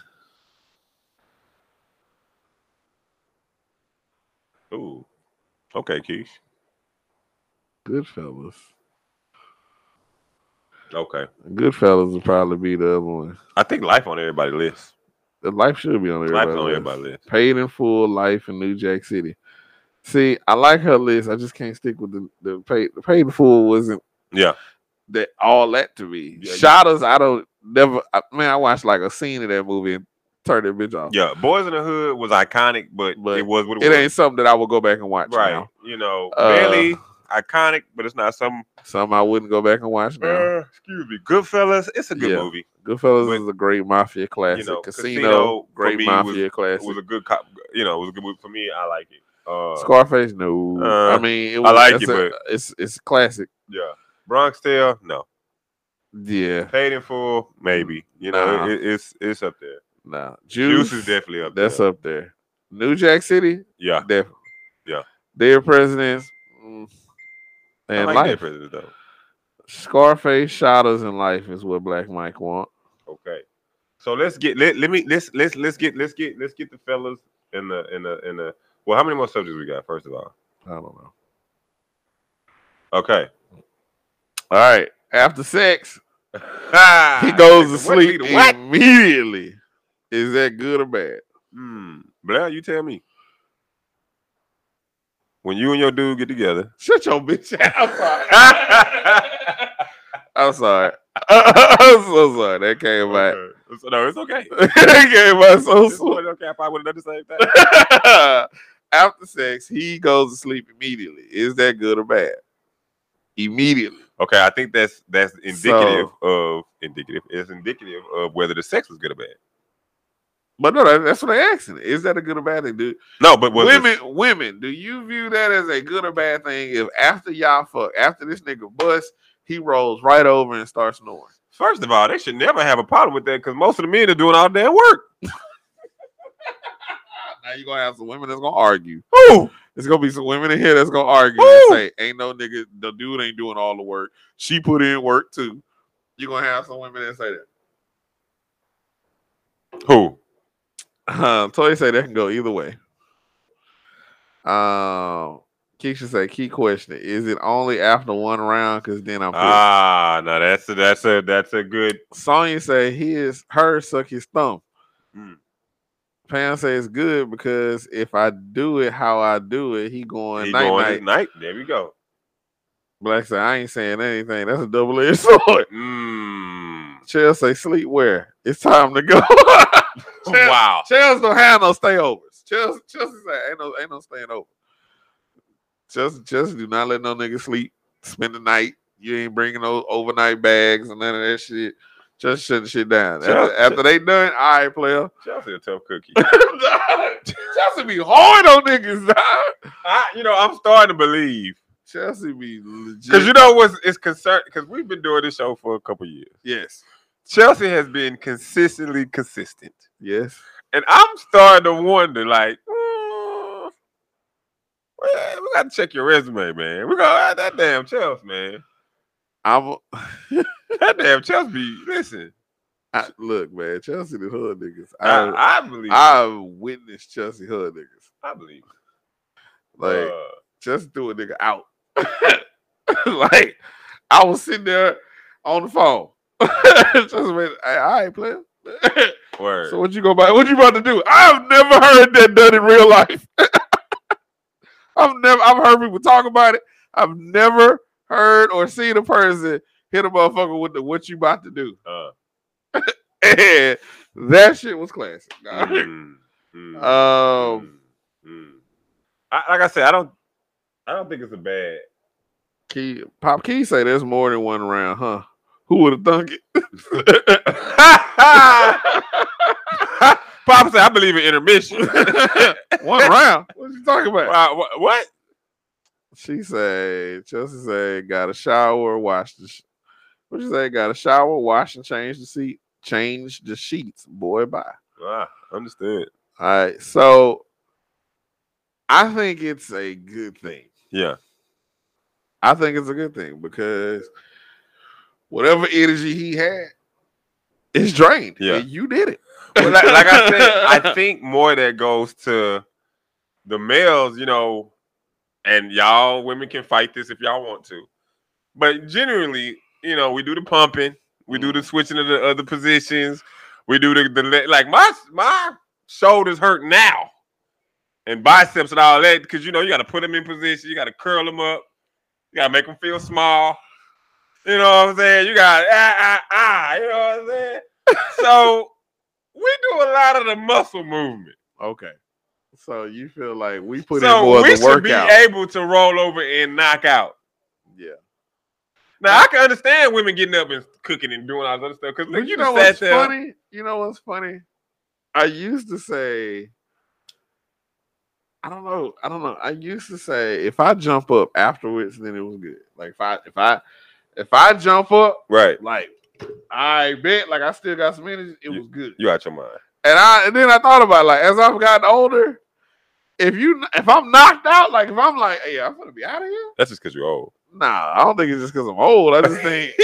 Speaker 3: Ooh. Okay, Keith.
Speaker 2: Goodfellas.
Speaker 3: Okay.
Speaker 2: Goodfellas would probably be the other one.
Speaker 3: I think Life on everybody's list.
Speaker 2: The life should be on
Speaker 3: Life
Speaker 2: everybody's
Speaker 3: is on
Speaker 2: list.
Speaker 3: everybody's list.
Speaker 2: Paid in full life in New Jack City. See, I like her list. I just can't stick with the the paid the paid in full wasn't
Speaker 3: Yeah.
Speaker 2: that all that to me.
Speaker 3: Yeah, yeah.
Speaker 2: Shot us. I don't never. I, man, I watched like a scene of that movie and turned that bitch off.
Speaker 3: Yeah. Boys in the Hood was iconic, but,
Speaker 2: But
Speaker 3: it was what it,
Speaker 2: It
Speaker 3: was.
Speaker 2: ain't something that I would go back and watch.
Speaker 3: right.
Speaker 2: Now.
Speaker 3: You know,
Speaker 2: Uh,
Speaker 3: barely iconic, but it's not some.
Speaker 2: Something I wouldn't go back and watch now.
Speaker 3: Uh, excuse me, Goodfellas. It's a good
Speaker 2: Yeah.
Speaker 3: movie.
Speaker 2: Goodfellas
Speaker 3: But,
Speaker 2: is a great mafia classic.
Speaker 3: know,
Speaker 2: Casino,
Speaker 3: Casino for
Speaker 2: great
Speaker 3: me was-
Speaker 2: mafia
Speaker 3: It
Speaker 2: classic.
Speaker 3: was a good cop. You know, it was a good movie for me. I like it. Uh,
Speaker 2: Scarface, no.
Speaker 3: Uh,
Speaker 2: I mean, it
Speaker 3: I like
Speaker 2: that's
Speaker 3: it,
Speaker 2: a- it's it's classic.
Speaker 3: yeah, Bronx Tale. No,
Speaker 2: Yeah,
Speaker 3: Paid in Full. Maybe. You know,
Speaker 2: Nah.
Speaker 3: it, it's it's up there.
Speaker 2: nah. Juice,
Speaker 3: Juice, is definitely up
Speaker 2: that's
Speaker 3: there.
Speaker 2: up there. New Jack City,
Speaker 3: yeah,
Speaker 2: definitely.
Speaker 3: Yeah.
Speaker 2: Dead Presidents, mm,
Speaker 3: I
Speaker 2: and
Speaker 3: like that
Speaker 2: life.
Speaker 3: president though.
Speaker 2: Scarface, Shadows, and life is what Black Mike want.
Speaker 3: Okay, so let's get let, let me let's let's let's get let's get let's get the fellas in the in the in the. Well, how many more subjects we got? First of all,
Speaker 2: I don't know.
Speaker 3: okay.
Speaker 2: All right, after sex, He goes to
Speaker 3: What
Speaker 2: sleep
Speaker 3: leader? What?
Speaker 2: immediately. Is that good or bad?
Speaker 3: Hmm. Blair, you tell me. When you and your dude get together,
Speaker 2: Shut your bitch out. I'm sorry. I'm sorry. I'm so sorry. That came out.
Speaker 3: Okay. So, no, it's okay.
Speaker 2: that came out so
Speaker 3: It's
Speaker 2: soon.
Speaker 3: okay if I would have done the same thing.
Speaker 2: After sex, he goes to sleep immediately. Is that good or bad? Immediately.
Speaker 3: Okay, I think that's that's indicative of indicative. It's indicative of whether the sex was good or bad.
Speaker 2: But no, that- that's what I asked. him. Is that a good or bad thing? Do
Speaker 3: No, but was
Speaker 2: women, women, do you view that as a good or bad thing? If after y'all fuck, after this nigga bust, he rolls right over and starts snoring.
Speaker 3: First of all, they should never have a problem with that because most of the men are doing all damn work.
Speaker 2: Now you gonna have some women that's gonna argue.
Speaker 3: Ooh,
Speaker 2: There's gonna be some women in here that's gonna argue
Speaker 3: Woo!
Speaker 2: and say, "Ain't no nigga, the dude ain't doing all the work. She put in work too." You are gonna have some women that say that.
Speaker 3: who?
Speaker 2: Um, Toy say that can go either way. Um, Keisha say, "Key question: Is it only after one round? Because then I'm." pissed."
Speaker 3: Ah, no, that's a that's a that's a good.
Speaker 2: Sonya say, "His, her suck his thumb."
Speaker 3: Mm.
Speaker 2: Pam say it's good because if I do it how I do it, he going
Speaker 3: He
Speaker 2: night
Speaker 3: going
Speaker 2: night.
Speaker 3: his night. There we go.
Speaker 2: Black say I ain't saying anything. That's a double edged sword.
Speaker 3: Mm.
Speaker 2: Chell say sleep where? It's time to go. Chell,
Speaker 3: Wow.
Speaker 2: Chell's don't have no stayovers. Chell, Chelsea say ain't no ain't no staying over. Chelsea, Chelsea do not let no nigga sleep, spend the night. You ain't bringing no overnight bags and none of that shit. Just shutting shit down.
Speaker 3: Chel-
Speaker 2: After, after they done, all right, player.
Speaker 3: Chelsea a tough cookie.
Speaker 2: Chelsea be hard on niggas. dog.
Speaker 3: I, you know, I'm starting to believe
Speaker 2: Chelsea be legit.
Speaker 3: because you know what's it's concerned because we've been doing this show for a couple years.
Speaker 2: yes,
Speaker 3: Chelsea has been consistently consistent.
Speaker 2: yes.
Speaker 3: And I'm starting to wonder, like, mm, well, we got to check your resume, man. We got that damn Chelsea, man.
Speaker 2: I'm
Speaker 3: That damn Chelsea. be- Listen,
Speaker 2: I, look, man. Chelsea the hood niggas. Uh,
Speaker 3: I,
Speaker 2: I,
Speaker 3: I believe, I,
Speaker 2: I've witnessed Chelsea hood niggas.
Speaker 3: believe,
Speaker 2: Like
Speaker 3: uh,
Speaker 2: just do a nigga out. like I was sitting there on the phone. just went, "Hey, all right, player.
Speaker 3: word.
Speaker 2: so what you go about? What you about to do? I've never heard that done in real life. I've never I've heard people talk about it. I've never heard or seen a person hit a motherfucker with the what you about to do.
Speaker 3: uh,
Speaker 2: And that shit was classic.
Speaker 3: mm, mm,
Speaker 2: um
Speaker 3: mm, mm. I, like I said, I don't, I don't think it's a bad.
Speaker 2: Key Pop Key say there's more than one round, huh? Who would have thunk it?
Speaker 3: Papa said, I believe in intermission.
Speaker 2: one round. What you talking about?
Speaker 3: Wow, wha- what?
Speaker 2: She say, Chelsea say, got a shower, wash the. Sh- what you say? Got a shower, wash and change the seat, change the sheets. Boy, bye.
Speaker 3: Ah, understood.
Speaker 2: All right, so I think it's a good thing.
Speaker 3: Yeah.
Speaker 2: I think it's a good thing because whatever energy he had is drained.
Speaker 3: Yeah.
Speaker 2: and you did it.
Speaker 3: well, like, like I said, I think more that goes to the males, you know, and y'all women can fight this if y'all want to. But generally, you know, we do the pumping, we do the switching of the other positions, we do the, the le- like my my shoulders hurt now, and biceps and all that because you know you got to put them in position, you got to curl them up, you got to make them feel small. You know what I'm saying? You got ah ah ah. You know what I'm saying? So we do a lot of the muscle movement.
Speaker 2: Okay. So you feel like we put in more
Speaker 3: so
Speaker 2: of
Speaker 3: we
Speaker 2: the
Speaker 3: should
Speaker 2: workout.
Speaker 3: be able to roll over and knock out.
Speaker 2: yeah.
Speaker 3: Now I can understand women getting up and cooking and doing all this other stuff because
Speaker 2: But
Speaker 3: look,
Speaker 2: you
Speaker 3: you
Speaker 2: know
Speaker 3: just sat
Speaker 2: what's
Speaker 3: there.
Speaker 2: funny? You know what's funny? I used to say, I don't know, I don't know. I used to say if I jump up afterwards, then it was good. Like if I if I if I jump up,
Speaker 3: Right,
Speaker 2: like I bet, like I still got some energy, it
Speaker 3: You-
Speaker 2: was good.
Speaker 3: you out your mind.
Speaker 2: And I and then I thought about it, like as I've gotten older, if you if I'm knocked out, like if I'm like, hey, I'm gonna be out of here.
Speaker 3: That's just because you're old.
Speaker 2: Nah, I don't think it's just because I'm old. I just think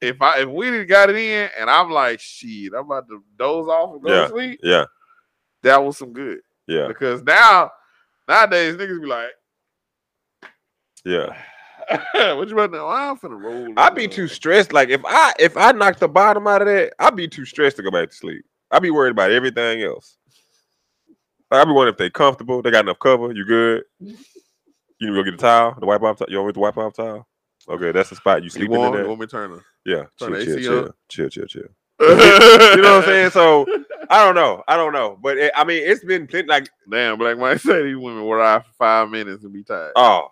Speaker 2: if I if we did got it in and I'm like, shit, I'm about to doze off and go
Speaker 3: Yeah.
Speaker 2: to sleep,
Speaker 3: Yeah,
Speaker 2: that was some good.
Speaker 3: yeah,
Speaker 2: Because now nowadays niggas be like,
Speaker 3: yeah.
Speaker 2: what you about to know? I'm finna roll.
Speaker 3: I'd be too stressed. Like if I if I knock the bottom out of that, I'd be too stressed to go back to sleep. I'd be worried about everything else. Like, I'd be wondering if they comfortable, they got enough cover, you good. You need to go get a towel, the wipe off towel. You always the wipe off towel. Okay, that's the spot you
Speaker 2: You
Speaker 3: sleeping in
Speaker 2: warm?
Speaker 3: there.
Speaker 2: You want me to turn
Speaker 3: Yeah,
Speaker 2: Turn
Speaker 3: chill,
Speaker 2: the
Speaker 3: chill,
Speaker 2: AC
Speaker 3: chill, chill, chill, chill.
Speaker 2: it?
Speaker 3: You know what I'm saying? So I don't know, I don't know, but it, I mean, it's been plenty. Like
Speaker 2: Damn, Black Mike said these women would ride for five minutes and be tired.
Speaker 3: oh,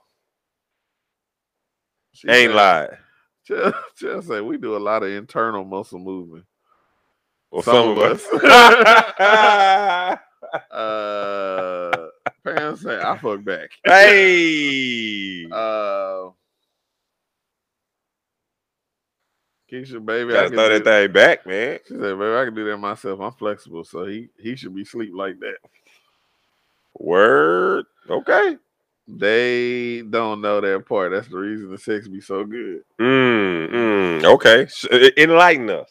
Speaker 2: She
Speaker 3: ain't
Speaker 2: said-
Speaker 3: lied.
Speaker 2: Just, just say we do a lot of internal muscle movement.
Speaker 3: Well,
Speaker 2: Some
Speaker 3: some,
Speaker 2: of
Speaker 3: of us.
Speaker 2: Uh, parents say I fuck back.
Speaker 3: hey,
Speaker 2: Uh, Keisha, baby,
Speaker 3: gotta
Speaker 2: I can
Speaker 3: throw
Speaker 2: do,
Speaker 3: that thing back, man.
Speaker 2: She said, "Baby, I can do that myself. I'm flexible, so he he should be sleep like that."
Speaker 3: Word. Okay.
Speaker 2: They don't know that part. That's the reason the sex be so good.
Speaker 3: Mm, mm, okay. S- e- Enlighten us.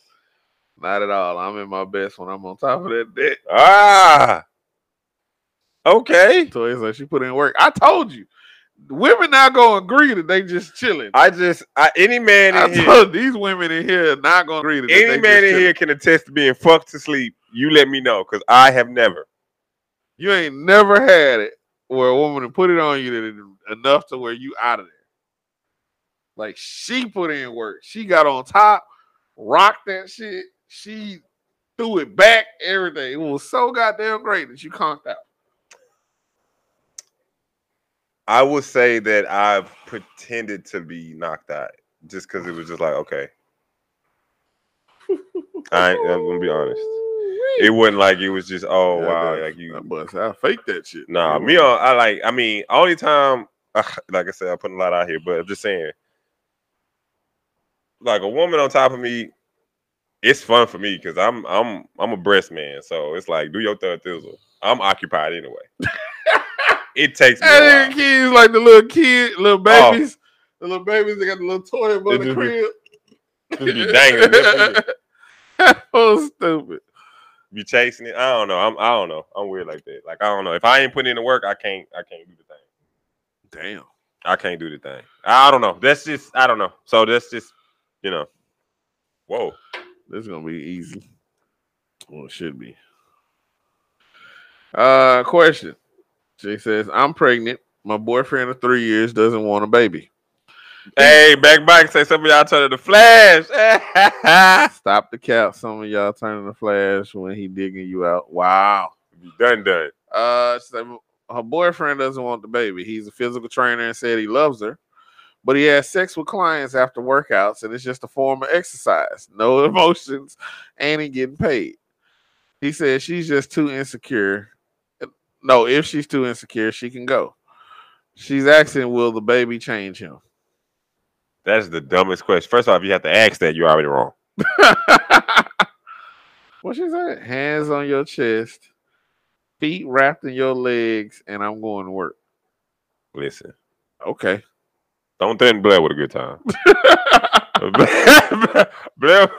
Speaker 2: Not at all. I'm in my best when I'm on top of that dick.
Speaker 3: Ah. Okay.
Speaker 2: Toy said she put in work. I told you, women not gonna agree that they just chilling.
Speaker 3: I just I, any man
Speaker 2: I
Speaker 3: in here,
Speaker 2: told these women in here not gonna agree that they
Speaker 3: any man
Speaker 2: just
Speaker 3: in
Speaker 2: chilling.
Speaker 3: here can attest to being fucked to sleep. You let me know, cause I have never.
Speaker 2: You ain't never had it where a woman to put it on you that it- enough to where you out of there. Like she put in work. She got on top, rocked that shit. She threw it back, everything. It was so goddamn great that you conked out.
Speaker 3: I would say that I've pretended to be knocked out just because it was just like okay. I ain't, I'm gonna be honest. It wasn't like it was just oh wow like you
Speaker 2: But I faked that shit.
Speaker 3: Nah,
Speaker 2: It
Speaker 3: me,
Speaker 2: was-
Speaker 3: on- I like. I mean, only time, like I said, I put a lot out here, but I'm just saying, like a woman on top of me, it's fun for me because I'm, I'm, I'm a breast man, so it's like do your third thizzle. I'm occupied anyway. it takes me. A
Speaker 2: And
Speaker 3: while.
Speaker 2: then kids like the little kid, little
Speaker 3: Oh.
Speaker 2: babies, the little babies. They got the little toy above
Speaker 3: It
Speaker 2: the
Speaker 3: just be-
Speaker 2: crib.
Speaker 3: Just be dangling, just be-
Speaker 2: oh, stupid.
Speaker 3: be chasing it. I don't know. I'm, I don't know. I'm weird like that. Like I don't know. If I ain't putting in the work, I can't, I can't do the thing.
Speaker 2: Damn.
Speaker 3: I can't do the thing. I don't know. That's just, I don't know. So that's just, you know. Whoa.
Speaker 2: This is gonna be easy. Well, it should be. Uh, question. She says, "I'm pregnant. My boyfriend of three years doesn't want a baby.
Speaker 3: Hey, back back. Say some of y'all turn to flash.
Speaker 2: Stop the cap. Some of y'all turning the flash when he digging you out. Wow.
Speaker 3: done, done.
Speaker 2: Uh, she said, her boyfriend doesn't want the baby. He's a physical trainer and said he loves her, but he has sex with clients after workouts, and it's just a form of exercise. No emotions, and he getting paid. He says she's just too insecure. No, if she's too insecure, she can go. She's asking, will the baby change him?
Speaker 3: That's the dumbest question. First off, if you have to ask that, you're already wrong.
Speaker 2: what she said? Hands on your chest, feet wrapped in your legs, and I'm going to work.
Speaker 3: Listen,
Speaker 2: Okay.
Speaker 3: don't threaten Blair with a good time. Blair, Blair,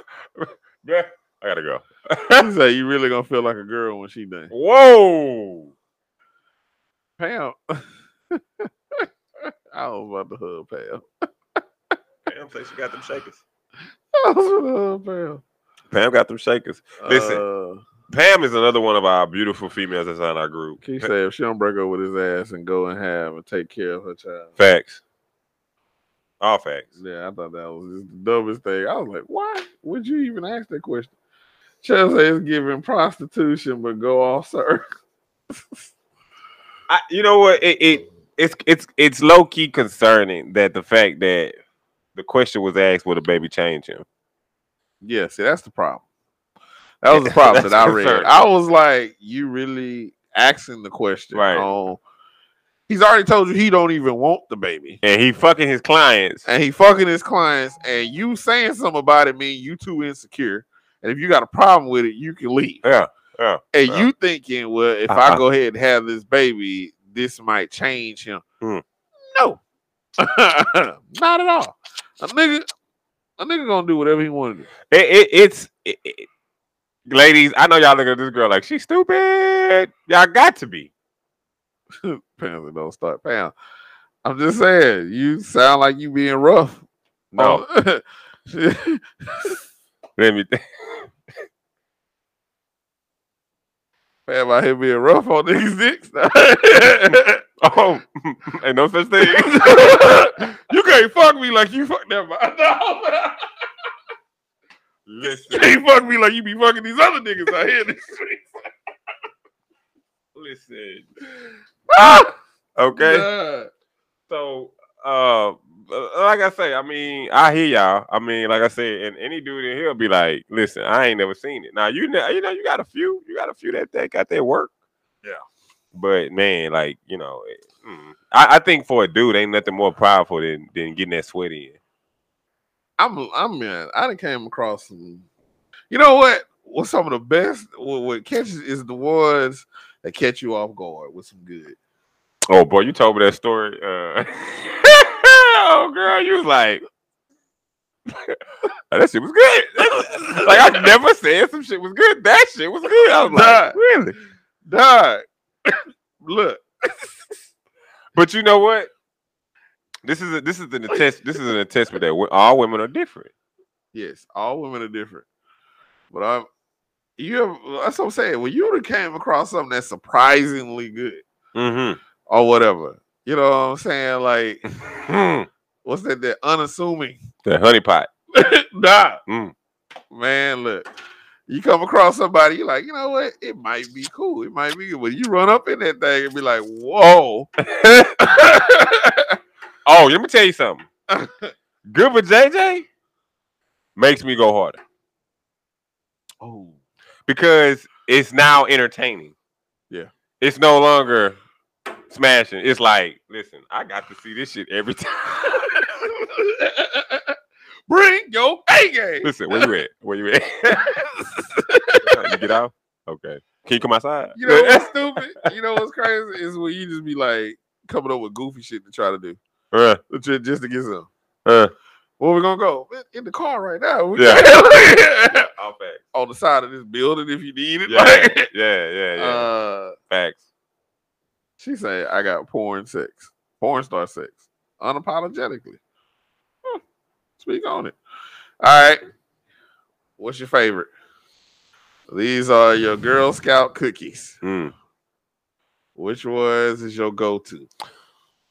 Speaker 3: Blair, I gotta go.
Speaker 2: He said, you really gonna feel like a girl when she done.
Speaker 3: Whoa.
Speaker 2: Pam. I was about to hug Pam.
Speaker 3: Pam says she got them shakers.
Speaker 2: I was about to hug Pam.
Speaker 3: Pam got them shakers. Listen.
Speaker 2: Uh,
Speaker 3: Pam is another one of our beautiful females that's in our group.
Speaker 2: he said if she don't break up with his ass and go and have and take care of her child.
Speaker 3: Facts. All facts.
Speaker 2: Yeah, I thought that was just the dumbest thing. I was like, why would you even ask that question? Chelsea is giving prostitution, but go off, sir.
Speaker 3: I, you know what? It, it it's it's it's low key concerning that the fact that the question was asked, "Will the baby change him?"
Speaker 2: Yeah, see, that's the problem. That was the problem that
Speaker 3: That's
Speaker 2: I read.
Speaker 3: concerning.
Speaker 2: I was like, you really asking the question
Speaker 3: Right.
Speaker 2: on he's already told you he don't even want the baby.
Speaker 3: And he fucking his clients.
Speaker 2: And he fucking his clients and you saying something about it mean you too insecure. And if you got a problem with it, you can leave.
Speaker 3: Yeah,
Speaker 2: And
Speaker 3: Yeah.
Speaker 2: you thinking, well, if I
Speaker 3: Uh-uh.
Speaker 2: go ahead and have this baby, this might change him.
Speaker 3: Hmm.
Speaker 2: No, not at all. A nigga, a nigga gonna do whatever he want to do.
Speaker 3: it, it it's it, it- ladies. I know y'all looking at this girl like she's stupid. Y'all got to be.
Speaker 2: Pounds and don't start. Pound. I'm just saying, you sound like you being rough.
Speaker 3: No,
Speaker 2: Oh.
Speaker 3: let me think.
Speaker 2: Fam out here being rough on these dicks.
Speaker 3: Oh, ain't no such thing.
Speaker 2: you can't fuck me like you fuck that. No. You
Speaker 3: listen,
Speaker 2: can't fuck me like you be fucking these other niggas out here in the streets.
Speaker 3: listen.
Speaker 2: Ah,
Speaker 3: Okay.
Speaker 2: God.
Speaker 3: So, uh, like I say, I mean, I hear y'all. I mean, like I said, and any dude in here be like, "Listen, I ain't never seen it." Now you know, you know, you got a few, you got a few that that got their work.
Speaker 2: Yeah.
Speaker 3: But man, like you know, it- mm. I, I think for a dude, ain't nothing more powerful than than getting that sweat in.
Speaker 2: I'm I'm in. I done came across some. You know what? What some of the best what, what catches is the ones that catch you off guard with some good.
Speaker 3: Oh boy, you told me that story. Uh, oh girl, you was like, that shit was good. like I never said some shit was good. That shit was good. I was
Speaker 2: Nah.
Speaker 3: like, really?
Speaker 2: Dog, look,
Speaker 3: But you know what? This is a, this is an attest. This is an attestment that we- all women are different.
Speaker 2: yes, all women are different, but I'm. You ever, that's what I'm saying. When you done came across something that's surprisingly good
Speaker 3: Mm-hmm.
Speaker 2: or whatever, you know what I'm saying? Like, what's that? That unassuming.
Speaker 3: the Hmm. honey pot.
Speaker 2: nah,
Speaker 3: Mm.
Speaker 2: man, look. You come across somebody, you're like, you know what? It might be cool. It might be good. But you run up in that thing and be like, whoa.
Speaker 3: oh, let me tell you something. Good with JJ makes me go harder
Speaker 2: oh,
Speaker 3: because it's now entertaining.
Speaker 2: Yeah.
Speaker 3: it's no longer smashing. It's like, listen, I got to see this shit every time.
Speaker 2: bring your A game.
Speaker 3: listen, where you at? Where you at? you get out? Okay. Can you come outside?
Speaker 2: You know what's stupid? You know what's crazy is when you just be like coming up with goofy shit to try to do
Speaker 3: Uh,
Speaker 2: ju- just to get some.
Speaker 3: uh.
Speaker 2: Where we gonna go? Man, In the car right now. We-
Speaker 3: All facts.
Speaker 2: On the side of this building, if you need it.
Speaker 3: Yeah,
Speaker 2: Like,
Speaker 3: yeah, yeah, yeah.
Speaker 2: uh,
Speaker 3: facts.
Speaker 2: she said, "I got porn sex, porn star sex, unapologetically." Hmm. Speak on it. All right. What's your favorite? These are your Girl Scout cookies.
Speaker 3: Mm.
Speaker 2: Which ones is your go-to?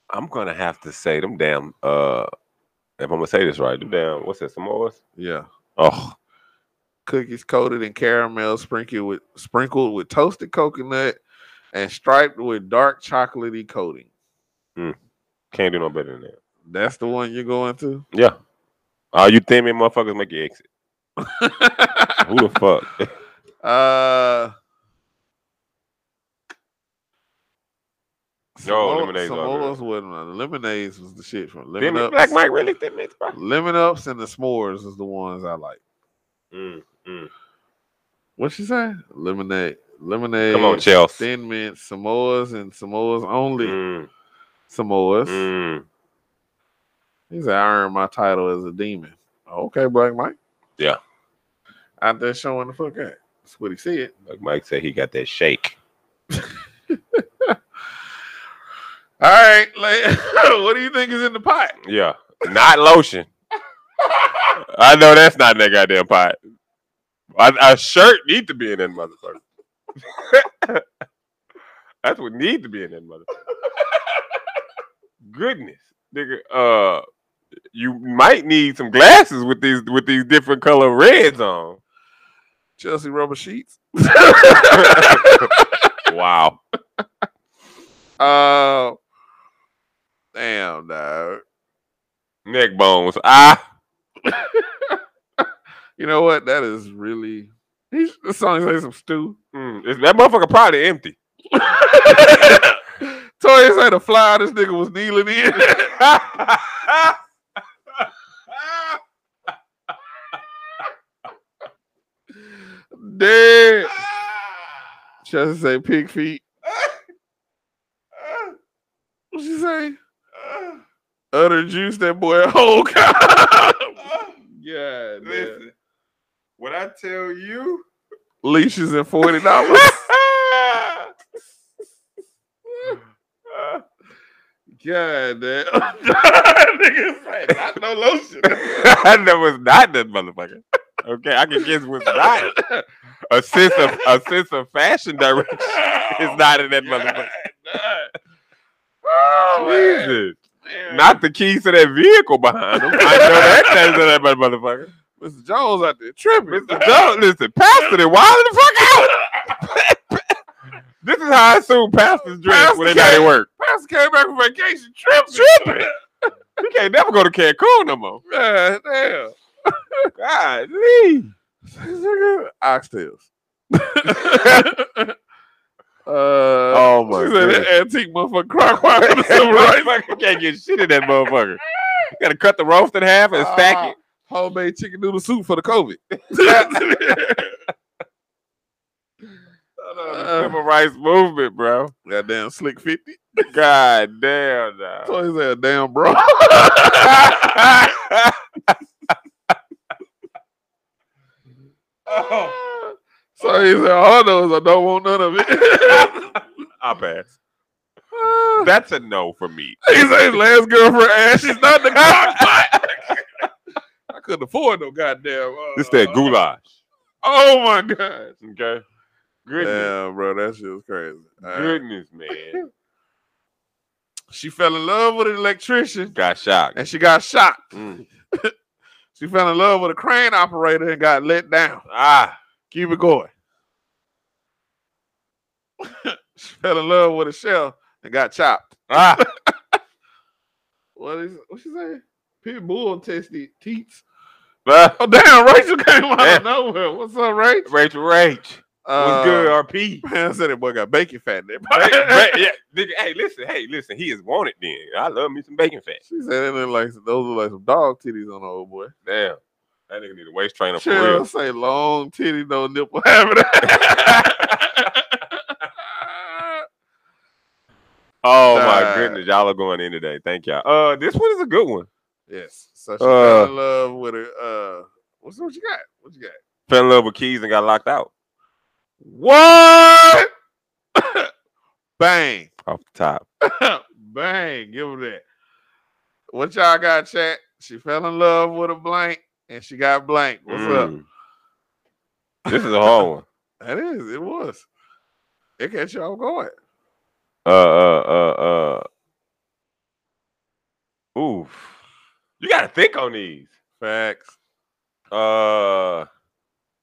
Speaker 3: I'm gonna have to say them damn. Uh, if I'm gonna say this right, them damn. What's that? Samoas?
Speaker 2: Yeah.
Speaker 3: Oh,
Speaker 2: Cookies coated in caramel, sprinkled with sprinkled with toasted coconut and striped with dark chocolatey coating.
Speaker 3: can't do no better than that.
Speaker 2: That's the one you're going to?
Speaker 3: Yeah. All you thin man motherfuckers make your exit. Who the fuck?
Speaker 2: uh Samo-
Speaker 3: lemonades are good.
Speaker 2: Samoa's wasn't one. The lemonades was the shit from
Speaker 3: thin
Speaker 2: lemon
Speaker 3: man,
Speaker 2: ups.
Speaker 3: Black Mike really thin man, bro.
Speaker 2: Lemon ups and the s'mores is the ones I like.
Speaker 3: Mm.
Speaker 2: What she say? Lemonade, lemonade.
Speaker 3: Come on, Chelsea.
Speaker 2: Thin mint, Samoa's and Samoa's only.
Speaker 3: Mm.
Speaker 2: Samoa's.
Speaker 3: Mm.
Speaker 2: He said, I earned my title as a demon. Okay, Black Mike.
Speaker 3: Yeah.
Speaker 2: Out there showing the fuck out. That's what he said.
Speaker 3: Like Mike said, he got that shake.
Speaker 2: All right. Like, what do you think is in the pot?
Speaker 3: Yeah, not lotion. I know that's not in that goddamn pot. I, a shirt need to be in that motherfucker. that's what need to be in that motherfucker. Goodness, nigga. Uh, you might need some glasses with these with these different color reds on.
Speaker 2: Chelsea rubber sheets.
Speaker 3: wow.
Speaker 2: Uh, damn, dog.
Speaker 3: Neck bones. Ah.
Speaker 2: You know what? That is really. He's, the song say some stew.
Speaker 3: Mm, it's- that motherfucker probably empty.
Speaker 2: Toya said the fly this nigga was kneeling in. Dead. Chelsea say pig feet. Ah! What she say? Ah! Utter juice that boy a whole cow. yeah,
Speaker 3: Listen, what I tell you,
Speaker 2: leashes and forty Ah! dollars. God damn. Nigga said, not no lotion.
Speaker 3: that was not that motherfucker. Okay, I can guess what's not
Speaker 2: Oh,
Speaker 3: a sense of a sense of fashion direction is not in that motherfucker.
Speaker 2: Oh, man.
Speaker 3: Jesus,
Speaker 2: Man.
Speaker 3: not the keys to that vehicle behind him. I know that that's in that motherfucker.
Speaker 2: Mr. Jones out there tripping.
Speaker 3: Mr. Jones, listen, Pastor, then wild the fuck out. this is how I assume pastors drink when they not at work.
Speaker 2: Pastor came back from vacation tripping.
Speaker 3: Tripping. You can't never go to Cancun no more.
Speaker 2: God damn.
Speaker 3: God, Lee.
Speaker 2: Oxtails. uh,
Speaker 3: Oh my
Speaker 2: she said
Speaker 3: goodness.
Speaker 2: that antique motherfucker crock pot for the civil rights.
Speaker 3: Motherfucker, you can't get shit in that motherfucker. You gotta cut the roast in half and stack it.
Speaker 2: Homemade chicken noodle soup for the COVID. Ah. Goddamn
Speaker 3: Uh, Civil rights movement, bro.
Speaker 2: slick 50.
Speaker 3: God damn, dawg.
Speaker 2: So he said, damn, bro. So he said, all I know is I don't want none of it.
Speaker 3: I'll pass. That's a no for me.
Speaker 2: he said his last girlfriend ass. She's not in the crock pot. I couldn't afford no goddamn. Uh,
Speaker 3: This that goulash.
Speaker 2: Oh my god.
Speaker 3: Okay. Goodness.
Speaker 2: Damn, bro, that shit was crazy. All right.
Speaker 3: Goodness, man.
Speaker 2: She fell in love with an electrician
Speaker 3: Got shocked.
Speaker 2: and she got shot.
Speaker 3: Mm.
Speaker 2: She fell in love with a crane operator and got let down.
Speaker 3: Ah.
Speaker 2: Keep it going. she fell in love with a shell and got chopped.
Speaker 3: Ah.
Speaker 2: What is what she say? Pitbull tested teats.
Speaker 3: Ah.
Speaker 2: Oh damn, Rachel came out
Speaker 3: Yeah.
Speaker 2: of nowhere. What's up, Rachel?
Speaker 3: Rachel Rach.
Speaker 2: Uh,
Speaker 3: What's good, RP?
Speaker 2: Man, I said that boy got bacon fat in
Speaker 3: Ba-
Speaker 2: there.
Speaker 3: ba- yeah, nigga, hey, listen, hey, listen. He is wanted then. I love me some bacon fat.
Speaker 2: she said it looked like those look like some dog titties on the old boy.
Speaker 3: Damn. That nigga need a waist trainer for
Speaker 2: Cheryl
Speaker 3: real.
Speaker 2: say long titty, no nipple having
Speaker 3: Oh my
Speaker 2: Nah.
Speaker 3: goodness. Y'all are going in today. Thank y'all. Uh this one is a good one.
Speaker 2: Yes. So she
Speaker 3: Uh.
Speaker 2: fell in love with a uh what's what you got? What you got?
Speaker 3: Fell in love with keys and got locked out
Speaker 2: What? Bang.
Speaker 3: off the top.
Speaker 2: Bang. Give him that. What y'all got, chat? She fell in love with a blank and she got blank. What's up?
Speaker 3: Mm. This is a hard one.
Speaker 2: That is, it was. It catch y'all going.
Speaker 3: Uh uh uh uh. Oof. You gotta think on these.
Speaker 2: Facts.
Speaker 3: Uh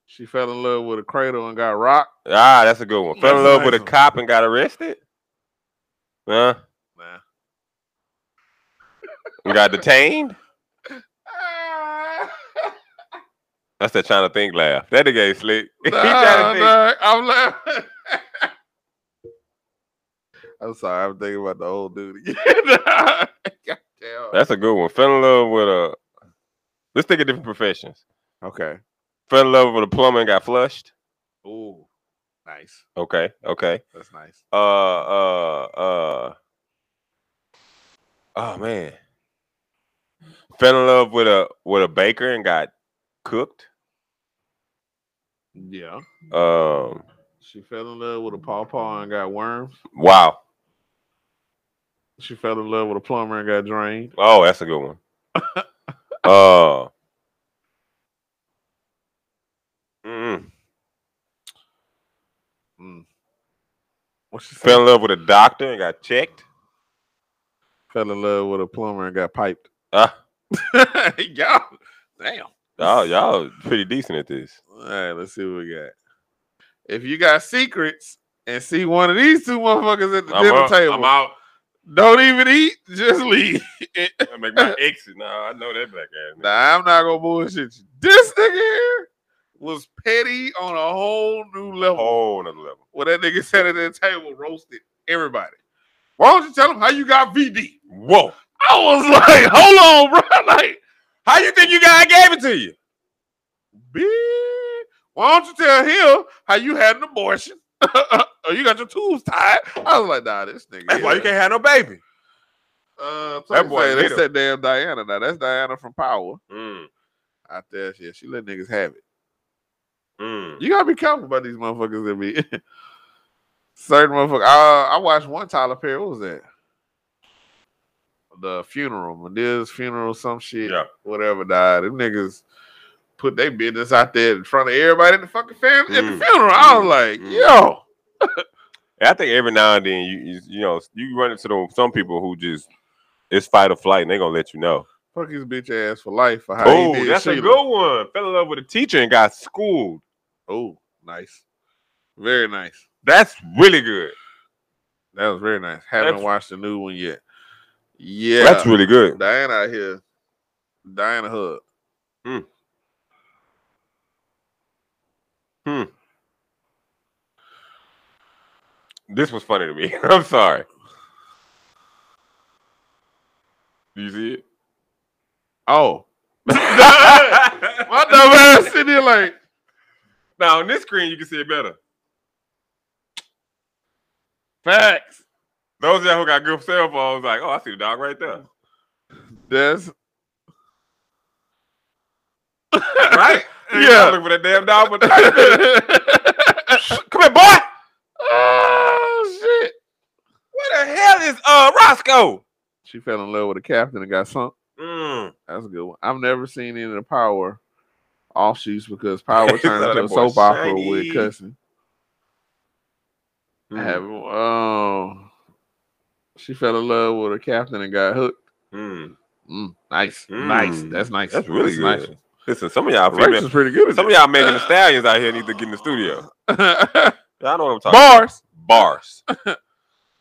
Speaker 2: She fell in love with a cradle and got rocked.
Speaker 3: Ah, that's a good one. Fell
Speaker 2: That's a
Speaker 3: in love with
Speaker 2: nice
Speaker 3: a
Speaker 2: one.
Speaker 3: cop and got arrested. Huh?
Speaker 2: Nah.
Speaker 3: And got detained. That's that trying to think laugh. That nigga ain't slick. he trying to
Speaker 2: Nah,
Speaker 3: think.
Speaker 2: nah, I'm laughing. I'm sorry. I'm thinking about the old dude again. Goddamn.
Speaker 3: That's a good one. Fell in love with a. Let's think of different professions.
Speaker 2: okay.
Speaker 3: Fell in love with a plumber and got flushed.
Speaker 2: Ooh, nice.
Speaker 3: Okay. Okay.
Speaker 2: That's nice.
Speaker 3: Uh. Uh. Uh. Oh man. Fell in love with a with a baker and got cooked.
Speaker 2: Yeah.
Speaker 3: Um.
Speaker 2: She fell in love with a pawpaw and got worms.
Speaker 3: Wow.
Speaker 2: She fell in love with a plumber and got drained.
Speaker 3: Oh, that's a good one. uh. mm,
Speaker 2: What Mm. she fell,
Speaker 3: Fell in love with a doctor and got checked.
Speaker 2: fell in love with a plumber and got piped.
Speaker 3: Ah.
Speaker 2: yeah. Damn.
Speaker 3: Y'all, Ah, y'all pretty decent at this.
Speaker 2: All right, let's see what we got. If you got secrets and see one of these two motherfuckers at the dinner
Speaker 3: out-
Speaker 2: table,
Speaker 3: I'm out.
Speaker 2: don't even eat, just leave.
Speaker 3: I make my exit. No, I know that black ass. nigga.
Speaker 2: Nah, I'm not gonna bullshit you. This nigga here was petty on a whole new level.
Speaker 3: Whole another level.
Speaker 2: Well, that nigga sat at that table roasted everybody. Why don't you tell him how you got VD?
Speaker 3: Whoa.
Speaker 2: I was like, hold on, bro. Like,
Speaker 3: How you think you guys gave it to you?
Speaker 2: bitch, why don't you tell him how you had an abortion? or you got your tubes tied? I was like, nah, this nigga.
Speaker 3: That's why you
Speaker 2: here.
Speaker 3: can't have no baby.
Speaker 2: Uh,
Speaker 3: That
Speaker 2: that
Speaker 3: boy
Speaker 2: boy,
Speaker 3: hit
Speaker 2: they
Speaker 3: him.
Speaker 2: said damn Diana. Now that's Diana from Power.
Speaker 3: Mm,
Speaker 2: Out there, yeah, she let niggas have it.
Speaker 3: mm.
Speaker 2: You gotta be careful about these motherfuckers that be certain motherfuckers. Uh, I watched one Tyler Perry. What was that? the funeral, Medea's funeral, some shit,
Speaker 3: Yeah.
Speaker 2: whatever died. Them niggas put their business out there in front of everybody in the fucking family at
Speaker 3: Mm.
Speaker 2: the funeral. I was like,
Speaker 3: Mm.
Speaker 2: yo,
Speaker 3: And I think every now and then you you, you know you run into them, some people who just it's fight or flight and they gonna let you know.
Speaker 2: fuck his bitch ass for life for how he
Speaker 3: Oh,
Speaker 2: did
Speaker 3: that's
Speaker 2: Sheila.
Speaker 3: a good one. Fell in love with a teacher and got schooled.
Speaker 2: Oh, nice, very nice.
Speaker 3: That's really good.
Speaker 2: That was very nice. Haven't
Speaker 3: That's-
Speaker 2: watched the new one yet. Yeah,
Speaker 3: That's really good.
Speaker 2: Diana out here, Diana Hub.
Speaker 3: Hmm. Hmm. This was funny to me. I'm sorry. Do you see it?
Speaker 2: Oh, my
Speaker 3: My
Speaker 2: dumb ass sitting here like,
Speaker 3: Now on this screen you can see it better.
Speaker 2: facts.
Speaker 3: Those of y'all who got good cell phones, like, oh, I see the dog right there.
Speaker 2: That's
Speaker 3: Right?
Speaker 2: Yeah.
Speaker 3: Looking for that damn dog, but
Speaker 2: come here, boy. Oh shit!
Speaker 3: where the hell is uh Roscoe?
Speaker 2: She fell in love with a captain and got sunk.
Speaker 3: Mm.
Speaker 2: That's a good one. I've never seen any of the Power offshoots because Power
Speaker 3: Son,
Speaker 2: turned
Speaker 3: that
Speaker 2: into a
Speaker 3: boy
Speaker 2: soap opera with
Speaker 3: shiny. Mm.
Speaker 2: cussing. I haven't. Oh, she fell in love with a captain and got hooked.
Speaker 3: Mm.
Speaker 2: Mm, nice, nice.
Speaker 3: Mm.
Speaker 2: That's nice.
Speaker 3: That's really
Speaker 2: nice.
Speaker 3: good. Listen, some of y'all
Speaker 2: Race
Speaker 3: female,
Speaker 2: is pretty good.
Speaker 3: some of y'all making the stallions out here need to get in the studio.
Speaker 2: y'all
Speaker 3: Y'all know what I'm talking
Speaker 2: bars
Speaker 3: Bars.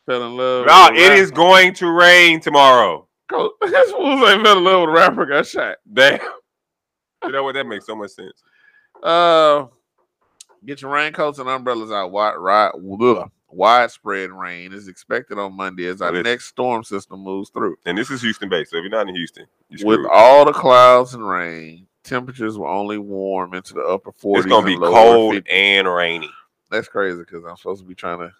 Speaker 2: fell in love.
Speaker 3: Y'all,
Speaker 2: with a
Speaker 3: it
Speaker 2: rap-
Speaker 3: is going to rain tomorrow.
Speaker 2: Go- This fool say fell in love with a rapper got shot.
Speaker 3: Damn. You know what? That makes so much sense.
Speaker 2: Uh, get your raincoats and umbrellas out. Wide, ride, ugh. widespread rain is expected on Monday as our
Speaker 3: Listen.
Speaker 2: next storm system moves through.
Speaker 3: And this is Houston based, so if you're not in Houston, you
Speaker 2: With
Speaker 3: screwed.
Speaker 2: all the clouds and rain, temperatures will only warm into the upper 40s.
Speaker 3: It's gonna be
Speaker 2: and lower
Speaker 3: cold
Speaker 2: 50s.
Speaker 3: and rainy.
Speaker 2: That's crazy because I'm supposed to be trying to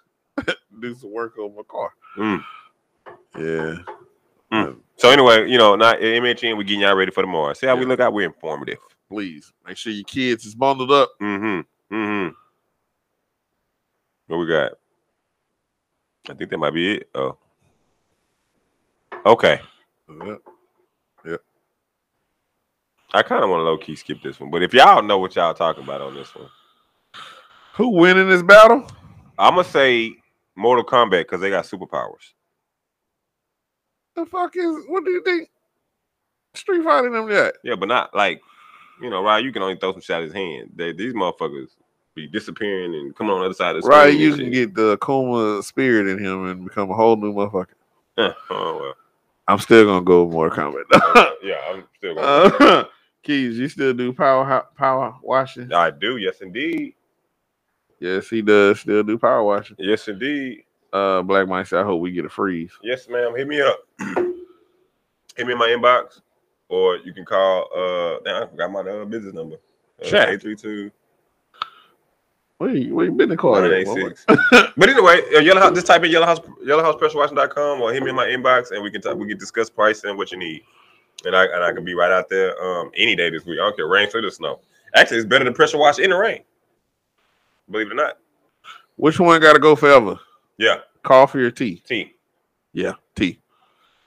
Speaker 2: do some work on my car.
Speaker 3: Mm.
Speaker 2: Yeah.
Speaker 3: So anyway, you know, not MHN, we're getting y'all ready for tomorrow. See how we
Speaker 2: Yeah.
Speaker 3: look out, we're informative.
Speaker 2: Please make sure your kids is bundled up.
Speaker 3: Mm-hmm. Mm-hmm. What we got? I think that might be it. Oh. Okay.
Speaker 2: Yep.
Speaker 3: I kind of want to low key skip this one, but if y'all know what y'all talking about on this one,
Speaker 2: Who winning this battle?
Speaker 3: I'm gonna say Mortal Kombat because they got superpowers.
Speaker 2: The fuck is what do you think? Street fighting them yet?
Speaker 3: Yeah, but not like you know, Ryan. You can only throw some shit at his hand. They, these motherfuckers be disappearing and coming on the other side of the
Speaker 2: Right,
Speaker 3: screen
Speaker 2: you
Speaker 3: and
Speaker 2: can
Speaker 3: shit.
Speaker 2: get the Kuma spirit in him and become a whole new motherfucker.
Speaker 3: oh
Speaker 2: I'm still gonna go with Mortal Kombat. though.
Speaker 3: well, yeah. I'm still. Gonna
Speaker 2: Uh, Keys, you still do power ho- power washing?
Speaker 3: I do. Yes, indeed.
Speaker 2: Yes, he does still do power washing.
Speaker 3: Yes, indeed.
Speaker 2: Uh, Black Mike said, I hope we get a freeze.
Speaker 3: Yes, ma'am. Hit me up. Hit me in my inbox, or you can call. Uh, damn, I forgot my uh, business number.
Speaker 2: Check.
Speaker 3: Eight three two
Speaker 2: Where you, where you been
Speaker 3: nine
Speaker 2: in Carter?
Speaker 3: eight six. But anyway, uh, Yellow House. Just type in Yellow House Yellow House Pressure or hit me in my inbox, and we can talk, we can discuss pricing and what you need. And I and I can be right out there um any day this week. I don't care, rain, sleet, or snow. Actually, it's better to pressure wash in the rain. Believe it or not.
Speaker 2: Which one got to go forever?
Speaker 3: Yeah,
Speaker 2: Coffee or tea?
Speaker 3: team.
Speaker 2: Yeah, tea.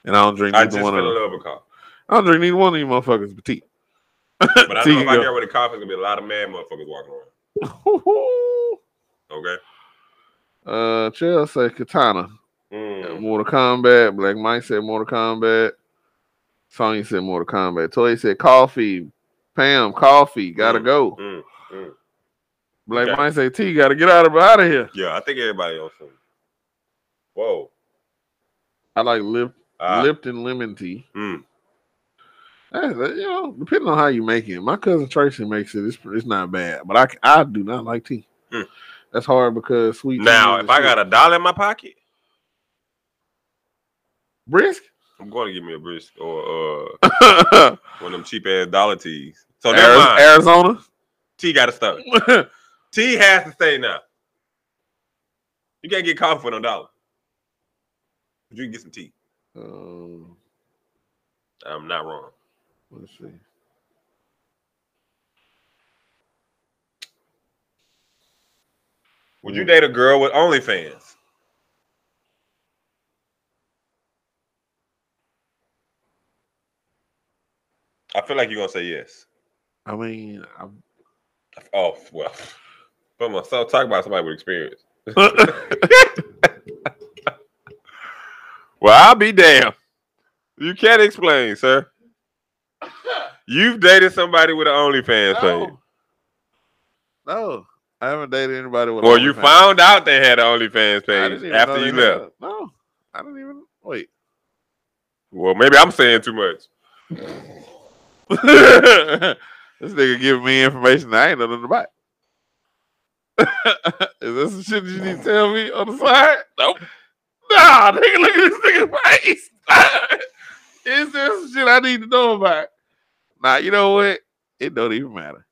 Speaker 2: And I don't drink
Speaker 3: I
Speaker 2: neither
Speaker 3: just
Speaker 2: one
Speaker 3: fell
Speaker 2: of
Speaker 3: in
Speaker 2: them.
Speaker 3: love with coffee.
Speaker 2: I don't drink neither one of you motherfuckers, but tea.
Speaker 3: But I
Speaker 2: Tea
Speaker 3: know if
Speaker 2: can
Speaker 3: I
Speaker 2: go.
Speaker 3: get rid of coffee, there's gonna be a lot of mad motherfuckers walking around. Okay.
Speaker 2: uh, Chell said Katana.
Speaker 3: Mm.
Speaker 2: Uh, Mortal Kombat. Black Mike said Mortal Kombat. Sonya said Mortal Kombat. Toy said coffee. Pam, coffee. Gotta
Speaker 3: Mm,
Speaker 2: go.
Speaker 3: mm, mm.
Speaker 2: Black
Speaker 3: okay.
Speaker 2: Mike said T. Gotta get out of out of here.
Speaker 3: Yeah, I think everybody on some. Whoa.
Speaker 2: I like lip,
Speaker 3: Ah,
Speaker 2: Lipton lemon tea.
Speaker 3: mm.
Speaker 2: That's, uh, you know, depending on how you make it. My cousin Tracy makes it. It's it's not bad, but I c- I do not like tea.
Speaker 3: Hmm.
Speaker 2: That's hard because sweet. tea
Speaker 3: Now,
Speaker 2: is
Speaker 3: if
Speaker 2: the
Speaker 3: I
Speaker 2: shit.
Speaker 3: got a dollar in my pocket,
Speaker 2: brisk,
Speaker 3: I'm going to give me a brisk or uh, one of them cheap ass dollar teas. So never
Speaker 2: Ari-
Speaker 3: mind.
Speaker 2: Arizona.
Speaker 3: Tea got to stop. Tea has to stay now. You can't get coffee for no dollar. But you can get some tea.
Speaker 2: um,
Speaker 3: I'm not wrong.
Speaker 2: let's see.
Speaker 3: Would you date a girl with OnlyFans? I feel like you're gonna say yes.
Speaker 2: I mean, I'm,
Speaker 3: Oh well, but myself talk about somebody with experience. Well, I'll be damned. You can't explain, sir. You've dated somebody with an OnlyFans page,
Speaker 2: no. no, I haven't dated anybody with.
Speaker 3: or you
Speaker 2: OnlyFans.
Speaker 3: found out they had an OnlyFans
Speaker 2: I
Speaker 3: page
Speaker 2: didn't even know
Speaker 3: after
Speaker 2: they
Speaker 3: you
Speaker 2: had
Speaker 3: left.
Speaker 2: a- No, I didn't even wait.
Speaker 3: Well, maybe I'm saying too much.
Speaker 2: this nigga giving me information I ain't know nothing about. Is this some shit you need to tell me on the side? Nope. Nah, nigga, look at this nigga's face. Is there some shit I need to know about? Nah, you know what? It don't even matter.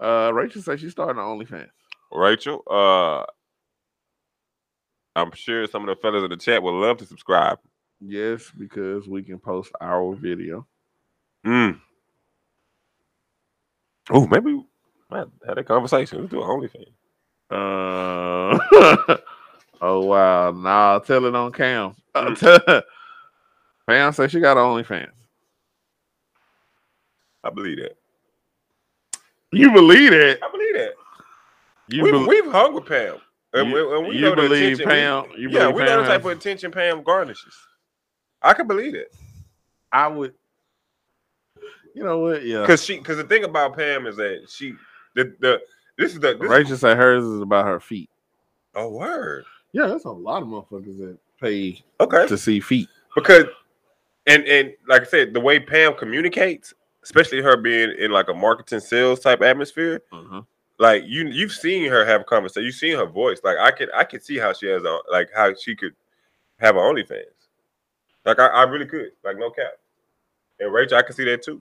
Speaker 2: Uh, Rachel said she's starting an OnlyFans.
Speaker 3: Rachel, uh, I'm sure some of the fellas in the chat would love to subscribe.
Speaker 2: Yes, because we can post our video.
Speaker 3: Mm. Oh, maybe we might have that conversation. Let's do an OnlyFans.
Speaker 2: Uh, oh wow, nah, tell it on Cam. Uh, t- Pam said she got OnlyFans.
Speaker 3: I believe that.
Speaker 2: You believe it?
Speaker 3: I believe that.
Speaker 2: You,
Speaker 3: we've,
Speaker 2: bel-
Speaker 3: we've hung with Pam. And
Speaker 2: you-
Speaker 3: we, and we
Speaker 2: you
Speaker 3: know the
Speaker 2: believe
Speaker 3: attention-
Speaker 2: Pam?
Speaker 3: we-
Speaker 2: you
Speaker 3: yeah,
Speaker 2: believe
Speaker 3: we know the
Speaker 2: Pam
Speaker 3: type of
Speaker 2: has-
Speaker 3: attention Pam garnishes. I can believe that
Speaker 2: I would. You know what? Yeah.
Speaker 3: because she because the thing about Pam is that she the the this is the this,
Speaker 2: Rachel said hers is about her feet.
Speaker 3: oh word
Speaker 2: Yeah, that's a lot of motherfuckers that pay
Speaker 3: okay
Speaker 2: to see feet.
Speaker 3: because and and like I said the way Pam communicates especially her being in like a marketing sales type atmosphere
Speaker 2: Uh-huh.
Speaker 3: like you you've seen her have a conversation you've seen her voice like i could i could see how she has a like how she could have an onlyfans like i, I really could like no cap and rachel i can see that too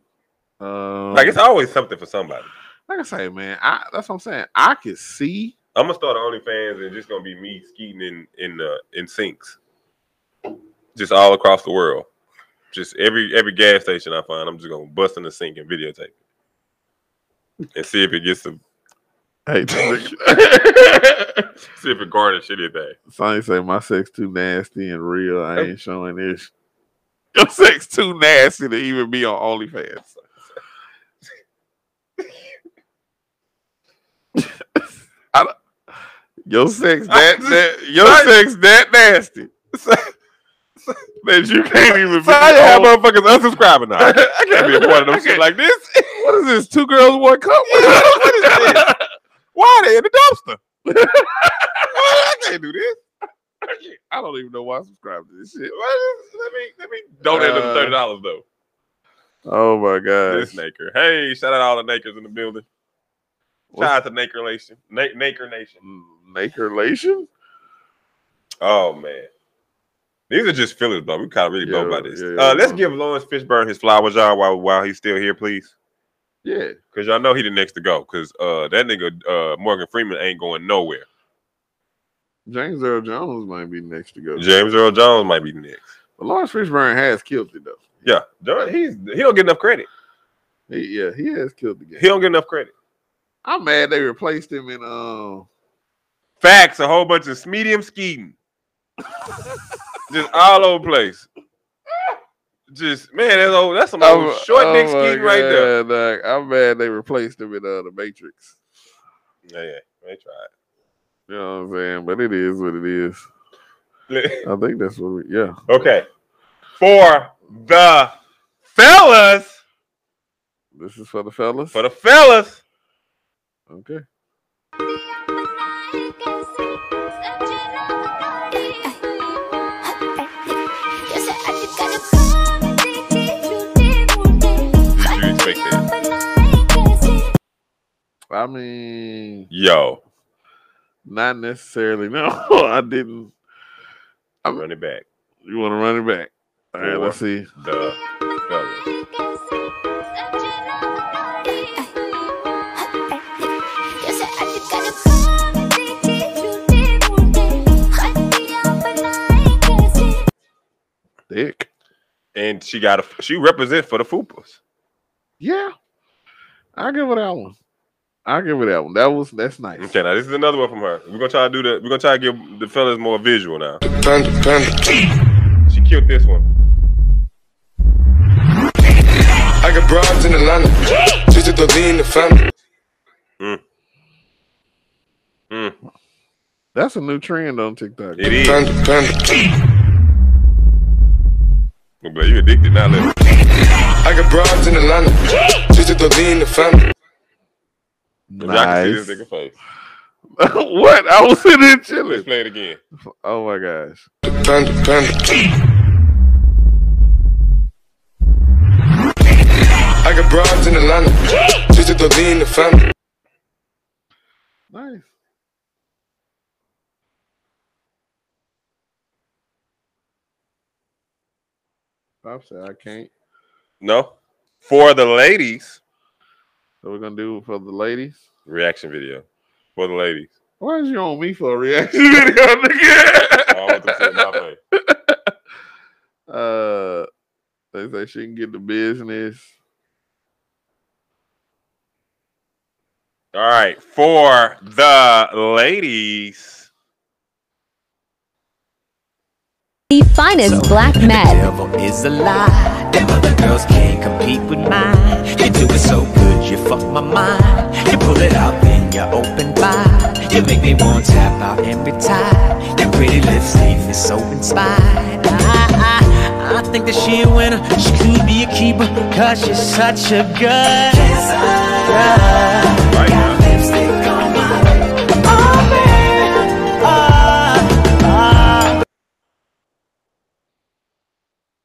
Speaker 2: Um,
Speaker 3: like it's always something for somebody
Speaker 2: like I say, man. I that's what I'm saying. I could see.
Speaker 3: i'm gonna start an onlyfans and it's just gonna be me skeeting in in uh, in sinks just all across the world just every every gas station i find i'm just gonna bust in the sink and videotape it and see if it gets some
Speaker 2: Hey,
Speaker 3: see if it garnish anything
Speaker 2: Sonny say my sex too nasty and real. I ain't showing this. Your sex too nasty to even be on OnlyFans. I don't- your sex that, that your sex that nasty that you can't even be.
Speaker 3: So how you have
Speaker 2: on-
Speaker 3: motherfuckers unsubscribing now? I can't be a part of them shit like this.
Speaker 2: What is this? Two girls, one cup. What- what is this?
Speaker 3: Why are they in the dumpster? I can't do this.
Speaker 2: I don't even know why I subscribe to this
Speaker 3: What
Speaker 2: shit.
Speaker 3: is- Let me let me donate them
Speaker 2: Uh,
Speaker 3: thirty dollars though.
Speaker 2: Oh my god!
Speaker 3: This Naker. Hey, shout out all the Nakers in the building. Shout out to Naker Nation. Na- Naker Nation.
Speaker 2: Nakerlation?
Speaker 3: Oh man. These are just fillers, but we kind of really blown
Speaker 2: Yeah,
Speaker 3: by this.
Speaker 2: yeah,
Speaker 3: uh, let's
Speaker 2: yeah.
Speaker 3: give Lawrence Fishburne his flowers, y'all, while while he's still here, please.
Speaker 2: Yeah.
Speaker 3: Cause y'all know he the next to go. Cause uh, that nigga uh, Morgan Freeman ain't going nowhere.
Speaker 2: James Earl Jones might be next to go.
Speaker 3: James Earl Jones might be next.
Speaker 2: But Lawrence Fishburne has killed it though.
Speaker 3: Yeah, Dur- he's he don't get enough credit.
Speaker 2: He, yeah, he has killed the game.
Speaker 3: He don't get enough credit.
Speaker 2: I'm mad they replaced him in um.
Speaker 3: Facts, a whole bunch of medium skeeting, just all over the place. Just man, that's old, that's some old
Speaker 2: Oh,
Speaker 3: short dick skeeting right there.
Speaker 2: there. I'm mad they replaced him in uh, the Matrix.
Speaker 3: Yeah, yeah, they tried.
Speaker 2: You know what I'm saying? But it is what it is. I think that's what. We, yeah.
Speaker 3: okay, for the fellas,
Speaker 2: This is for the fellas.
Speaker 3: for the fellas,
Speaker 2: okay.
Speaker 3: you expect that?
Speaker 2: I mean,
Speaker 3: Yo,
Speaker 2: not necessarily. No, I didn't. I'm-
Speaker 3: run it back.
Speaker 2: You want to run it back? All right. Let's see.
Speaker 3: The fellas.
Speaker 2: Dick.
Speaker 3: and she got a she represent for the Fupas.
Speaker 2: Yeah. I give it that one. I give it that one. That was that's nice.
Speaker 3: Okay, now this is another one from her. We're gonna try to do the we're gonna try to give the fellas more visual now. She killed this one.
Speaker 4: I got broads in Atlanta. Just to throw in the family.
Speaker 3: Mm,
Speaker 2: That's a new trend on TikTok.
Speaker 3: it is.
Speaker 4: Panda, panda.
Speaker 3: I'm glad you addicted now. Let me-
Speaker 4: I got broads in Atlanta. Just to throw in the family.
Speaker 3: if y'all can see
Speaker 2: Nice.
Speaker 3: this nigga face.
Speaker 2: what? I was sitting there
Speaker 3: Let's
Speaker 2: chilling.
Speaker 3: play it again.
Speaker 2: Oh my gosh.
Speaker 4: Panda, panda. I got broads in Atlanta. Just to throw in the family.
Speaker 2: Nice. Pop said I can't.
Speaker 3: No. For the ladies,
Speaker 2: So we're gonna do it for the ladies.
Speaker 3: reaction video. For the ladies.
Speaker 2: Why is you on me for a reaction video, nigga?
Speaker 3: I don't want them to see my face.
Speaker 2: Uh, they say she can get the business.
Speaker 3: All right, for the ladies.
Speaker 5: The finest black
Speaker 6: The
Speaker 5: men.
Speaker 6: devil is a lie. Them other girls can't compete with mine. You do it so good, you fuck my mind. You pull it out, then you open wide. You make me want to tap out and retire. Your pretty lips leave me so inspired. I, I, I think that she a winner. She could be a keeper, cause she's such a good girl.
Speaker 3: Right now.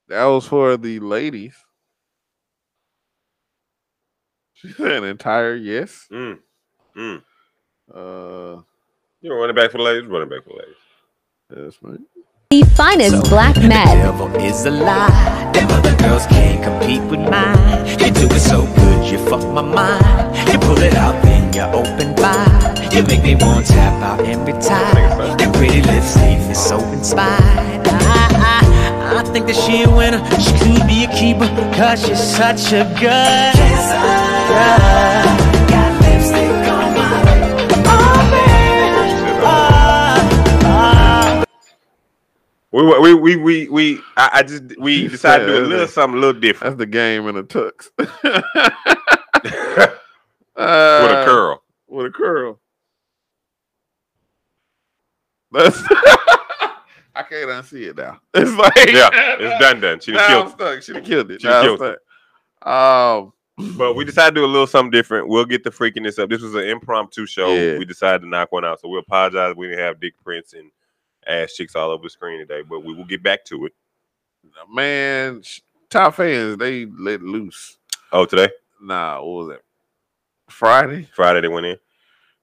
Speaker 2: That was for the ladies. She said an entire yes.
Speaker 3: Mm, mm.
Speaker 2: Uh,
Speaker 3: You don't run it back for the ladies? Run it back for the ladies.
Speaker 2: that's me.
Speaker 5: The finest black
Speaker 6: The
Speaker 5: men.
Speaker 6: devil is a lie. Them other girls can't compete with mine. You do it so good, you fuck my mind. You pull it out, then you open wide. You make me want to tap out and retire. Your pretty lips leave me so inspired. I, I, I think that she a winner. She could be a keeper, cause she's such a good girl.
Speaker 3: We we we we, we I, I just we
Speaker 2: You
Speaker 3: decided to do a
Speaker 2: said
Speaker 3: little
Speaker 2: that.
Speaker 3: something a little different
Speaker 2: That's the game in a tux.
Speaker 3: with a
Speaker 2: Uh,
Speaker 3: curl.
Speaker 2: With a curl. That's. I can't unsee it now. It's like
Speaker 3: Yeah, it's done done. She done
Speaker 2: now I'm
Speaker 3: killed.
Speaker 2: stuck. She done killed it.
Speaker 3: She
Speaker 2: Now I'm
Speaker 3: killed
Speaker 2: stuck. Um,
Speaker 3: it. But we decided to do a little something different. We'll get the freakiness up. This was an impromptu show.
Speaker 2: Yeah.
Speaker 3: We decided to knock one out, so we apologize. We didn't have dick prints and ass chicks all over the screen today, but we will get back to it.
Speaker 2: man, sh- top fans they let loose.
Speaker 3: Oh, today
Speaker 2: Nah, what was it? Friday.
Speaker 3: Friday they went in.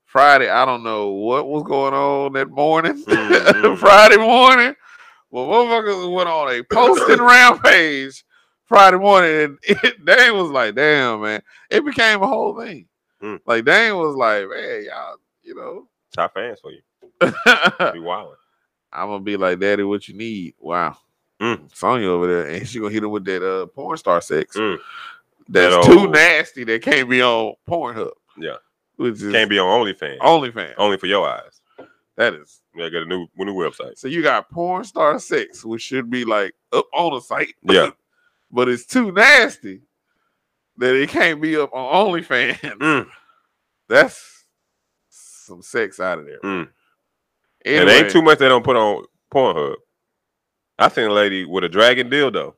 Speaker 2: Friday, I don't know what was going on that morning,
Speaker 3: Mhm.
Speaker 2: Friday morning. Well, motherfuckers went on a posting rampage Friday morning, and it, Dane was like, "Damn, man!" It became a whole thing.
Speaker 3: Mm.
Speaker 2: Like Dane was like, "Man, y'all, you know."
Speaker 3: Top fans for you. Be wild.
Speaker 2: I'm gonna be like, "Daddy, what you need?" Wow,
Speaker 3: Mm.
Speaker 2: Sonya over there, and she gonna hit him with that uh, porn star sex.
Speaker 3: Mm.
Speaker 2: That's
Speaker 3: That
Speaker 2: too
Speaker 3: old-
Speaker 2: nasty. That can't be on Pornhub.
Speaker 3: Yeah.
Speaker 2: which is
Speaker 3: Can't be Oh. on OnlyFans.
Speaker 2: OnlyFans.
Speaker 3: Only for your eyes.
Speaker 2: That is
Speaker 3: Yeah, got a new new website.
Speaker 2: So you got porn star sex, which should be like up on the site.
Speaker 3: Yeah.
Speaker 2: but it's too nasty that it can't be up on OnlyFans.
Speaker 3: Mm.
Speaker 2: That's some sex out of there.
Speaker 3: Mm.
Speaker 2: Anyway,
Speaker 3: It ain't too much they don't put on Pornhub. I seen a lady with a dragon dildo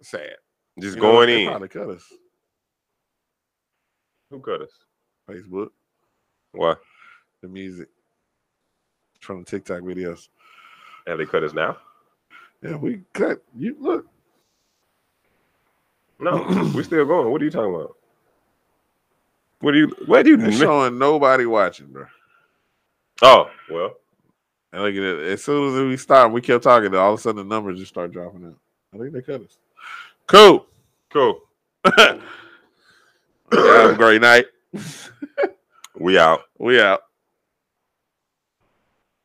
Speaker 2: sad.
Speaker 3: just
Speaker 2: You know,
Speaker 3: going
Speaker 2: they
Speaker 3: in.
Speaker 2: Probably cut us.
Speaker 3: Who cut us?
Speaker 2: Facebook,
Speaker 3: Why?
Speaker 2: the music from the TikTok videos.
Speaker 3: Have they cut us now?
Speaker 2: Yeah, we cut. You look.
Speaker 3: No, we still going. What are you talking about? What do you? What do you?
Speaker 2: It's
Speaker 3: miss-
Speaker 2: showing nobody watching, bro.
Speaker 3: Oh well,
Speaker 2: And look at it. As soon as we stopped, we kept talking. All of a sudden, the numbers just start dropping out. I think they cut us. Cool.
Speaker 3: cool.
Speaker 2: Have a great night.
Speaker 3: We out.
Speaker 2: We out.